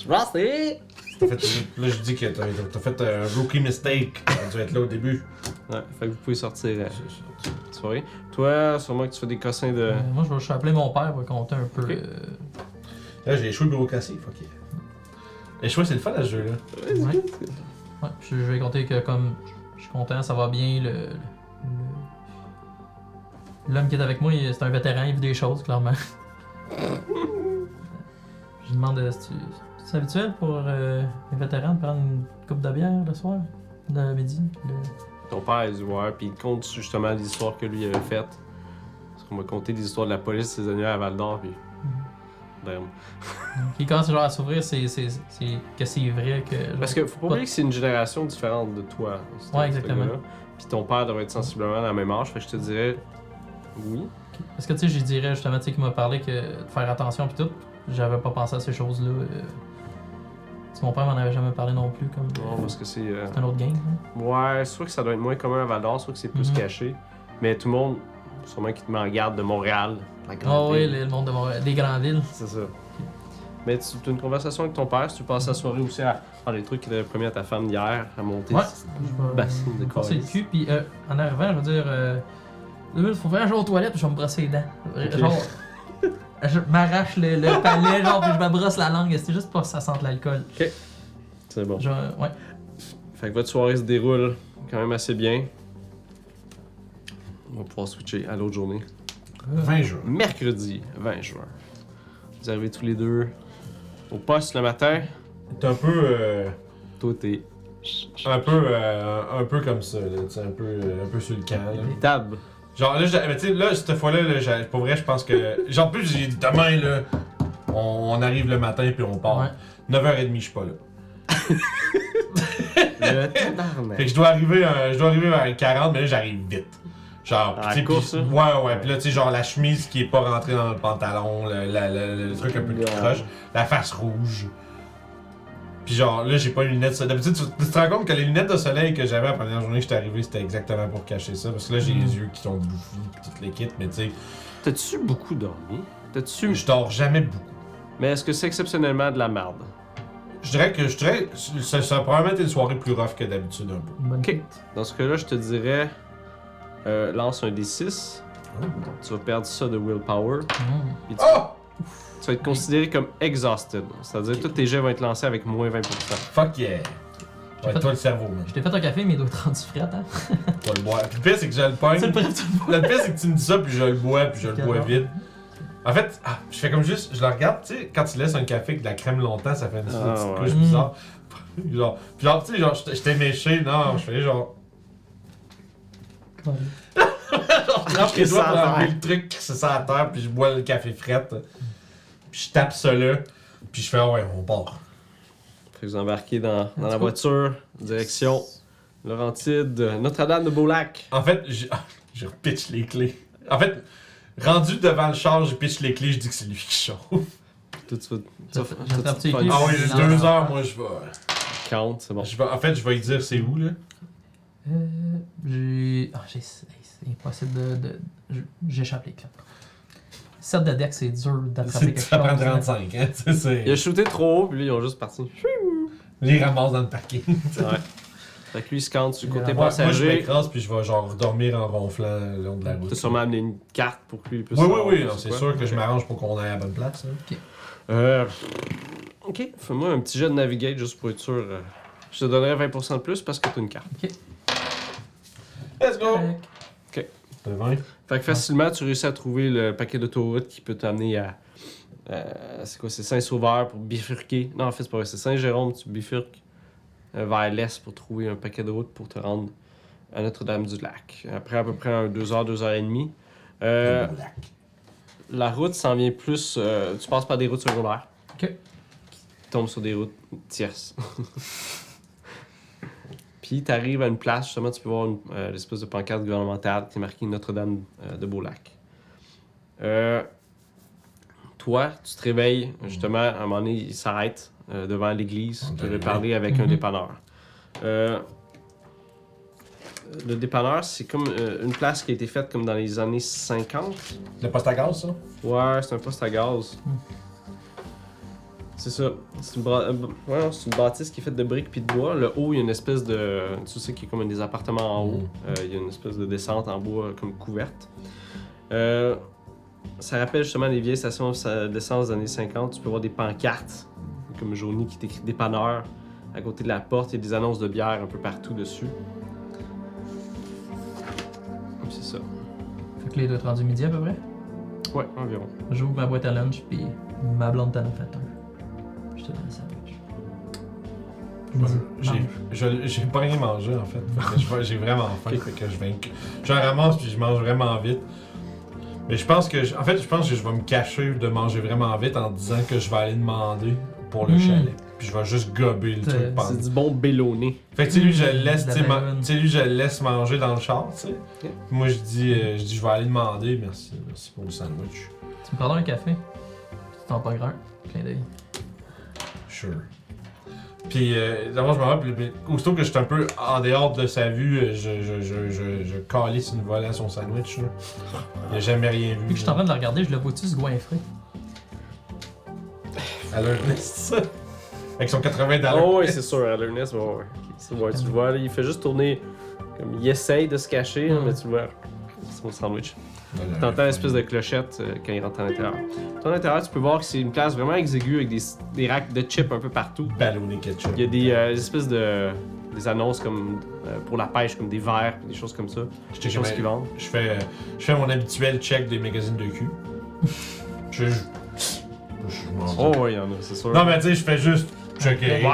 A: Je pense que
B: En fait, là, je dis que t'as t'as fait un rookie mistake. T'aurais dû être là au début.
A: Ouais, fait que vous pouvez sortir euh,
B: C'est ça.
A: de soirée. Toi, sûrement que tu fais des cossins de.
C: Euh, moi, je vais, je vais appeler mon père pour compter un peu.
A: Ok.
C: euh,
B: Là, j'ai échoué le bureau cassé, fuck yeah. Échoué, c'est le fun à ce jeu-là.
C: ouais. Ouais, puis je vais compter que comme je suis content, ça va bien. le- le- le- L'homme qui est avec moi, il- c'est un vétéran, il vit des choses, clairement. je lui demande euh, c'est-tu- c'est habituel pour euh, les vétérans de prendre une coupe de bière le soir, le midi. le-
A: Ton père est du voir, puis il compte justement l'histoire que lui avait faite. Parce qu'on m'a conté des histoires de la police ces années à Val d'Or, puis. Damn.
C: Qui commence genre à s'ouvrir, c'est c'est- c'est- que c'est vrai que. genre,
A: Parce que faut pas oublier que c'est une génération différente de toi. hein, ce-
C: Ouais,
A: ce
C: exactement.
A: gars-là. Puis ton père devrait être sensiblement à la même âge, fait que je te dirais. Oui.
C: Parce que tu sais, je dirais justement, tu sais, qu'il m'a parlé que de faire attention puis tout, j'avais pas pensé à ces choses-là. euh. Tu sais, mon père m'en avait jamais parlé non plus, comme.
A: Non, parce que c'est. euh,
C: C'est un autre game. hein.
A: Ouais, soit que ça doit être moins commun à Val d'Or, soit que c'est plus
C: Mhm.
A: caché. Mais tout le monde, sûrement qui te met en garde de Montréal, la
C: Ah
A: grande
C: oui,
A: ville.
C: le, le monde de Montréal- des grandes villes.
A: C'est ça. Mais tu as une conversation avec ton père, si tu passes la soirée aussi à faire des trucs qu'il avait promis à ta femme hier, à monter
C: Ouais.
A: ce bassin de
C: Brasser le
A: calice.
C: cul, puis euh, en arrivant, je veux dire, euh, il faut vraiment que j'aille aux toilettes, puis je vais me brosser les dents.
A: Ok.
C: Genre, je m'arrache le, le palais, genre, puis je me brosse la langue. C'est juste pour que ça sente l'alcool.
A: C'est bon.
C: Genre, ouais.
A: Fait que votre soirée se déroule quand même assez bien. On va pouvoir switcher à l'autre journée.
B: 20 jours.
A: Mercredi 20 juin. Vous arrivez tous les deux au poste le matin.
B: T'es un peu. euh,
A: Toi, t'es
B: un peu. euh, un peu comme ça, là. Tu sais, un peu, euh, un peu sur le camp, là.
A: tab.
B: Genre, là, j'a- mais tu sais, là, cette fois-là, là, j'a- pour vrai, je pense que. Genre, en plus, j'ai dit demain, là. On, on arrive le matin puis on part.
C: Ouais.
B: 9h30, je suis pas là.
A: Le
B: Fait
A: tabarnak.
B: que je dois arriver, euh, je dois arriver vers 40, mais là, j'arrive vite. Genre,
A: À la
B: tu sais,
A: course,
B: pis-
A: là?
B: ouais, ouais, pis là, tu sais, genre la chemise qui est pas rentrée dans le pantalon, le, la- la- le truc un peu de
A: Ouais.
B: croche, la face rouge. Puis genre, là, j'ai pas les lunettes. de soleil. D'habitude, tu, tu te rends compte que les lunettes de soleil que j'avais la première journée que j'étais arrivé, c'était exactement pour cacher ça. Parce que là, j'ai
C: Mm.
B: les yeux qui sont bouffis, pis toute l'équipe. Mais tu sais,
A: T'as-tu beaucoup dormi? T'as-tu.
B: je dors jamais beaucoup.
A: Mais est-ce que c'est exceptionnellement de la merde?
B: Je dirais que je dirais, ça, ça a probablement été une soirée plus rough que d'habitude un peu.
C: Une bonne
A: Ok.
C: fête.
A: Dans ce cas-là, je te dirais. euh, lance un D6.
B: Oh.
A: Tu vas perdre ça de willpower.
C: Mhm.
A: Puis tu,
B: Oh!
A: tu vas être considéré comme exhausted. C'est-à-dire
B: Ok.
A: tous tes jets vont être lancés avec moins 20%.
B: Fuck yeah!
C: J'ai
B: Ouais,
C: fait-
B: toi le cerveau, man.
C: Je t'ai fait un café, mais il doit être rendu frais, hein?
B: Pas le boire. Puis le pire, c'est que je le peigne.
C: C'est le bref, tu le vois.
B: Le pire, c'est que tu me dis ça, puis je le bois, puis je le bois
C: D'accord.
B: vite. En fait, ah, je fais comme juste, je le regarde, tu sais, quand tu laisses un café avec de la crème longtemps, ça fait une
A: Ah,
B: petite
A: ouais.
B: couche bizarre. genre, puis genre, tu sais, genre, j'étais- j'étais méché, non, je fais genre. Genre, je lâche les
A: Ça
B: doigts pour
A: à terre.
B: enlever le truc, c'est ça à terre, puis je bois le café fret. Puis je tape ça là, puis je fais, ah ouais, on part.
A: Fait que vous embarquez dans, dans
C: Let's
A: la
C: go.
A: voiture, direction Laurentide, euh, Notre-Dame de Beaulac.
B: En fait, j'ai- je repitche les clés. En fait, rendu devant le char, je pitch les clés, je dis que c'est lui qui chauffe.
A: Tout de suite.
C: J'attends-
A: tout de
C: j'attends
A: suite, pas
C: que tu écris.
A: une
B: Ah oui,
C: Non,
B: deux
C: non.
B: heures, moi, je vais.
A: count, c'est bon.
B: Je vais- en fait, je vais lui dire c'est où, là.
C: Euh, j'ai. Ah, j'ai. C'est c'est impossible de. de... je- J'échappe les claps. 7 de deck, c'est dur d'attraper
B: C'est-
C: quelque chose.
B: Ça prend 35, hein. tu sais, c'est-
A: Il a shooté trop haut, puis là, ils ont juste parti.
B: Les ramasse dans le parking.
A: Ouais. Fait que lui, il se compte du
C: Il
A: côté
C: a-
B: Moi, moi, je
A: passager.
B: m'écrase, puis je vais genre dormir en ronflant le long de la route.
A: T'as sûrement amené une carte pour que lui puisse.
B: Oui, oui,
A: savoir
B: oui,
A: où
B: non, c'est
A: quoi.
B: sûr que je
A: Ok.
B: m'arrange pour qu'on aille à la bonne place. hein.
A: Euh, Ok, fais-moi un petit jet de navigate juste pour être sûr. euh, Je te donnerai 20% de plus parce que t'as une carte.
B: Let's go!
C: Correct.
B: T'as vingt?
A: Fait que facilement, tu réussis à trouver le paquet d'autoroutes qui peut t'amener à. euh, c'est quoi, c'est Saint-Sauveur pour bifurquer. Non, en fait, c'est pas vrai, c'est Saint-Jérôme, tu bifurques euh, vers l'est pour trouver un paquet de routes pour te rendre à Notre-Dame-du-Lac. Après à peu près 2h, 2h30. Euh, la route s'en vient plus. euh, tu passes par des routes secondaires.
C: Ok.
A: Qui tombent sur des routes tierces. Puis tu arrives à une place, justement, tu peux voir une, euh, l'espèce de pancarte gouvernementale qui est marquée Notre-Dame euh, de Beaulac. Euh, toi, tu te réveilles, justement, à un moment donné, il s'arrête euh, devant l'église.
B: On
A: Tu
B: dirait.
A: avais parlé avec un
C: Mhm.
A: dépanneur. Euh, le dépanneur, c'est comme euh, une place qui a été faite comme dans les années 50.
B: Le poste à gaz, ça?
A: Ouais, c'est un poste à gaz.
C: Hmm.
A: C'est ça. C'est une, bra- euh, b- ouais, non, c'est une bâtisse qui est faite de briques puis de bois. Le haut, il y a une espèce de. Tu sais, qui est comme des appartements en haut.
B: Hmm.
A: Euh, il y a une espèce de descente en bois euh, comme couverte. Euh, ça rappelle justement les vieilles stations sa- d'essence des années 50. Tu peux voir des pancartes, comme Johnny qui t'écrit des panneurs à côté de la porte. Il y a des annonces de bière un peu partout dessus. C'est ça.
C: Fait que là, il doit être rendu midi à peu près.
A: Ouais, environ.
C: J'ouvre ma boîte à lunch, puis ma blonde t'en a fait un. Je te donne le sandwich. Midi.
B: J'ai-
C: Mange.
B: je- J'ai pas rien mangé, en fait. Fait que je vais- J'ai vraiment faim, fait que je vais... Je ramasse, puis je mange vraiment vite. Mais je pense que... je- En fait, je pense que je vais me cacher de manger vraiment vite en disant que je vais aller demander pour le
C: Mm.
B: chalet. Puis je vais juste gober le
C: T'as-
B: truc pendant.
A: C'est du bon bélonné.
B: Fait que tu sais, lui, je le laisse,
C: La
B: tu sais, ma-
C: baleine.
B: tu sais, lui, je le laisse manger dans le char, tu sais. Puis Moi, je dis, euh, je dis, je vais aller demander, merci, merci pour le sandwich.
C: Tu me prendras un café, puis tu t'en pas un. Clin d'œil.
B: Sure. Puis euh, d'abord, je me rappelle, puis aussitôt que je suis un peu en dehors de sa vue, euh, je, je, je, je, je calisse une volée à son sandwich, là. Il a jamais rien
C: Vu
B: vu.
C: que je suis en train de la regarder, je le vois-tu se goinfrer?
B: À l'heure de ça. Avec son 80 dollars.
A: Oh, oui, c'est sûr, à l'Ernest, ouais, ouais. C'est- ouais, tu le vois, là, il fait juste tourner. Comme, il essaye de se cacher, hein, mais tu le vois. C'est mon sandwich. T'entends l'espèce de clochette euh, quand il rentre à l'intérieur. Toi, à l'intérieur, tu peux voir que c'est une place vraiment exiguë avec des, des racks de chips un peu partout.
B: Ballonné ketchup.
A: Il y a des euh, espèces de. des annonces comme euh, pour la pêche, comme des verres, puis des choses comme ça.
B: Je
A: Des
B: check
A: choses
B: mes-
A: qui vendent.
B: Je fais, euh, je fais mon habituel check des magazines de cul. je. Je, je m'en
A: Oh, ouais, il y en a, c'est sûr.
B: Non, mais tu sais, je fais juste checker.
A: Waouh!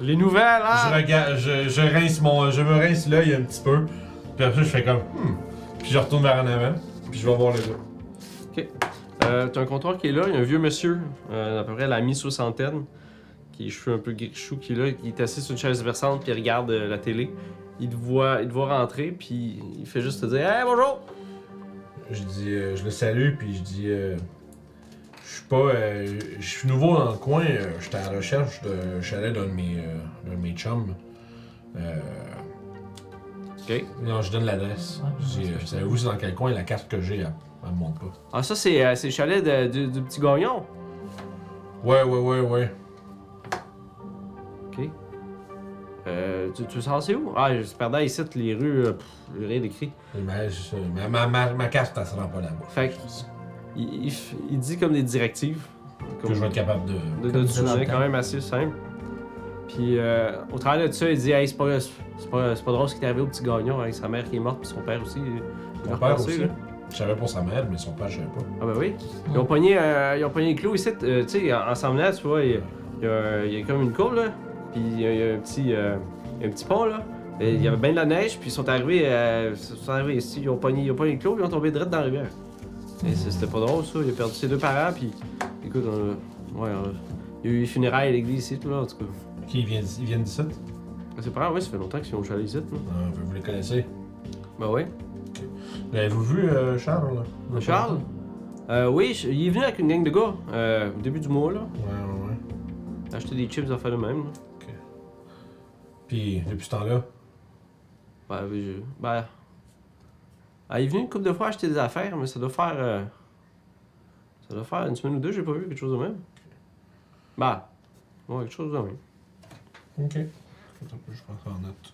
A: Les nouvelles,
B: Je
A: hein!
B: regarde, je, je rince mon, je me rince l'œil un petit peu. Puis après, je fais comme, hmm. Puis je retourne vers en avant. Puis je vais voir le gars.
A: Euh, T'as un comptoir qui est là, il y a un vieux monsieur, euh, à peu près la mi-soixantaine, qui a les cheveux un peu grichou, qui est là, il est assis sur une chaise versante, puis il regarde euh, la télé. Il te, voit, il te voit rentrer, puis il fait juste te dire Hey, bonjour
B: Je dis, euh, je le salue, puis je dis, euh, je Je suis pas. euh, je suis nouveau dans le coin. euh, J'étais à la recherche de chalet d'un de mes, euh, d'un de mes chums. Euh,
A: Ok.
B: non, je donne l'adresse.
C: Ouais,
B: Je dis,
C: ouais,
B: euh, Savez-vous c'est dans quel coin la carte que j'ai, elle, elle me montre pas.
A: Ah, ça, c'est euh, c'est le chalet de- du- du petit gagnon.
B: Ouais, ouais, ouais, ouais.
A: Ok. Euh, tu, tu veux savoir c'est où? Ah, je perdais ici toutes les rues, euh, pff, rien d'écrit.
B: Mais euh, c'est ça, ma, ma, ma, ma carte, elle se rend pas là-bas.
A: Fait que, il, il f- il dit comme des directives.
B: Que
A: Comme-
B: je vais être capable de.
A: de,
C: Comme
A: de
C: ça, dans le
A: sujet
C: temps.
A: quand même assez simple. Puis euh, au travers de ça, il dit Hey, c'est pas, c'est pas, c'est pas drôle ce qui est arrivé au petit gagnon avec sa mère qui est morte, puis son père aussi. Il
B: Son
A: l'a
B: père
A: repassé,
B: aussi.
A: là.
B: Je savais pour sa mère, mais son père, je savais pas.
A: Ah, bah oui. Ils ont pogné, euh, ils ont pogné les clous ici, euh, tu sais, en, en s'emmenant, tu vois, il il y, a, il y a comme une courbe, là. Puis il y a, il y a un, petit, euh, il y a un petit pont, là. Et Il y avait bien de la neige, puis ils sont arrivés, euh, ils sont arrivés ici, ils ont pogné, ils ont pogné les clous, puis ils ont tombé direct dans la rivière. Et c'est- c'était pas drôle, ça. Il a perdu ses deux parents, puis écoute, on a- ouais, on a- il y a eu les funérailles à l'église ici, tout là, en tout cas. Ah,
B: Qui ils viennent, ils viennent d'ici?
A: Ses parents, oui, ça fait longtemps qu'ils sont au chalet ici. là.
B: Ah, vous les connaissez.
A: Ben oui.
B: L'avez-vous vu, euh, Charles? là?
A: Charles Euh, Oui, je- il est venu avec une gang de gars euh, au début du mois, là.
B: Ouais, ouais, ouais.
A: Acheter des chips, en faire le même. là.
B: Puis, depuis ce temps-là,
A: Ben, oui, je... ben... Ah, il est venu une couple de fois acheter des affaires, mais ça doit faire... euh, Ça doit faire une semaine ou deux, j'ai pas vu quelque chose de même. Ben... Ouais, quelque chose de même.
B: Ok. Attends un peu, je prends ça en note.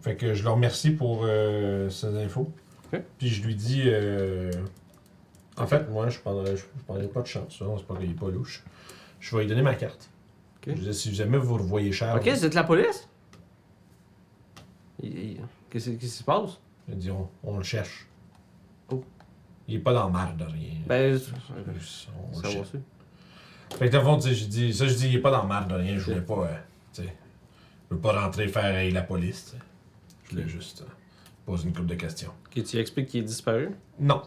B: Fait que je le remercie pour euh, ces infos.
A: Ok.
B: Puis je lui dis. euh, en fait, moi, je prendrais, je, je prendrais pas de chance. hein, C'est pas qu'il est pas louche. Je vais lui donner ma carte.
A: Ok.
B: Je lui dis, si jamais vous revoyez Charles,
A: Ok, vous êtes la police? Il- il- Qu'est-ce qu'est-ce qui se passe?
B: je dis, on, on le cherche.
A: Oh.
B: Il est pas dans le marre de rien.
A: Ben... je-
B: on le
A: Ça va
B: cherche.
A: aussi.
B: Fait que dans le fond, tu sais, j'ai dit, ça, je dis, il est pas dans le marre de rien, je voulais pas, euh, tu sais, je veux pas rentrer faire euh, la police, tu sais. Je voulais juste euh, poser une couple de questions.
A: Ok, tu expliques qu'il est disparu?
B: Non.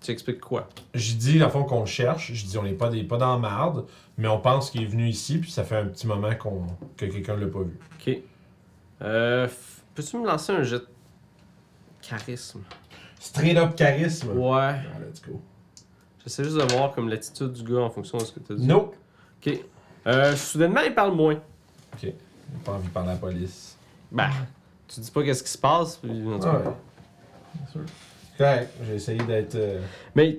A: Tu expliques quoi?
B: J'ai dit, dans le fond, qu'on le cherche, j'ai dit, on est pas, des, pas dans la marde, mais on pense qu'il est venu ici, puis ça fait un petit moment qu'on, que quelqu'un l'a pas vu.
A: Ok. Euh... f- Peux-tu me lancer un jet de... Charisme?
B: Straight up charisme.
A: Ouais.
B: Ah, let's go.
A: J'essaie juste de voir comme l'attitude du gars en fonction de ce que t'as dit.
B: Nope.
A: Ok. Euh, soudainement, il parle moins.
B: J'ai Pas envie de parler à la police.
A: Ben, tu dis pas qu'est-ce qui se passe. Puis, en tout cas.
B: Ouais. Correct, j'ai essayé d'être. euh,
A: Mais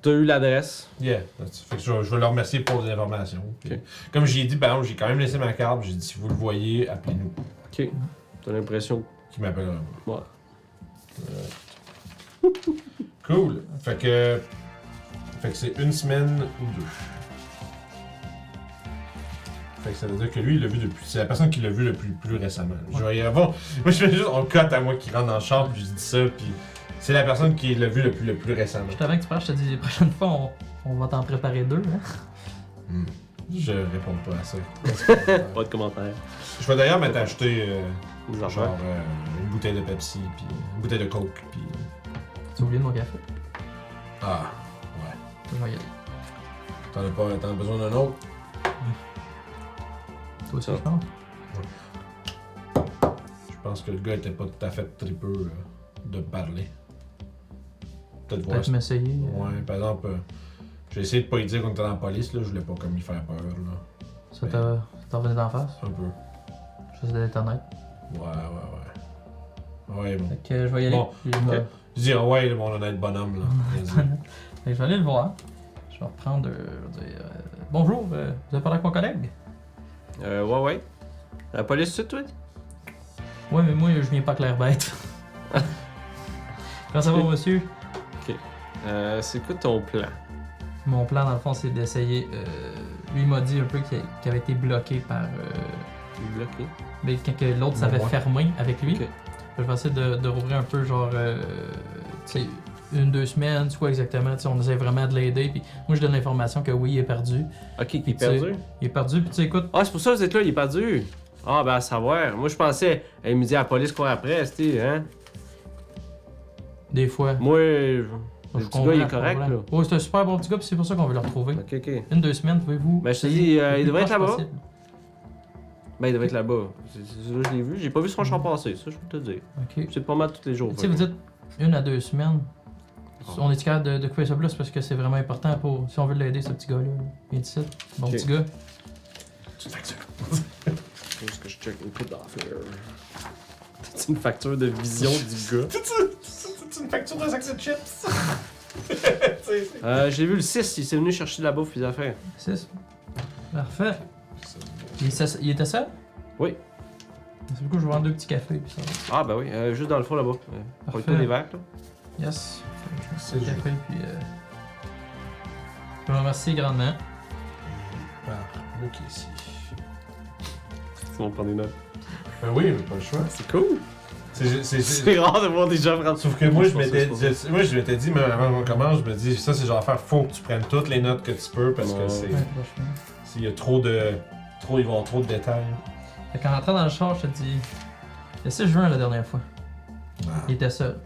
A: t'as eu l'adresse.
B: Yeah. That's- Fait que je, je vais leur remercier pour les informations. Puis,
A: Ok.
B: Comme j'ai dit, par exemple, j'ai quand même laissé ma carte. J'ai dit, si vous le voyez, appelez-nous.
A: Ok. T'as l'impression.
B: Qui m'appellera.
A: Ouais.
B: Euh, cool. Fait que. Fait que c'est une semaine ou deux. Fait que ça veut dire que lui, il l'a vu depuis. C'est la personne qui l'a vu le plus, plus récemment. Je vais y avoir- Moi, je fais juste. On cote à moi qui rentre dans le champ, puis je dis ça, puis. C'est la personne qui l'a vu le plus, le plus récemment.
C: Juste avant que tu parles, je te dis, la prochaine fois, on, on va t'en préparer deux. Hein?
B: Hmm. Je réponds pas à ça.
A: Pas de commentaire.
B: Je vais d'ailleurs m'être acheté euh,
A: Des affaires.
B: genre euh, une bouteille de Pepsi, puis une bouteille de Coke, puis.
C: Tu as oublié de mon café.
B: Ah, ouais.
C: Je vais y aller.
B: T'en as, pas, t'en as besoin d'un autre?
C: Toi aussi,
A: Ça.
C: je pense.
B: Je pense que le gars était pas tout à fait tripeux euh, de parler. Peut-être voir.
C: Peut-être m'essayer. euh,
B: Ouais, par exemple, euh, j'ai essayé de pas lui dire qu'on était dans la police, là. Je voulais pas comme lui faire peur, là.
C: Ça t'a ça t'a revenu d'en face.
B: Un peu.
C: Juste d'être honnête.
B: Ouais, ouais, ouais. Ouais, bon.
C: Fait que euh, je vais y aller.
B: Bon,
C: puis je vais-
B: ok. Je dis, ah ouais, mon honnête bonhomme, là. Vas-y.
C: Fait que je vais aller le voir. Je vais reprendre. euh, je vais dire, euh, bonjour, euh, vous avez parlé avec mon collègue?
A: Euh, ouais, ouais. La police, tout de suite?
C: Ouais, mais moi, je viens pas clair bête. Comment ça va, monsieur?
A: Euh, c'est quoi ton plan?
C: Mon plan, dans le fond, c'est d'essayer. euh, lui, il m'a dit un peu qu'il qu'il avait été bloqué par. euh,
A: Bloqué.
C: Mais quand que l'autre s'avait
B: Ouais.
C: fermé avec lui,
A: Ok.
C: je vais essayer de, de rouvrir un peu, genre, euh, tu sais, une, deux semaines, tu vois exactement. tu sais, on essaie vraiment de l'aider. Puis moi, je donne l'information que oui, il est perdu.
A: Ok, qui
C: Puis
A: est
C: tu sais-
A: perdu?
C: Il est perdu, puis tu sais, écoute,
A: Ah, c'est pour ça que vous êtes là, il est perdu. Ah, ben à savoir. Moi, je pensais, il me dit à la police quoi après, c'était, hein?
C: des fois.
A: Moi, je-
C: moi,
A: le
C: je
A: petit gars, il est
C: comprends,
A: correct,
C: je
A: là.
C: comprends. Ouais, c'est un super bon petit gars, puis c'est pour ça qu'on veut le retrouver.
A: Ok, ok.
C: Une, deux semaines, pouvez-vous.
A: Ben, je te
C: essayer
A: dis,
C: le
A: euh, il
C: plus
A: devrait être
C: proche
A: là-bas.
C: possible?
A: Ben, il devait être là-bas. C'est- c'est- Là, je l'ai vu. J'ai pas vu son champ passer, ça, je peux te le dire.
C: Ok.
A: C'est pas mal tous les jours.
C: Tu sais, vous
A: fait que-
C: dites une à deux semaines.
A: Ah.
C: On est capable de, de couper ça plus parce que c'est vraiment important pour. Si on veut l'aider, ce petit gars-là. Viens ici. Bon
A: Ok.
C: petit gars.
B: Tu factures.
A: Juste que je check une coupe d'affaires. C'est une facture de vision du gars.
B: C'est une facture de sac de chips. Tu sais, c'est-
A: Euh, j'ai vu le 6, il s'est venu chercher de la bouffe et des affaires.
C: 6. Parfait. Il, est- il était seul?
A: Oui.
C: C'est pourquoi je vais vendre deux petits cafés. Puis ça va.
A: Ah, bah oui, euh, juste dans le fond là-bas. Euh, Pour
C: Parfait.
A: tous les verres, là.
C: Yes.
B: C'est
C: C'est café, puis. euh, Je vous remercie grandement.
B: Par le caissier.
A: Ils vont prendre des notes.
B: Ben oui, mais pas le choix.
A: C'est cool!
B: C'est- c'est- c'est-
A: C'est rare de voir des gens prendre
B: Sauf que moi, je
A: pense que
B: m'étais,
A: c'est pour
B: je- moi, je m'étais dit, même avant qu'on commence, je me dis, ça, c'est genre faire, faut que tu prennes toutes les notes que tu peux parce que
A: Ouais.
B: c'est,
C: Ouais, franchement.
B: s'il y a trop de, trop, ils vont avoir trop de détails.
C: Fait qu'en rentrant dans le char, je te dis. Le 6 juin, la dernière fois, il était seul.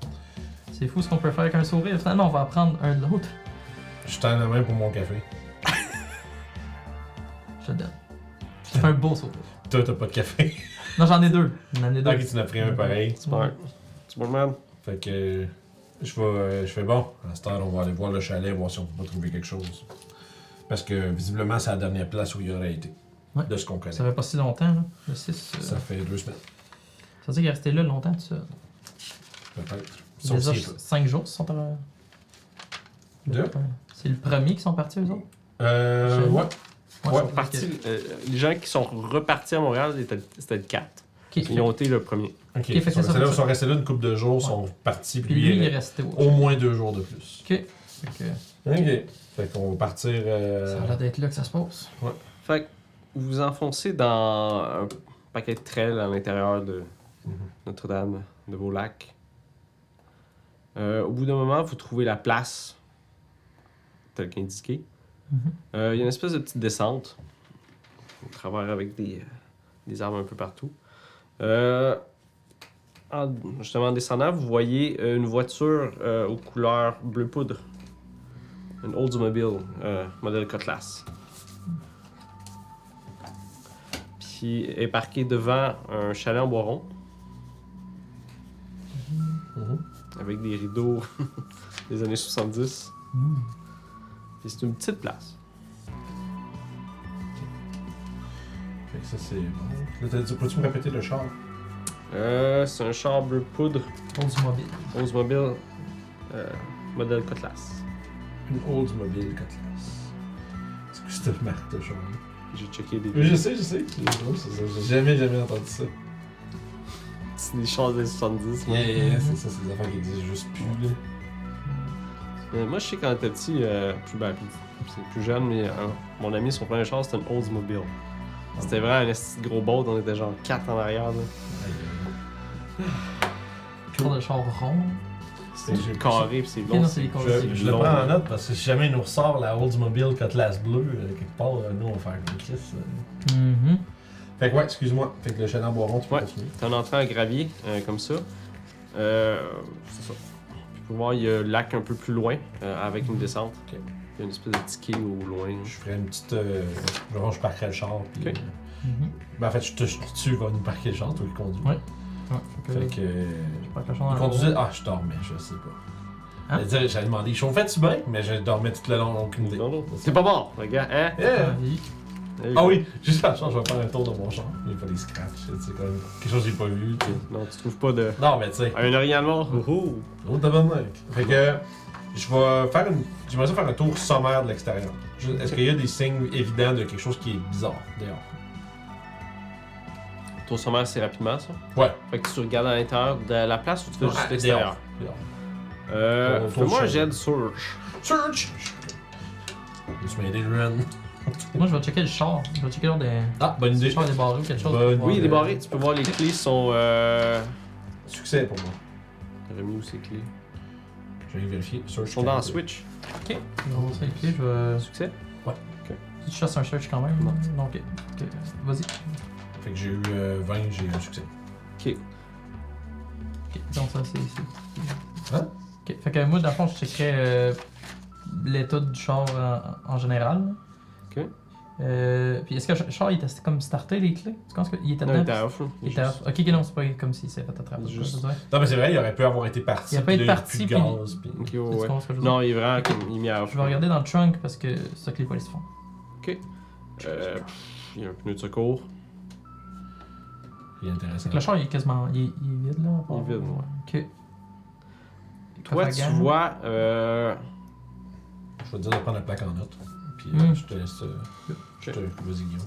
C: C'est fou ce qu'on peut faire avec un sourire. Finalement, on va apprendre un de l'autre.
B: Je tends la main pour mon café.
C: Je te donne. C'est un beau sourire.
B: Toi, t'as pas de café.
C: Non, j'en ai deux. J'en ai deux.
B: Donc, tu en as pris un pareil.
A: Super. C'est bon, man.
B: Fait que, je vais, euh, je fais bon. À cette heure, on va aller voir le chalet, voir si on peut pas trouver quelque chose. Parce que, visiblement, c'est la dernière place où il aurait été.
C: Ouais.
B: De ce qu'on connaît.
C: Ça fait pas si longtemps, là. Le 6. euh,
B: Ça fait deux semaines,
C: Ça veut dire qu'il est resté là longtemps, tout seul.
B: peut-être. Sauf
C: Les
B: s'il est
C: autres, cinq jours sont en...
B: Deux?
C: C'est le premier qui sont partis, eux autres?
B: pas- Euh, ouais.
C: Moi,
B: Ouais,
C: je trouve
A: Parti-
C: que-
A: euh, les gens qui sont repartis à Montréal, c'était c'était le 4.
C: Ok,
A: Ils ont été le premier.
B: Ok.
C: fait que
B: Ils sont
C: ça,
B: restés là-
C: ça-
B: ils sont restés là une couple de jours, ils sont partis,
C: Puis lui, il est
B: est-
C: resté. ouais.
B: au moins deux jours de plus.
C: Ok. Fait que
B: Ok. Fait qu'on va partir. euh,
C: Ça a l'air d'être là que ça se passe.
A: Fait que vous vous enfoncez dans un paquet de trails à l'intérieur de
B: Mhm.
A: Notre-Dame, de Beau-Lac. Euh, au bout d'un moment, vous trouvez la place telle qu'indiquée.
C: Mhm.
A: Euh, Il y a une espèce de petite descente. Au travers avec des, euh, des arbres un peu partout. Euh, en- justement, en descendant, vous voyez euh, une voiture euh, aux couleurs bleu poudre. Une Oldsmobile, euh, modèle Cutlass. Puis elle est parquée devant un chalet en bois rond.
B: mhm.
A: avec des rideaux des années 70.
C: Hmm.
A: Puis c'est une petite place.
B: Fait que ça, c'est bon. Là, t'as dit, peux-tu me répéter le char
A: Euh, c'est un char bleu poudre
C: Oldsmobile.
A: Oldsmobile euh, modèle Cutlass.
B: Une Oldsmobile Cutlass. C'est que c'est une marque de char. là?
A: J'ai checké des,
B: Oui, Je sais, je sais. C'est drôle, ça, ça. J'ai jamais, jamais entendu ça.
A: petits- des chars des années 70.
B: Yeah, yeah, yeah, c'est ça, c'est des affaires qui existent juste plus, là.
A: Euh, moi, je sais quand j'étais petit, euh, plus, ben, plus, c'est plus jeune, mais euh, mon ami, son premier char, c'était une Oldsmobile. C'était vraiment un esti de gros boat, on était genre 4 en arrière. Là.
C: Cool. de char rond.
A: C'est
B: J'ai-
A: carré, puis c'est
C: Ok, non,
A: long.
C: c'est les cons.
B: Je, je le prends en note parce que si jamais il nous ressort la Oldsmobile Cutlass bleue, euh, quelque part, euh, nous on va faire comme Chris. euh.
C: Mhm.
B: Fait que ouais, excuse-moi. Fait que le chalet en bois rond, tu peux
A: Ouais.
B: continuer.
A: T'es en entrant à gravier, euh, comme ça. Euh, c'est ça. Puis pour voir, il y a le lac un peu plus loin, euh, avec une descente.
B: Ok.
A: Il y a une espèce de petit quai au loin.
B: Je ferais une petite. euh, genre, je parquerais le char. Puis,
A: Ok.
B: euh,
C: Mhm.
B: ben, en fait, je te, je- tu vas nous parquer le char, toi qui conduis.
C: Ouais. Ouais, fait que-
B: Fait que. euh,
C: Je parque le char dans
B: Il
C: le
B: conduisait. Ah, je dormais, je sais pas.
C: Hein?
B: J'allais dire, J'allais demander, chauffais-tu bien? Mais je dormais tout le long, aucune idée.
A: Non, non, C'est pas mort, regarde, hein?
C: Ah,
B: Yeah!
C: oui.
B: Ah oui, juste la chance, je vais faire un tour de mon char. Il n'y a pas des scratchs, c'est comme quelque chose que j'ai pas vu. tu sais.
A: Non, tu trouves pas de.
B: Non, mais tu sais.
A: Un orignal mort? Oh, oh.
B: Oh, tabarnak. Fait que je vais faire une. J'aimerais ça faire un tour sommaire de l'extérieur. Je- Est-ce qu'il y a des signes évidents de quelque chose qui est bizarre dehors?
A: Tour sommaire, c'est rapidement ça.
B: Ouais.
A: Fait que tu regardes à l'intérieur de la place ou tu fais
B: Ah,
A: juste l'extérieur?
B: dehors.
A: Euh.
B: Bon,
A: Fais-moi
B: faut
A: un
B: changer.
A: jet de search.
B: Search! Tu m'as aidé, Run.
C: Moi, je vais checker le char. Je vais checker l'ordre des.
B: Ah, bonne
C: Le
B: idée.
C: char débarré ou quelque chose.
B: Bonne-
C: pour
A: Oui,
C: voir,
B: des
C: euh,
A: débarré, tu peux voir les clés sont. Euh...
B: Succès pour moi.
A: J'aurais mis où ces clés?
B: Je vais vérifier. Search.
A: Ils sont dans Switch.
C: Je vais voir ça avec lui, je vais-
A: Succès?
C: Tu chasses un search quand même?
A: Non.
C: ok. Ok, Vas-y.
B: Fait que j'ai eu euh, 20, j'ai eu un succès.
C: Ok, donc ça, c'est ici.
B: Hein?
C: Ok, fait que moi, dans le fond, je checkerais euh, l'état du char en, en général.
A: Ok.
C: Euh, puis est-ce que Ch- Charles, il était comme starté les clés? Tu penses qu'il était
A: Non, il était
C: dedans?
A: off, là.
C: Il était off. Ok, ok, non, c'est pas comme s'il s'est fait attraper.
A: Juste-
C: je veux dire.
B: Non, mais c'est vrai, il aurait pu avoir été parti.
C: Il aurait pu
B: puis
C: être
B: là,
C: parti,
B: plus de
C: puis-
B: gaz, puis-
A: Ok, ouais,
C: Tu
A: ouais.
C: comprends ce que je veux dire?
A: Non, il est vraiment comme. Il est mis à off.
C: Je vais regarder dans le trunk parce que c'est ça que les polices font.
A: Euh, pff, il y a un pneu de secours.
B: Il est intéressant.
C: Fait que le char, il est quasiment. Il est, il est vide, là. à part-
A: Il est vide, ouais.
C: Ok.
A: Toi, tu
C: Cofagan.
A: vois. Euh,
B: Je vais te dire de prendre la plaque en note. Puis euh,
C: Mm.
B: je te laisse. euh, je te... Vas-y, Guillaume.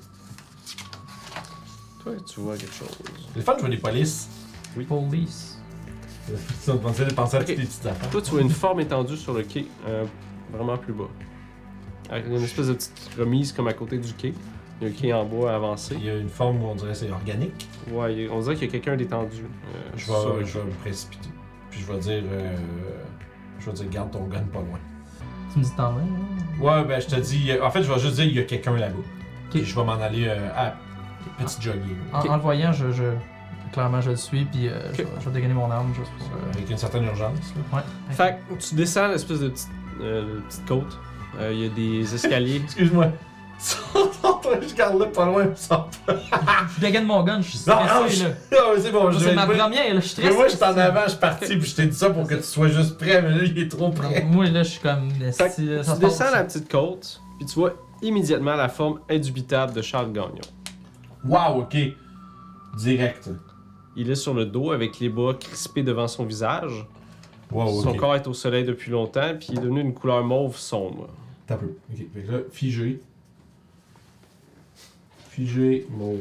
A: toi, tu vois quelque chose.
B: C'est le fun de jouer des polices.
C: Police.
B: Ça me pensait de penser à
A: Ok.
B: toutes les petites affaires.
A: Toi, tu vois une forme étendue sur le quai, euh, vraiment plus bas. Avec une espèce de petite remise comme à côté du quai. Il y a un quai en bois avancé.
B: Il y a une forme où on dirait que c'est organique.
A: Ouais, il- on dirait qu'il y a quelqu'un d'étendu. euh,
B: Je
A: sur le
B: vais, je
A: quai.
B: vais me précipiter. Puis je vais dire. euh, je vais dire, garde ton gun pas loin.
C: Tu me dis t'en hein. vas, là?
B: Ouais, ben je te dis. euh, En fait, je vais juste dire, il y a quelqu'un là-bas. Puis je vais m'en aller euh, à petit jogging.
C: En,
A: Ok.
C: en le voyant, je, je- Clairement, je le suis, puis euh, je,
A: Ok.
C: vais- je vais dégainer mon arme juste pour ça.
B: Euh, Avec une certaine urgence. là.
C: Ouais.
A: Fait que tu descends l'espèce de petite, euh, petite côte. Euh, Il y a des escaliers.
B: Excuse-moi. je garde le pas loin, ça.
C: Je dégaine mon gun, je suis
B: Non,
C: stressé,
B: non,
C: là.
B: je- non, mais c'est bon, je
C: C'est
B: vais
C: ma
B: le-
C: première, là, je suis
B: Mais
C: stressé.
B: moi, je suis en avant, je suis parti, puis je t'ai dit ça pour que tu sois juste prêt, mais là, il est trop
C: Non,
B: prêt.
C: Moi, là, je suis comme.
A: Fait
C: si,
A: que
C: là, ça
A: tu
C: se passe.
A: descends la petite côte, puis tu vois immédiatement la forme indubitable de Charles Gagnon.
B: Wow, ok. Direct.
A: Il est sur le dos avec les bras crispés devant son visage.
B: Wow, Oh, ok.
A: Son corps est au soleil depuis longtemps, puis il est devenu une couleur mauve sombre.
B: T'as peu. Ok, fait que là, figé. Figé, mauve.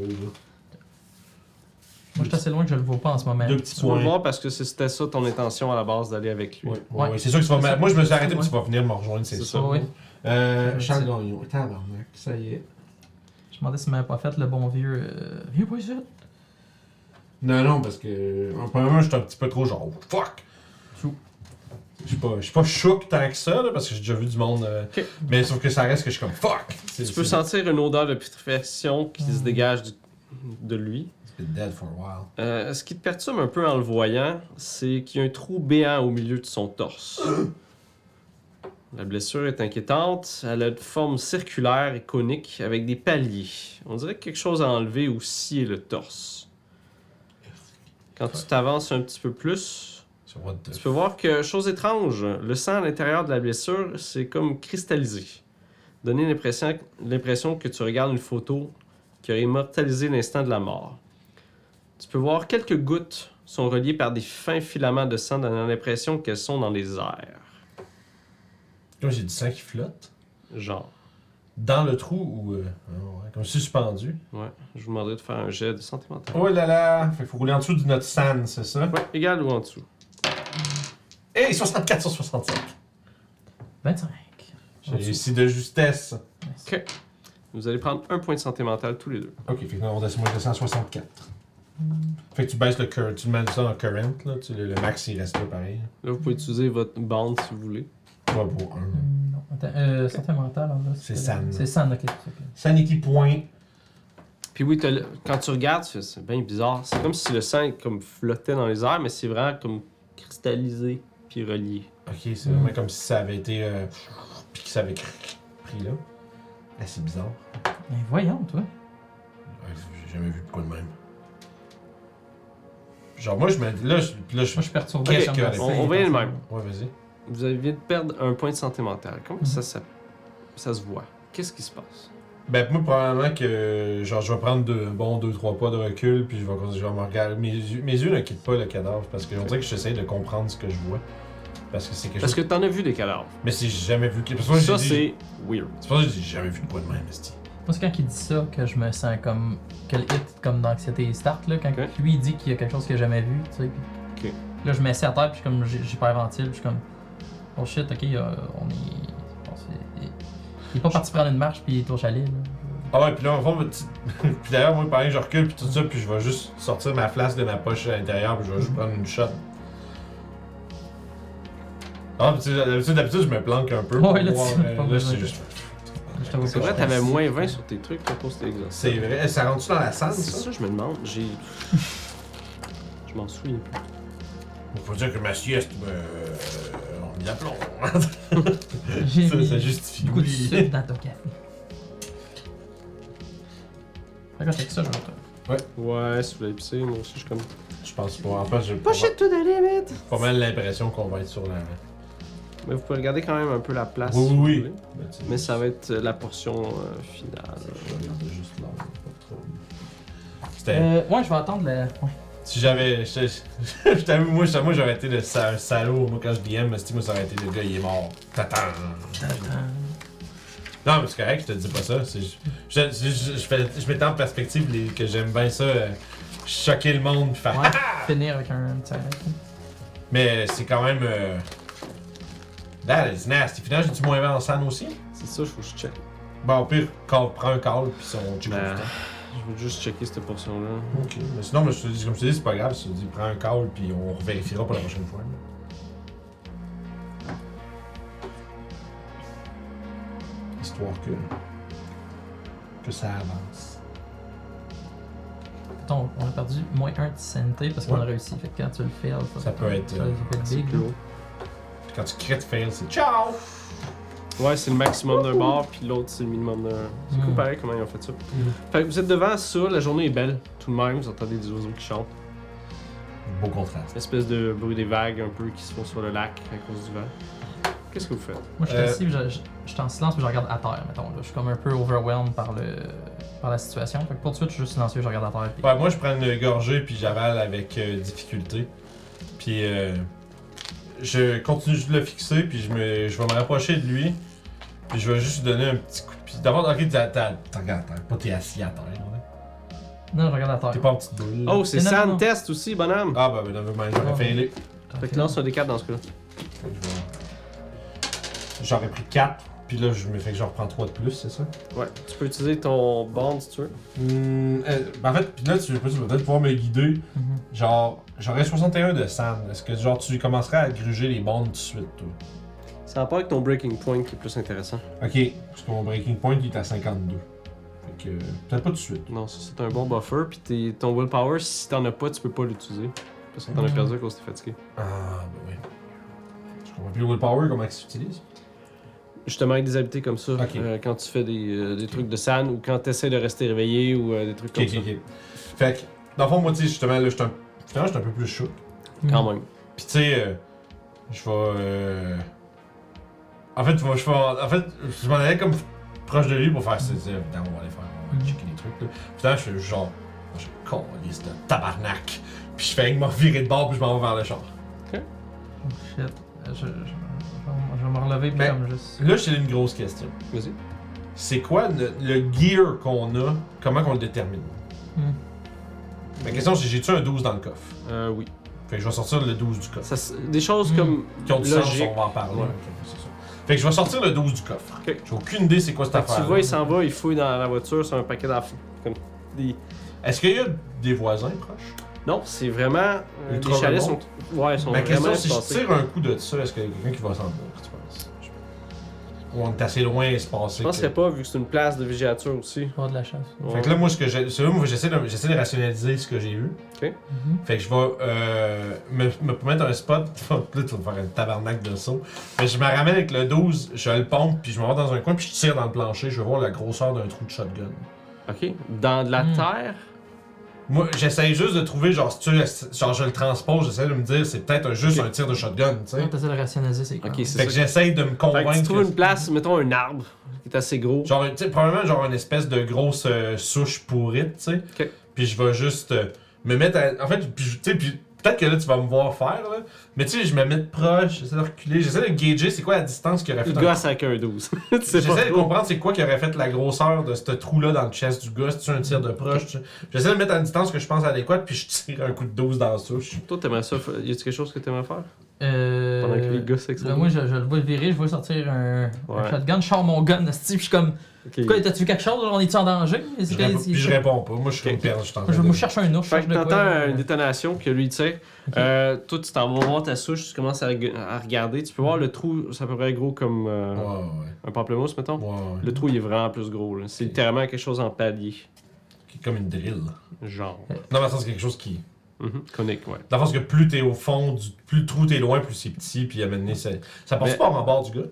C: Moi, je suis assez loin que je le vois pas en ce moment.
B: Deux petits
A: Tu vas le
B: points.
A: voir parce que c'est- c'était ça ton intention à la base d'aller avec lui.
B: Ouais, ouais,
C: Ouais.
B: ouais, c'est sûr que tu vas.
C: C'est
B: m'a-
C: ça.
B: Moi, je me suis arrêté,
C: Ouais.
B: puis tu vas venir me rejoindre, c'est
A: C'est
B: ça.
A: ça,
C: oui.
B: Euh, Charles
C: C'est ça.
B: Gagnon. Tabarnak, ça y est.
C: Je me demandais s'il m'avait pas fait le bon vieux. euh, vieux poisson.
B: Non, non, parce que. En premier, je suis un petit peu trop genre. oh, Fuck!
C: Chou.
B: Je suis pas, je suis pas choqué tant que ça, là, parce que j'ai déjà vu du monde. euh,
A: Ok.
B: Mais sauf que ça reste que je suis comme fuck!
A: Tu peux sentir une odeur de putréfaction qui se
C: Hmm.
A: dégage du- de lui.
B: It's been dead for a while.
A: Euh, ce qui te perturbe un peu en le voyant, c'est qu'il y a un trou béant au milieu de son torse. La blessure est inquiétante. Elle a une forme circulaire et conique avec des paliers. On dirait que quelque chose a enlevé ou scié le torse. Quand tu t'avances un petit peu plus,
B: So what the
A: tu peux voir que, chose étrange, le sang à l'intérieur de la blessure, c'est comme cristallisé. Donner l'impression- l'impression que tu regardes une photo qui a immortalisé l'instant de la mort. Tu peux voir quelques gouttes sont reliées par des fins filaments de sang, donnant l'impression qu'elles sont dans les airs.
B: Là, j'ai du sang qui flotte.
A: Genre.
B: Dans le trou ou. euh, ah ouais, comme suspendu.
A: Ouais, je vous demanderai de faire un jet de santé mentale.
B: Oh là là! Fait qu'il faut rouler en dessous de notre sand, c'est ça?
A: Ouais, égal ou en dessous.
B: Hey, 64 sur 65!
C: 25.
B: J'ai réussi de justesse.
A: Vous allez prendre un point de santé mentale tous les deux.
B: Ok, fait que là, on descend moi, je descends à 64. Fait que tu baisses le current, tu mets ça dans le current, là, tu, le, le max il reste là pareil.
A: Là, vous pouvez utiliser votre bande si vous voulez.
B: Pas pour un.
C: Hum, Non, attends. Euh, santé mentale, en bas,
B: C'est San.
C: C'est San, ok. c'est ça, ok.
B: Sanity point.
A: Puis oui, t'as le- quand tu regardes, tu fais, c'est bien bizarre. C'est comme si le sang comme flottait dans les airs, mais c'est vraiment comme cristallisé puis relié.
B: Ok, c'est
C: Mm.
B: vraiment comme si ça avait été. Euh, puis que ça avait cr- pris là. Ah, c'est bizarre.
C: Mais voyons, toi.
B: Ouais, J'ai jamais vu de quoi de même. Genre, moi, je me. Là, je. puis Là, je...
C: Moi, je suis perturbé.
B: Ok,
C: j'aime
B: ok,
C: bien
A: on-
C: ça,
A: on va y aller
C: attention.
A: le même.
B: Ouais, vas-y.
A: Vous avez de perdre un point de santé mentale. Comment
C: Mhm.
A: ça, ça, ça se voit? Qu'est-ce qui se passe?
B: Ben, moi, probablement que. Genre, je vais prendre deux, un bon 2-3 pas de recul, puis je vais, je vais me regarder. Mes, yeux- mes yeux ne quittent pas le cadavre, parce que on dirait que j'essaie de comprendre ce que je vois. Parce que c'est quelque
A: Parce
B: chose.
A: que t'en as vu des cadavres.
B: Mais si j'ai jamais vu. Parce que moi,
A: ça,
B: j'ai dit-
A: c'est weird.
B: C'est pour ça que j'ai jamais vu de quoi de même, esti.
C: Moi, c'est quand il dit ça que je me sens comme. que le hit comme d'anxiété start, là. Quand
A: Ok.
C: lui, il dit qu'il y a quelque chose que j'ai jamais vu, tu sais. puis-
A: Ok.
C: Là, je me mets à terre, puis je suis comme j'ai- j'hyperventile, puis je suis comme. Oh shit, ok, euh, on est. bon, c'est- il- Il est pas parti prendre une marche, puis il est au chalet, là.
B: Ah ouais, puis là, en fond, ma petite- puis d'ailleurs, moi, pareil, je recule, puis tout ça, puis je vais juste sortir ma flasque de ma poche à l'intérieur, puis je vais juste prendre une shot. Ah, puis tu sais, d'habitude, d'habitude, je me planque un peu.
C: Ouais, là, tu
B: voir,
C: fais
B: euh,
C: pas
B: là,
C: besoin.
B: c'est juste.
C: Je t'avoue
A: C'est
C: que
A: vrai,
C: je-
A: t'avais moins 20 sur tes trucs quand on s'était exaucé.
B: C'est vrai. Eh, Ça rentre-tu dans la salle,
A: C'est
B: ça?
A: ça, je me demande. J'ai. je m'en souviens plus.
B: Faut dire que ma sieste me. On mis la plomb.
C: J'ai
B: ça, ça
C: mis
B: justifie
C: beaucoup de
B: l'oubli.
C: sucre dans ton café. Fait que check ça, je vais te-
A: Ouais, si vous voulez pisser, moi aussi, je suis comme.
B: Je pense pas. En fait, j'ai pas,
A: Push it to the limit!
B: pas mal l'impression qu'on va être sur la.
A: Mais vous pouvez regarder quand même un peu la place.
B: Oui,
A: si vous
B: oui,
A: voulez. Mais ça va être euh, la portion euh, finale.
B: Je regarde juste là, pas trop. C'était.
C: Euh, ouais, je vais attendre la. ouais.
B: Si j'avais. Je, je- je t'avoue, moi, je- moi, j'aurais été le sa- un salaud. Moi, quand je DM, mais si, moi, ça aurait été le gars, il est mort. T'attends. Non, mais c'est correct, je te dis pas ça. c'est ju- Je, je, je- je fais- je mettais en perspective les- que j'aime bien ça. euh, choquer le monde, pis faire.
C: Ouais, finir avec un petit arrêt.
B: Mais c'est quand même. euh, That is nasty. Finalement, j'ai du moins 20 en San aussi.
A: C'est ça, je faut que je check.
B: Bon, au pire, quand on prend un call, puis ça, on check
A: Ben,
B: tout
A: Je veux juste checker cette portion-là.
B: le temps. Ok. Mais sinon, mais je te dis, comme je te dis, c'est pas grave. Je te dis, prends un call, puis on vérifiera pour la prochaine fois. là. Histoire que. que ça avance.
C: Mettons, on a perdu moins 1 de santé parce qu'on
B: Ouais.
C: a réussi. Fait que quand tu le fails, ça,
B: Ça peut être,
C: Ça,
B: euh,
C: ça peut être
A: C'est
C: big.
A: plus haut.
B: Puis quand tu crées de fail, c'est ciao!
A: Ouais, c'est le maximum d'un bar, puis l'autre, c'est le minimum d'un. C'est cool,
C: Mm.
A: pareil, comment ils ont fait ça.
B: Mm.
A: Fait que vous êtes devant ça, la journée est belle, tout de même, vous entendez des oiseaux qui chantent.
B: Beau contraste.
A: Espèce de bruit des vagues un peu qui se font sur le lac à cause du vent. Qu'est-ce que vous faites?
C: Moi, je suis
B: Euh,
C: assis, je, je, je suis en silence, mais je regarde à terre, mettons. Là. Je suis comme un peu overwhelmed par, le, par la situation. Fait que pour tout de suite, je suis juste silencieux, je regarde à terre. puis-
B: Ouais, moi, je prends une gorgée, puis j'avale avec euh, difficulté. Puis euh, je continue juste de le fixer, puis je, me, je vais me rapprocher de lui. Puis je vais juste lui donner un petit coup. Puis d'abord, ok, t'as- t'as- t'as- regarde, t'as- pas t'es assis à terre. là.
C: Non, je regarde à terre.
B: T'es pas en petite boule. là.
A: Oh, c'est
C: Mais non, non,
A: Sand
C: non.
A: Test aussi, bonhomme!
B: Ah, bah, ben, never mind, j'aurais
C: Oh.
B: failé.
A: Fait que lance un des quatre dans ce cas-là.
B: Fait que je vais- J'aurais pris 4, puis là, je me fais que j'en reprends 3 de plus, c'est ça?
A: Ouais, tu peux utiliser ton bond si tu veux.
B: Hum, euh, ben, en fait, puis là, tu, tu vas peut-être pouvoir me guider.
C: Mhm.
B: Genre, j'aurais 61 de sand. Est-ce que, genre, tu commencerais à gruger les bandes tout de suite, toi?
A: Ça rapport avec ton breaking point qui est plus intéressant.
B: Ok, parce que mon breaking point il est à 52. Fait que euh, peut-être pas tout de suite.
A: Non, ça c'est un bon buffer, puis t'es- ton willpower, si t'en as pas, tu peux pas l'utiliser. Parce que t'en as
C: Mm.
A: perdu à cause que t'es fatigué.
B: Ah, ben oui. Je comprends plus le willpower, comment il s'utilise.
A: Justement, avec des habiletés comme ça,
B: Ok.
A: euh, quand tu fais des, euh, des trucs de San ou quand t'essaies de rester réveillé ou euh, des trucs
B: Ok,
A: comme
B: ok, ok. Fait que, dans le fond, moi, tu sais, justement, là, je suis un... finalement, j'étais un peu plus chaud.
A: ça.
C: Mhm.
A: Quand même.
B: Puis, tu sais, euh, je vais. euh, En fait, je vais- je vais- en fait, je m'en allais comme proche de lui pour faire. C'est dire, putain, on va aller faire. On va aller checker les trucs, là. Putain, je suis genre. Je con, de tabarnak. Puis, je fais que m'en virer de bord, puis je m'en vais vers le char.
C: Oh shit. Euh, Je, je, je, vais- je vais me relever, puis
B: Ben,
C: comme juste.
B: Là, j'ai une grosse question.
A: Vas-y.
B: c'est quoi le, le gear qu'on a, comment qu'on le détermine.
C: Hmm.
B: Ma question c'est j'ai-tu un 12 dans le coffre?
A: Euh, oui.
B: Fait que je vais sortir le 12 du coffre.
A: Ça, c'est- des choses
C: Mm.
A: comme.
B: Hmm. Qui ont du sens,
A: Logique.
B: on va en parler.
A: Ouais.
B: Ok, c'est ça. Fait que je vais sortir le 12 du coffre.
A: Ok.
B: J'ai aucune idée c'est quoi cette
A: Fait que tu
B: affaire.
A: le vois, il s'en va, il fouille dans la voiture, c'est un paquet d'affaires. Comme des-
B: Est-ce qu'il y a des voisins proches?
A: Non, c'est vraiment. euh,
B: Ultra
A: les chalets sont.
B: remote.
A: Ouais, ils sont
B: Ma
A: vraiment
B: question si je
A: espacés.
B: tire un coup de ça, est-ce qu'il y a quelqu'un qui va s'en venir, tu penses? Ou on est assez loin espacé.
A: Je
B: que-
A: penserais pas, vu que c'est une place de vigilature aussi.
C: Je vais avoir de la chance.
A: Ouais.
B: Fait que là, moi, ce que j'ai- c'est là, moi, j'essaie de, j'essaie de rationaliser ce que j'ai eu.
C: Mhm.
B: Fait que je vais euh, me, me mettre un spot. Là, tu vas me faire un tabarnak de saut. Mais je me ramène avec le 12, je le pompe, puis je me vais dans un coin, puis je tire dans le plancher. Je vais voir la grosseur d'un trou de shotgun.
A: Ok. Dans de la
B: Hmm.
C: Mm.
A: terre.
B: Moi, j'essaye juste de trouver, genre, si tu, genre, je le transpose, j'essaie de me dire, c'est peut-être un- juste
A: Ok.
B: un tir de shotgun, tu sais.
C: Ouais, T'essaies de rationaliser, c'est quoi?
A: Ok, c'est
B: Fait que
A: ça.
B: j'essaye de
A: Fait
B: me
A: que tu
B: convaincre.
A: trouves
B: que-
A: une place, mettons un arbre qui est assez gros.
B: Genre, tu sais, probablement, genre, une espèce de grosse euh, souche pourrite, tu sais.
A: Ok.
B: Puis je vais juste euh, me mettre à- En fait, puis je- tu sais, puis peut-être que là, tu vas me voir faire, là. Mais tu sais, je me mets de proche, j'essaie de reculer, j'essaie de gager c'est quoi la distance qu'il aurait fait.
A: Le
B: un-
A: gosse avec un 12. tu sais pas
B: J'essaie de
A: trop.
B: comprendre c'est quoi qui aurait fait la grosseur de ce trou-là dans le chest du gars, si tu un tir de proche. tu- J'essaie de le mettre à une distance que je pense adéquate, puis je tire un coup de 12 dans la souche.
A: Toi, t'aimerais ça. fa- Y a-tu quelque chose que t'aimerais faire
C: Euh,
A: pendant que les gars s'expriment?
C: Là, moi, je, je le vois virer, je vois sortir un, un
A: Ouais.
C: shotgun, je sors mon gun, esti, puis je suis comme.
A: Ok.
C: Quoi, t'as-tu vu quelque chose? On est-tu en danger? C'est
B: Je
C: quoi,
B: réponds-
C: c'est-
B: Puis je réponds pas. Moi, je suis
A: Ok.
B: une perle, je suis en
C: Moi,
B: train
C: je, moi,
B: de-
C: je cherche un ours, je
A: Fait
C: cherche
A: que
C: de quoi. euh,
A: t'entends
C: là.
A: une détonation que lui, tu sais. Euh, toi, tu t'en vas voir ta souche, tu commences à, reg- à regarder. Tu peux voir le trou, c'est à peu près gros comme euh,
B: Ouais, ouais,
A: un pamplemousse, mettons.
B: ouais. ouais.
A: Le trou, il est vraiment plus gros. là. C'est littéralement quelque chose en palier.
B: Qui est Comme une drill.
A: Genre.
B: Non, mais ça, c'est quelque chose qui.
A: Mhm. Conique, ouais.
B: Dans le fond, c'est que plus t'es au fond, du... plus le trou t'es loin, plus c'est petit, puis à un moment donné, ça, ça passe
A: Mais-
B: pas en bord du gars.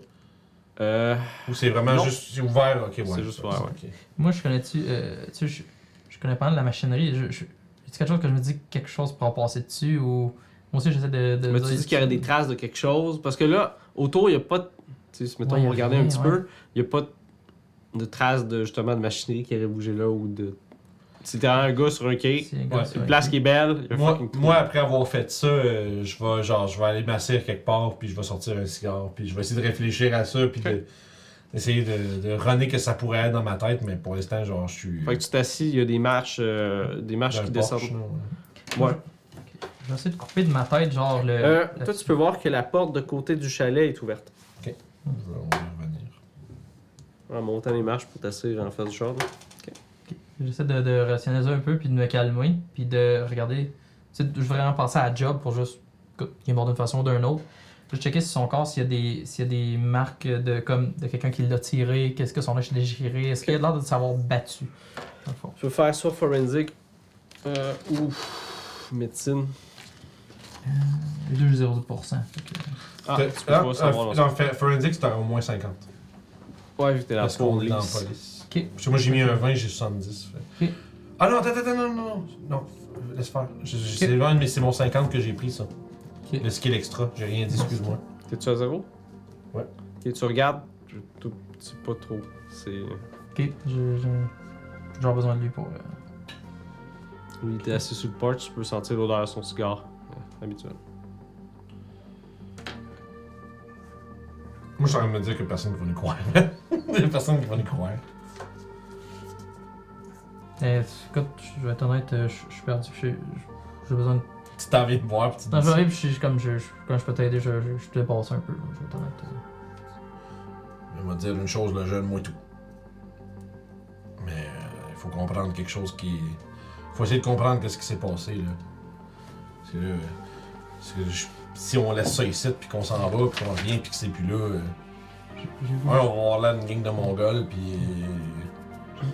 A: Euh,
B: Ou c'est vraiment
A: Non.
B: juste c'est ouvert, ok, ouais.
A: C'est juste ouvert,
B: ok.
C: Moi, je connais-tu. euh, tu sais, je, je connais pas de la machinerie. Je, je- C'est quelque chose que je me dis que quelque chose pourra passer dessus ou. Moi aussi, j'essaie de. de
A: Mais
C: dire-
A: tu dis qu'il y aurait des traces de quelque chose. Parce que là, autour, il n'y a pas de. tu sais, si mettons,
C: Ouais, il y
A: on
C: a
A: regardait
C: rien,
A: un petit
C: ouais.
A: peu, il n'y a pas de- de traces de justement de machinerie qui aurait bougé là ou de. C'était un gars sur un quai.
C: C'est un gars
B: Ouais,
C: sur
A: Une
C: un
A: place
C: cul.
A: qui est belle. il y a un
B: Moi,
A: fucking trou.
B: moi, après avoir fait ça, euh, je vais genre je vais aller m'asseoir quelque part, puis je vais sortir un cigare, puis je vais essayer de réfléchir à ça, puis de- d'essayer de, de runner que ça pourrait être dans ma tête, mais pour l'instant, genre, je suis.
A: Fait que tu t'assis, il y a des marches, euh, des
B: dans
A: marches
B: Ben, le
A: qui
B: porche,
A: descendent.
B: là, ouais.
A: Ouais.
C: Je vais essayer de couper de ma tête, genre le.
A: Euh,
C: la-
A: toi, tu peux voir que la porte de côté du chalet est ouverte.
B: Je vais- on va y revenir.
A: En montant les marches pour t'asseoir en face du char. là.
C: J'essaie de, de rationaliser un peu, puis de me calmer, puis de regarder. Tu sais, je veux vraiment penser à Job pour juste. écoute, Il est mort d'une façon ou d'une autre. Je checker sur son corps s'il y a des, s'il y a des marques de, comme, de quelqu'un qui l'a tiré, qu'est-ce que son âge est déchiré, est-ce qu'il a l'air de s'avoir battu. dans le fond.
A: Tu peux faire soit forensic euh, ou médecine.
C: Les deux, j'ai 0%. fait que-
A: Ah,
B: T'as-
A: tu peux pas
B: ah,
A: savoir.
B: ah,
A: dans-
B: non, fa- Forensics, t'auras au moins 50.
A: Ouais, vu que t'es dans la
B: Parce qu'on est dans la
A: police.
B: police.
C: Ok.
B: Parce que moi, j'ai mis un 20, j'ai 70. fait.
C: Ok.
B: Ah non, attends, attends, attends, non, non, non. Non, laisse faire. Je- je- C'est vraiment- mais c'est mon 50 que j'ai pris, ça. Le skill extra, j'ai rien dit, excuse-moi.
A: T'es-tu à zéro?
B: Ouais.
A: Ok, tu regardes. je- tout- C'est pas trop. C'est.
C: Ok, je- je- j'aurai besoin de lui pour. euh,
A: Lui, il était assis sur le porche, tu peux sentir l'odeur de son cigare. euh, habituel.
B: Moi, je suis en train de me dire que personne ne va nous croire. Il y a personne qui va nous croire.
C: euh, écoute, je vais être honnête, euh, je je suis perdu. je- je- J'ai besoin de.
B: Tu t'en viens me voir, puis tu te
C: Quand
B: dis ça.
C: j'arrive, je suis comme je, je- quand je peux t'aider, je, je, je te dépasse un peu. Je vais être euh, honnête.
B: Il va te dire une chose, le jeune, moi tout. Mais euh, il faut comprendre quelque chose qui. Il faut essayer de comprendre qu'est-ce qui s'est passé, là. Parce que là, euh, parce que je- si on laisse ça ici, puis qu'on s'en va, puis qu'on revient, puis que c'est plus là. euh,
C: J'ai
B: ouais, on va avoir là une gang de Mongols, puis. euh,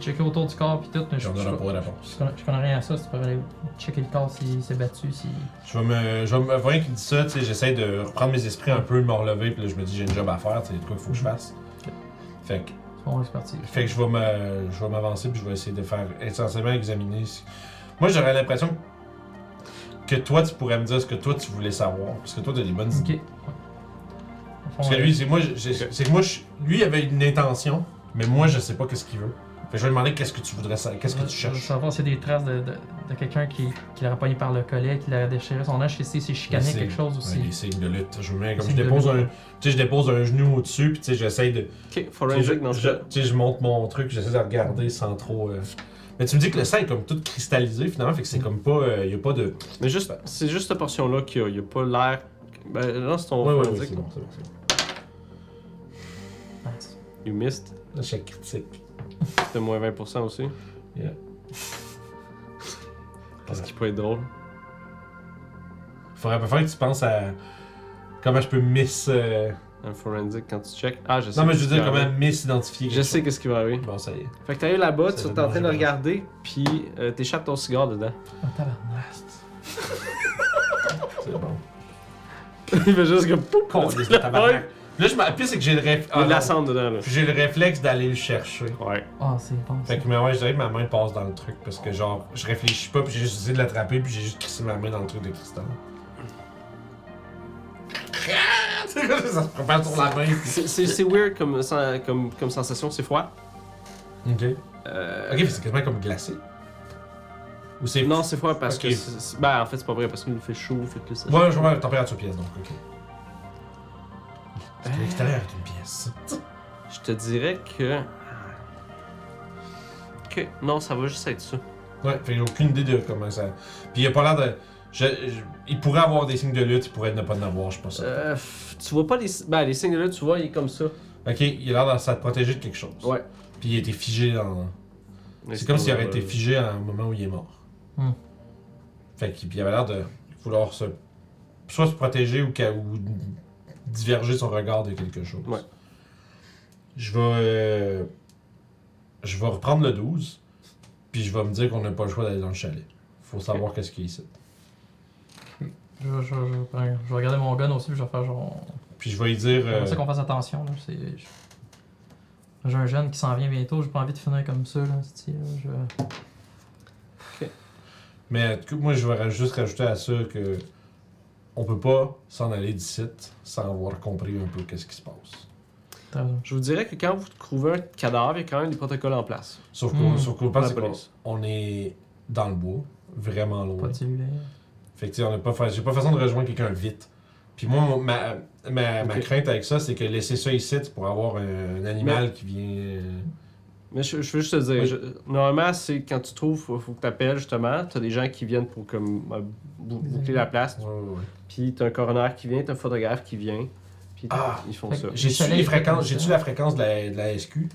C: J'ai checké autour du corps puis tout, mais je,
B: Puis on
C: je,
B: n'aura pas de
C: je
B: réponse.
C: connais, je connais rien à ça. Si tu peux aller checker le corps s'il s'est battu, si.
B: Je vais me. Je vais me. Voyant qu'il dit ça, tu sais, j'essaie de reprendre mes esprits un peu, de me relever, puis là, je me dis, j'ai une job à faire, tu sais, il y a de quoi qu'il faut
C: Mhm.
B: que je fasse. Fait que.
C: Bon, c'est parti.
B: Fait que je vais me- je vais m'avancer puis je vais essayer de faire essentiellement examiner. si- Moi, j'aurais l'impression que toi, tu pourrais me dire ce que toi, tu voulais savoir. Parce que toi, t'as des bonnes
C: Ok.
B: idées.
C: ouais. Au fond,
B: Parce que
C: euh,
B: lui, c'est moi, j'ai- j'ai- c'est que moi, je- lui avait une intention, mais moi, je sais pas qu'est-ce qu'il veut. Fait que je vais lui demander qu'est-ce que tu voudrais savoir, qu'est-ce que tu
C: je- je veux
B: cherches.
C: savoir s'il y a des traces de, de, de quelqu'un qui, qui l'aurait pogné par le collet, qui l'aurait déchiré son âge, si c'est chicané
B: Merci.
C: quelque chose
B: Ouais,
C: aussi.
B: les signes de lutte. Je, mets, comme je,
C: Signes de
B: dépose
C: lutte.
B: un, tu sais, je dépose un genou au-dessus, puis tu sais, j'essaie de.
A: Ok,
B: Tu sais, je,
A: forensic dans
B: je-
A: ce
B: tu sais, je monte mon truc, j'essaie de regarder sans trop. euh, Mais tu me dis que le sang est comme tout cristallisé finalement, fait que
C: Mm.
B: c'est comme pas. euh, Il y a pas de.
A: Mais juste, c'est juste cette portion-là qu'il y a. Il y a pas l'air. Ben, lance ton
B: Ouais, ouais, ouais,
A: forensic.
B: c'est bon, c'est bon, c'est bon.
C: Nice.
A: You missed.
B: Là, chaque critique.
A: T'as moins 20% aussi.
B: Yeah.
A: Qu'est-ce qui peut être drôle?
B: Faudrait pas faire que tu penses à. Comment je peux miss. euh,
A: Un forensic quand tu check. Ah, je sais.
B: Non, mais
A: qu'est-ce
B: je veux
A: qui
B: dire,
A: va
B: comment
A: arriver.
B: misidentifier.
A: Je sais qu'est-ce qui va arriver.
B: Bon, ça y est.
A: Fait que t'arrives là-bas,
B: Ça
A: tu
B: va
A: es en train de
B: manger.
A: regarder, puis euh, t'échappes ton cigare dedans.
C: Oh, tabarnak.
B: C'est bon.
A: Il fait juste comme pouf!
B: Con,
A: tu
B: les
A: l'as
B: tabarnak.
A: pas eu.
B: Là, je m'appelle, c'est que j'ai le réflexe.
A: Il y a de la cendre dedans, là.
B: j'ai le réflexe d'aller le chercher.
A: Ouais.
C: Ah, c'est bon. ça.
B: Fait que, mais ouais, je dirais que ma main passe dans le truc parce que, genre, je réfléchis pas, puis j'ai juste essayé de l'attraper, puis j'ai juste crissé ma main dans le truc de cristal. Ah! C'est comme ça, ça se prépare sur la main. puis-
A: C'est- C'est c'est weird comme, sen- comme, comme sensation, c'est froid.
B: Ok.
A: Euh,
B: Ok, mais c'est quasiment comme glacé. Ou c'est.
A: Non, c'est froid parce
B: Ok.
A: que. c'est- c'est- Ben, en fait, c'est pas vrai parce qu'il fait chaud, fait que là, ça.
B: Ouais, je vois la température pièce donc, ok. C'est
A: Euh.
B: à l'extérieur d'une pièce.
A: Je te dirais que. ah, Ok, non, ça va juste être ça.
B: Ouais, fait que j'ai aucune idée de comment ça. Puis il a pas l'air de. Je, je- il pourrait avoir des signes de lutte, il pourrait ne pas en avoir, je pense.
A: Euh, pff, tu vois pas les. Ben, les signes là, tu vois, il est comme ça.
B: Ok, il a l'air de s'être protégé de quelque chose.
A: Ouais.
B: Puis il a été figé dans. C'est comme s'il aurait été
A: Euh,
B: figé à un moment où il est mort.
C: Hmm.
B: Fait qu'il puis il avait l'air de vouloir se. soit se protéger ou, qu'à- ou diverger son regard de quelque chose.
A: Ouais.
B: Je vais. euh, je vais reprendre le 12, puis je vais me dire qu'on n'a pas le choix d'aller dans le chalet. Faut savoir qu'est-ce qu'il y a ici.
C: Je, je, je, je vais regarder mon gun aussi, puis je vais faire genre.
B: Puis je vais lui dire. euh,
C: C'est ça qu'on fasse attention. là, c'est- je- euh, J'ai un jeune qui s'en vient bientôt, j'ai pas envie de finir comme ça. Là, c'est-tu, là, je-
B: Mais en tout cas, moi, je vais raj- juste rajouter à ça que on peut pas s'en aller d'ici sans avoir compris un peu qu'est-ce qui se passe.
C: T'as raison.
A: Je vous dirais que quand vous trouvez un cadavre, il y a quand même des protocoles en place.
B: Sauf
C: Hmm.
B: qu'on sauf qu'on
A: Pour la
B: pense qu'on
A: police.
B: on est dans le bois, vraiment
C: Pas
B: loin.
C: de cellulaire.
B: Fait que, tu sais, on n'a pas fa- j'ai pas façon de rejoindre quelqu'un vite. Puis moi, ma, ma, ma
A: Ok.
B: crainte avec ça, c'est que laisser ça ici c'est pour avoir un, un animal qui vient. euh,
A: Mais je, je veux juste te dire,
B: Oui.
A: je- normalement, c'est quand tu trouves, faut, faut que tu appelles justement. Tu as des gens qui viennent pour comme, euh, bou- boucler la place.
B: Ouais, ouais, ouais.
A: Puis tu un coroner qui vient, tu un photographe qui vient. Puis
B: Ah!
A: ils font
C: Fait que
A: ça.
B: J'ai-tu
C: soleil,
B: les
C: c'est
B: fréquences-
C: comme ça.
B: j'ai-tu la fréquence de la, de la SQ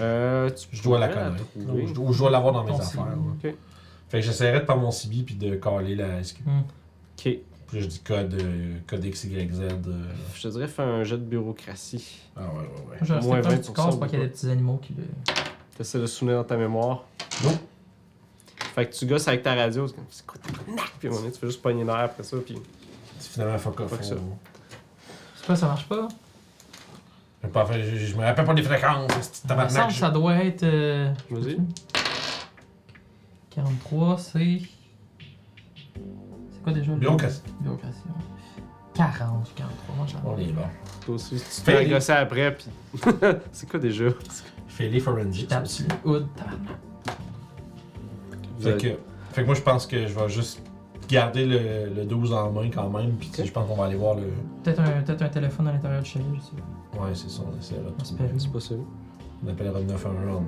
A: Euh, tu
B: Je dois la
A: pourrais
B: connaître.
A: trouver.
B: Ou je dois- ou je dois l'avoir dans mes
C: Ton
B: affaires.
C: CB.
B: ouais.
A: Ok.
B: Fait que j'essaierai de prendre mon CB puis de caler la SQ.
A: Ok.
B: Puis là, je dis code, euh, code XYZ. euh,
A: Je te dirais, fais un jet de bureaucratie.
B: Ah ouais, ouais, ouais.
C: Moi, je reste
A: Moins
C: un petit
A: 20%
C: corps, c'est pas
A: ou
C: qu'il y a
A: pas.
C: des petits animaux qui le.
A: Tu essaies de souvenir dans ta mémoire.
B: Non.
A: Fait que tu gosses avec ta radio. C'est comme, c'est quoi ton arnaque? Puis à un moment donné, tu fais juste pogner l'air après ça. Puis
B: C'est finalement fuck off.
A: Fuck ça.
B: on-
C: C'est pas, ça marche pas.
B: j'ai pas fait- Je, je me rappelle pas des fréquences. C'est
C: Il me semble
B: tabarnak.
C: que ça doit être. euh,
A: Vas-y.
C: 43, c'est. C'est quoi déjà le.
B: Bureaucratie.
C: Bureaucratie, ouais. 40, 43, moi j'en
B: On est bon.
A: toi aussi, tu te
B: Fais
A: fais
B: les-
A: gosser après. Puis c'est quoi déjà?
B: Fais les forensics.
C: Tape sur le hood, tabarnak.
B: Fait que, fait que moi, je pense que je vais juste garder le, le 12 en main quand même. Puis tu sais, je pense qu'on va aller voir le.
C: Peut-être un, peut un téléphone à l'intérieur du chalet, je sais pas.
B: Ouais, c'est ça, on essaiera. de
C: On
B: trouver.
C: espère.
A: C'est pas ça.
B: On appellera le 911 en dedans.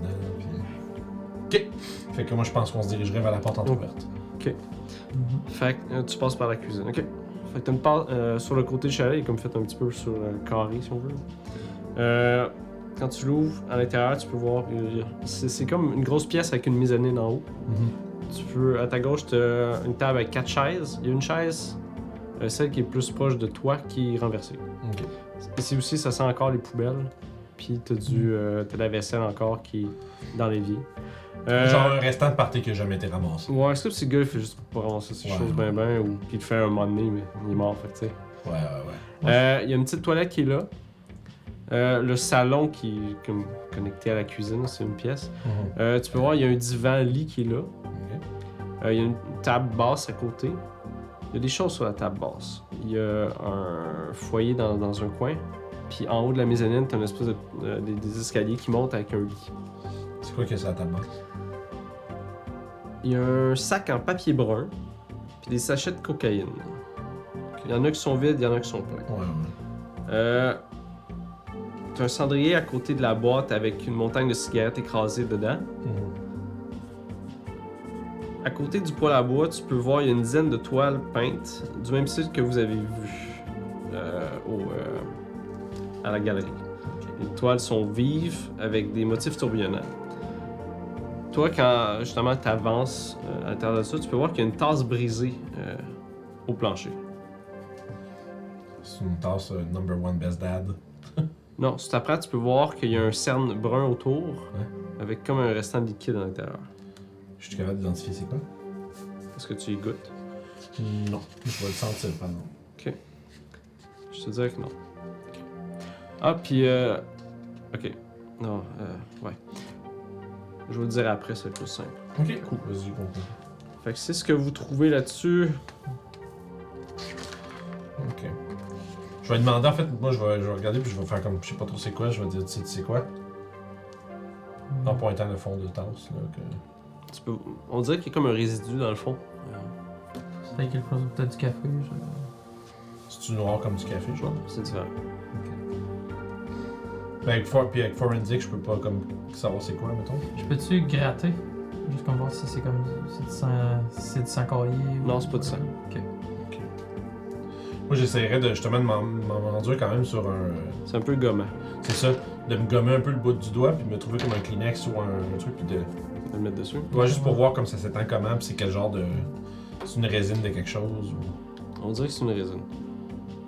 B: Puis... Ok. Fait que moi, je pense qu'on se dirigerait vers la porte entrouverte.
C: Mhm.
A: Fait que euh, tu passes par la cuisine, ok. Fait que tu me parles euh, sur le côté du chalet, il est comme fait un petit peu sur le carré, si on veut. Euh, quand tu l'ouvres à l'intérieur, tu peux voir. euh, c'est c'est comme une grosse pièce avec une mezzanine en haut.
B: Mhm.
A: Tu peux, à ta gauche, t'as une table avec quatre chaises. Il y a une chaise, euh, celle qui est plus proche de toi, qui est renversée.
B: Ok.
A: Ici aussi, ça sent encore les poubelles. Puis t'as du, euh, t'as de la vaisselle encore qui est dans l'évier. Euh,
B: Genre un restant de party qui a jamais été ramassé.
A: Ouais, est-ce que le petit gars, il fait juste pour ramasser ces
B: Ouais.
A: choses bien bien ou puis il le fait un moment donné, mais il est mort, fait que tu sais.
B: Ouais, ouais, ouais.
A: Euh, Il y a une petite toilette qui est là. Euh, le salon qui est comme connecté à la cuisine, c'est une pièce.
C: Mhm.
A: Euh, tu peux voir, il y a un divan-lit qui est là.
B: Ok.
A: Euh, Il y a une table basse à côté. Il y a des choses sur la table basse. Il y a un foyer dans, dans un coin. Puis en haut de la mezzanine, t'as une espèce de, euh, des, des escaliers qui montent avec un lit.
B: C'est quoi que ça t'a basse?
A: Il y a un sac en papier brun. Puis des sachets de cocaïne. Il y en a qui sont vides, il y en a qui sont pleins.
B: Ouais, ouais.
A: Euh, T'as un cendrier à côté de la boîte avec une montagne de cigarettes écrasées dedans.
C: Mhm.
A: À côté du poêle à bois, tu peux voir il y a une dizaine de toiles peintes du même style que vous avez vu euh, au, euh, à la galerie. Les toiles sont vives avec des motifs tourbillonnants. Toi, quand justement tu avances à l'intérieur de ça, tu peux voir qu'il y a une tasse brisée euh, au plancher.
B: C'est une tasse euh, number one best dad.
A: Non, si tu apprends, tu peux voir qu'il y a un cerne brun autour, avec comme un restant de liquide à l'intérieur.
B: Je suis capable d'identifier c'est quoi?
A: Est-ce que tu y goûtes?
B: Non. Je vais le sentir, pardon.
A: Je te dirais que non. Ok. Ah, puis... Euh... Ok. Non, euh, ouais. Je vous le dirai après, c'est le plus simple.
B: Ok, cool. Vas-y, continue.
A: Fait que c'est ce que vous trouvez là-dessus.
B: Ok. Je vais demander, en fait, moi je vais, je vais regarder puis je vais faire comme je sais pas trop c'est quoi, je vais dire tu sais tu sais quoi. En pointant le fond de tasse. Là, que...
A: Tu peux... On dirait qu'il y a comme un résidu dans le fond. Euh,
C: C'est peut-être quelque chose, peut-être du café, je...
B: C'est-tu noir comme du café, je vois?
A: C'est différent.
B: Mais avec, for... puis avec Forensic, je peux pas comme savoir c'est quoi, mettons.
C: Je peux-tu gratter Juste comme voir si c'est comme. du- C'est du sang. si C'est du sang caillé ou-
A: Non, c'est pas du sang.
C: Ok.
B: Moi j'essaierais de justement de m'en- m'en renduire quand même sur un.
A: C'est un peu gommant.
B: C'est ça, de me gommer un peu le bout du doigt puis de me trouver comme un Kleenex ou un, un truc puis de.
A: On va le mettre dessus.
B: Ouais, juste pour voir comme ça s'étend comment puis c'est quel genre de. C'est une résine de quelque chose ou.
A: On dirait que c'est une résine.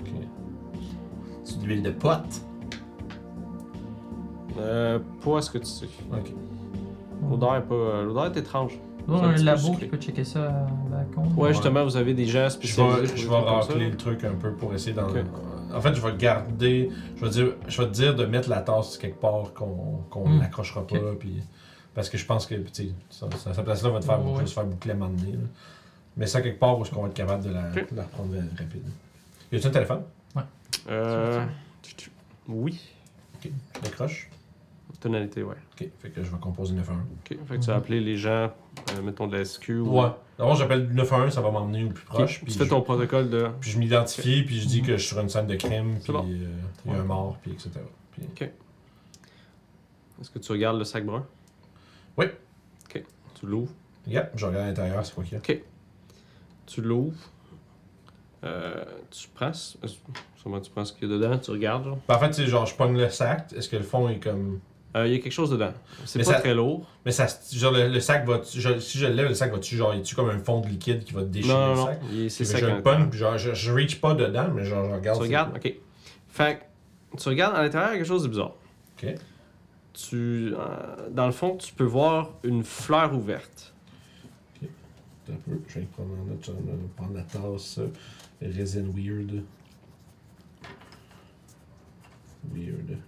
B: Ok. C'est de l'huile de pote.
A: Euh, pas à ce que tu sais.
B: Ok.
A: L'odeur est pas... euh, L'odeur est étrange.
C: Bon,
A: C'est un
C: un
A: petit peu
C: labo
A: sucré.
C: qui peut checker ça à la con.
A: Ouais,
B: Ouais.
A: justement, vous avez des gens
B: Puis Je
A: spécialisés.
B: vais,
A: pour des
B: je vais
A: trucs comme ça.
B: racler le truc un peu pour essayer d'en.
A: Ok.
B: En fait, je vais garder. Je vais, dire, je vais te dire de mettre la tasse quelque part qu'on qu'on
C: Hmm.
B: l'accrochera pas.
C: Ok.
B: Puis... Parce que je pense que, tu sais, ça- ça- sa place-là va te faire,
C: Ouais,
B: va
C: ouais.
B: se faire boucler à un moment donné, là. Mais ça, quelque part, où est-ce qu'on va être capable de la,
A: Ok.
B: de la reprendre euh, rapide? Y a-tu un téléphone?
A: Euh, tu- tu- oui.
B: Ok, je décroche.
A: Tonalité, ouais.
B: Ok, fait que je vais composer 911.
A: Ok, fait que tu as appelé les gens, euh, mettons de la SQ. ou-
B: Mhm. Ouais. D'abord, j'appelle 911, ça va m'emmener au plus
A: Ok,
B: proche.
A: tu
B: Puis
A: fais
B: je,
A: ton protocole de.
B: puis je m'identifie, puis je dis que je suis sur une scène de crime,
A: C'est
B: puis
A: bon.
B: euh, il y a un
A: Ouais.
B: mort, puis etc. Puis-
A: Est-ce que tu regardes le sac brun
B: Oui.
A: Ok, tu l'ouvres.
B: Yep, je regarde à l'intérieur, c'est quoi qu'il y a.
A: Tu l'ouvres. Euh, tu prends. ce- euh, Sûrement, tu prends ce qu'il y a dedans, tu regardes. genre.
B: Puis Ben, en fait, c'est genre, je pogne le sac. Est-ce que le fond est comme.
A: Euh, Il y a quelque chose dedans. C'est
B: Mais
A: pas
B: ça-
A: très lourd.
B: Mais ça, se- genre, le, le sac va. je- si je le lève, le sac va-tu, genre, y a-tu comme un fond de liquide qui va déchirer
A: Non, non,
B: le
A: non.
B: sac?
A: il- C'est
B: Puis
A: ça
B: je
A: qu'il y a
B: le pogne, puis genre, je, je reach pas dedans, mais genre, je regarde.
A: Tu regardes, ok. Fait que tu regardes à l'intérieur, il y a quelque chose de bizarre.
B: Ok.
A: Tu, euh, dans le fond, tu peux voir une fleur ouverte.
B: Attends un peu, je vais prendre en note, je vais prendre la tasse. euh, Resin Weird. Weird.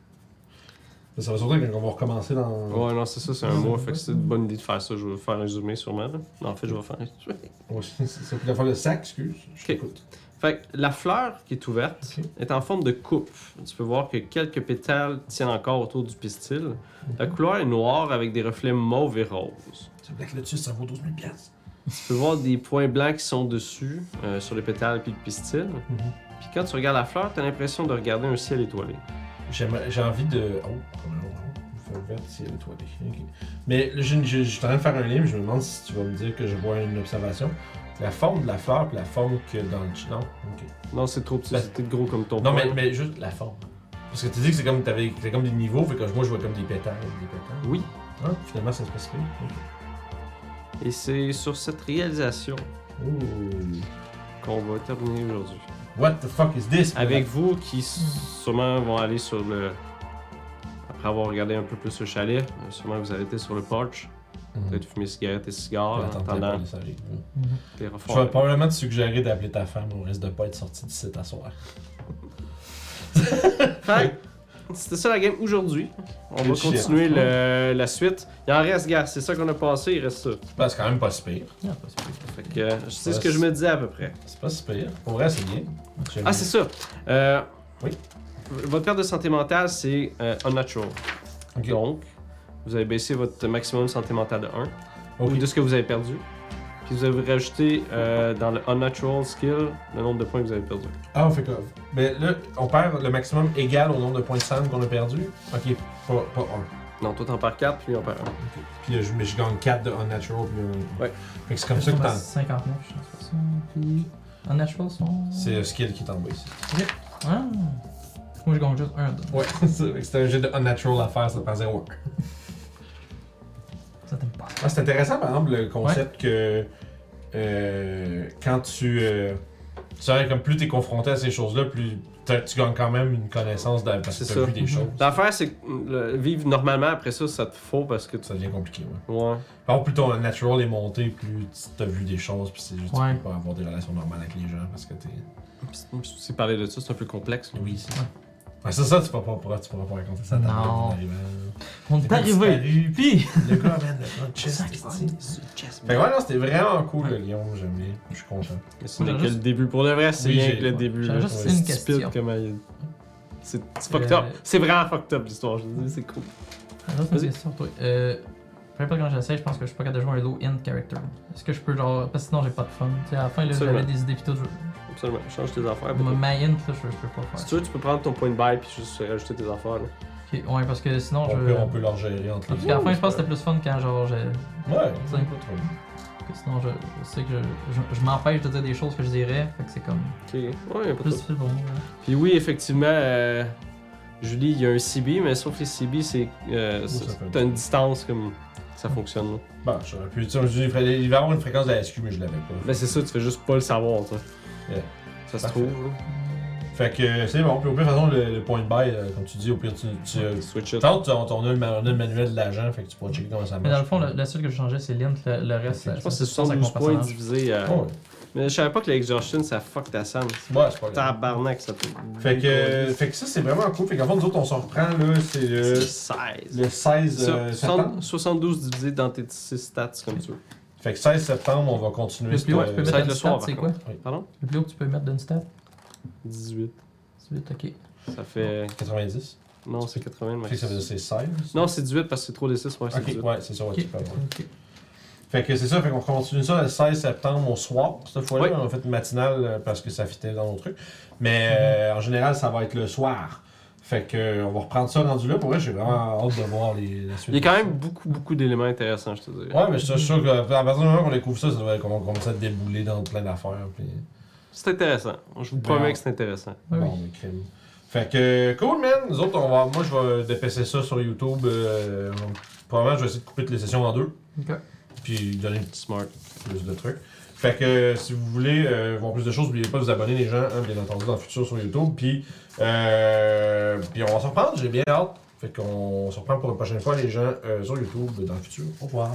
B: Mais ça va surtout quand on va recommencer dans.
A: Ouais, non, c'est ça,
B: Ah,
A: c'est un mot. Fait que c'est une bonne idée de faire ça. Je vais faire un résumé sûrement. là. Non, en fait, je vais faire un résumé.
B: Ouais, c'est ça. Puis la fois, le sac, excuse. Je
A: Ok.
B: t'écoute.
A: Fait que la fleur qui est ouverte
B: Ok.
A: est en forme de coupe. Tu peux voir que quelques pétales tiennent encore autour du pistil.
B: Mhm.
A: La couleur est noire avec des reflets mauve et rose.
B: Ce black là-dessus, ça vaut 12 000 piastres.
A: Tu peux voir des points blancs qui sont dessus, euh, sur les pétales puis le pistil. Puis quand tu regardes la fleur, t'as l'impression de regarder un ciel étoilé.
B: J'aimerais- J'ai envie de. Oh, oh, oh, oh. vert, c'est étoilé. Ok. Mais là, j'ai- j'ai- je suis en train de faire un livre, je me demande si tu vas me dire que je vois une observation. La forme de la fleur, puis la forme que dans le. Non, ok.
A: Non, c'est trop petit,
B: Ben-
A: c'était gros comme ton
B: Non,
A: poing.
B: mais, mais juste la forme. Parce que tu dis que c'est comme, t'avais- c'est comme des niveaux, fait que moi je vois comme des pétales, des pétales.
A: Oui,
B: Ah, finalement, ça se passe bien. Ok.
A: et c'est sur cette réalisation
B: Ooh.
A: qu'on va terminer aujourd'hui.
B: What the fuck is this?
A: Avec vous qui s- sûrement vont aller sur le... Après avoir regardé un peu plus le chalet, euh, sûrement vous arrêtez sur le porch,
B: Mhm.
A: peut-être fumer cigarette et cigare en
B: Attends, attends,
A: attendant
B: ça arrive.
A: les
B: Je vais
A: reformes.
B: probablement te suggérer d'appeler ta femme, on risque de pas être sorti d'ici ta soirée.
A: Fait que, C'était ça la game aujourd'hui. On va
B: Good shit.
A: continuer le- la suite. Il en reste, gars, c'est ça qu'on a passé, il reste ça.
B: Bah, c'est quand même pas si pire.
C: Ah, pas si pire.
A: Fait que, euh, je sais ce que je me disais à peu près.
B: C'est pas si pire. Pour vrai, c'est bien. J'aime
A: Ah, c'est ça. Euh,
B: Oui.
A: Votre perte de santé mentale, c'est euh, unnatural.
B: Ok.
A: Donc, vous avez baissé votre maximum de santé mentale de 1,
B: Ok.
A: ou de ce que vous avez perdu. Puis vous avez rajouté euh, dans le unnatural skill le nombre de points que vous avez perdu.
B: Ah, on fait quoi? Mais là, on perd le maximum égal au nombre de points de sang qu'on a perdu. Ok, pas, pas un.
A: Non, toi t'en perds 4, puis on perd
B: Ok. Puis là, je, mais je gagne 4 de Unnatural. Puis un-
A: Ouais.
B: Fait que c'est comme ça que
C: Sûrement
B: t'en.
C: 59, je pense. que ça, Puis. En Nashville, sont.
B: C'est le skill qui est en bas ici.
C: Ah. Moi, je gagne juste un. donc.
B: Ouais, c'est fait que c'est un jeu de Unnatural à faire, ça prend 0
C: Ça t'aime pas.
B: Ah, c'est intéressant, par exemple, le concept que euh, quand tu. euh, c'est vrai, comme plus t'es confronté à ces choses-là, plus t'as- tu gagnes quand même une connaissance d'un- parce que
A: C'est
B: t'as
A: ça.
B: vu des
C: Mhm.
B: choses.
A: L'affaire, c'est que mm, le- vivre normalement après ça, ça te faut parce que tu.
B: Ça devient compliqué, ouais.
A: Ouais.
B: Par contre, plus ton natural est monté, plus tu- t'as vu des choses, puis c'est juste
C: Ouais.
B: tu peux pas avoir des relations normales avec les gens parce que t'es.
A: Puis, Si parler de ça, c'est un peu complexe.
B: Oui, c'est
C: Ouais.
B: Ouais, c'est ça, tu pourras pas, tu pourras pas raconter ça à ta mère
C: Non.
B: en arrivant.
C: On
B: Le
C: est
B: gars
C: arrivé.
B: disparu, puis
C: Puis.
B: Le gars, man, le gars, chest. esti. Fait que ouais, non, c'était vraiment cool, le Guillaume, j'aime bien. Je suis content.
A: Mais ce n'est que le début. Pour le vrai, c'est
B: Oui,
A: rien
B: j'ai-
A: que le
B: ouais.
A: début.
C: J'avais
A: là.
C: juste
A: C'est
C: une
A: stupide
C: question.
A: comment il- C'est c'est fucked
C: Euh,
A: up. C'est vraiment fucked up l'histoire, je veux dire, c'est cool.
C: Alors, c'est
A: Vas-y.
C: une question pour toi. Euh, peu importe quand j'essaie, je pense que je suis pas capable de jouer un low-end character. Est-ce que je peux genre. Parce que sinon, j'ai pas de fun. Tu sais, à la fin, là,
A: Absolument.
C: j'avais des idées pis tout. je-
A: Absolument. Change tes affaires.
C: Ma
A: peut-être.
C: ma end, là, je, je peux pas
A: Si
C: faire.
A: tu veux, tu peux prendre ton point de bail puis juste rajouter tes affaires. là.
C: Ok, Ouais, parce que sinon,
B: On
C: je.
B: peut, on peut leur gérer entre
C: Parce
B: les
C: qu'à la fin, je pense que c'était plus fun quand genre. j'ai-
B: Ouais,
C: Tu sais. que sinon, je, je sais que je, je- je m'empêche de dire des choses que je dirais. Fait que c'est comme.
A: Ok. Ouais, y a pas de
C: Plus
A: trouble.
C: difficile pour moi. là.
A: Puis oui, effectivement, euh, Julie, il y a un CB, mais sauf que les CB, c'est. Euh,
B: ça
A: c'est-
B: fait un
A: t'as une distance comme. Ça fonctionne. là.
B: Bon, j'aurais pu. Tu sais, je dis, il fallait- il va y avoir une fréquence de la SQ, mais je l'avais pas.
A: Mais Ben, c'est ça, tu fais juste pas le savoir, toi.
B: Yeah.
A: Ça se
B: Parfait.
A: trouve, là.
B: Fait que euh, c'est bon. Puis au pire, de toute façon, le, le point de bail, euh, comme tu dis, au pire, tu. tu
A: Switch it.
B: tente, on, on a le ma- on a le manuel de l'agent, fait que tu pourras checker comment ça marche.
C: Mais dans le fond, le- la seule que je changeais, c'est l'int, le, le reste.
B: Je
A: Je pense que c'est 72 points divisé à.
B: Oh, ouais.
A: Mais je savais pas que l'exhaustion, ça fuck ta santé.
B: Ouais, c'est pas grave.
A: Tabarnak, ça peut.
B: Fait que, fait que ça, c'est vraiment cool. Fait qu'en fait, nous autres, on s'en reprend, là, c'est le,
A: C'est 16.
B: le 16
A: Ça,
B: euh, septembre.
A: 60 72 divisé dans tes 6 stats, comme tu veux.
B: Fait que 16 septembre, on va continuer
C: Le plus haut que tu peux
A: ça va
B: cette-
C: mettre
A: être
C: d'une
A: le
C: stat,
A: soir,
C: c'est
A: par
C: quoi?
A: Pardon?
C: Le plus haut que tu peux mettre d'une stat?
A: 18.
C: 18, ok.
A: Ça fait.
B: 90.
A: Non, c'est 80 le
B: Fait que ça veut
A: max.
B: dire c'est 16.
A: Non, c'est 18 parce que c'est 3 des 6, ouais, c'est
B: Ok,
A: 18.
B: ouais, c'est ça, ouais,
C: Ok.
B: tu peux avoir.
C: Ok.
B: Fait que c'est ça, fait qu'on continue ça le 16 septembre au soir, cette fois-là.
A: Oui.
B: On a fait matinale euh, parce que ça fitait dans nos trucs. Mais
C: Mhm.
B: euh, en général, ça va être le soir. Fait que euh, on va reprendre ça rendu là. Pour vrai, j'ai vraiment hâte de voir les, la suite.
A: Il y a quand même beaucoup, beaucoup d'éléments intéressants, je te dirais.
B: Ouais, mais je suis sûr qu'à partir du moment qu'on découvre ça, ça va qu'on va commencer à débouler dans plein d'affaires. Puis...
A: C'est intéressant. Je vous
B: Ben,
A: promets que c'est intéressant.
C: Ah oui.
B: Bon, mais crime. Fait que, cool, man. Nous autres, on va, moi, je vais dépasser ça sur YouTube. euh, probablement, je vais essayer de couper toutes les sessions en deux.
C: Ok.
B: Puis donner
A: Smart.
B: plus de trucs. Fait que euh, si vous voulez euh, voir plus de choses, n'oubliez pas de vous abonner les gens, hein, bien entendu, dans le futur sur YouTube. Puis, euh, puis on va s'en reprendre, j'ai bien hâte. Fait qu'on se reprend pour une prochaine fois les gens euh, sur YouTube dans le futur. Au revoir.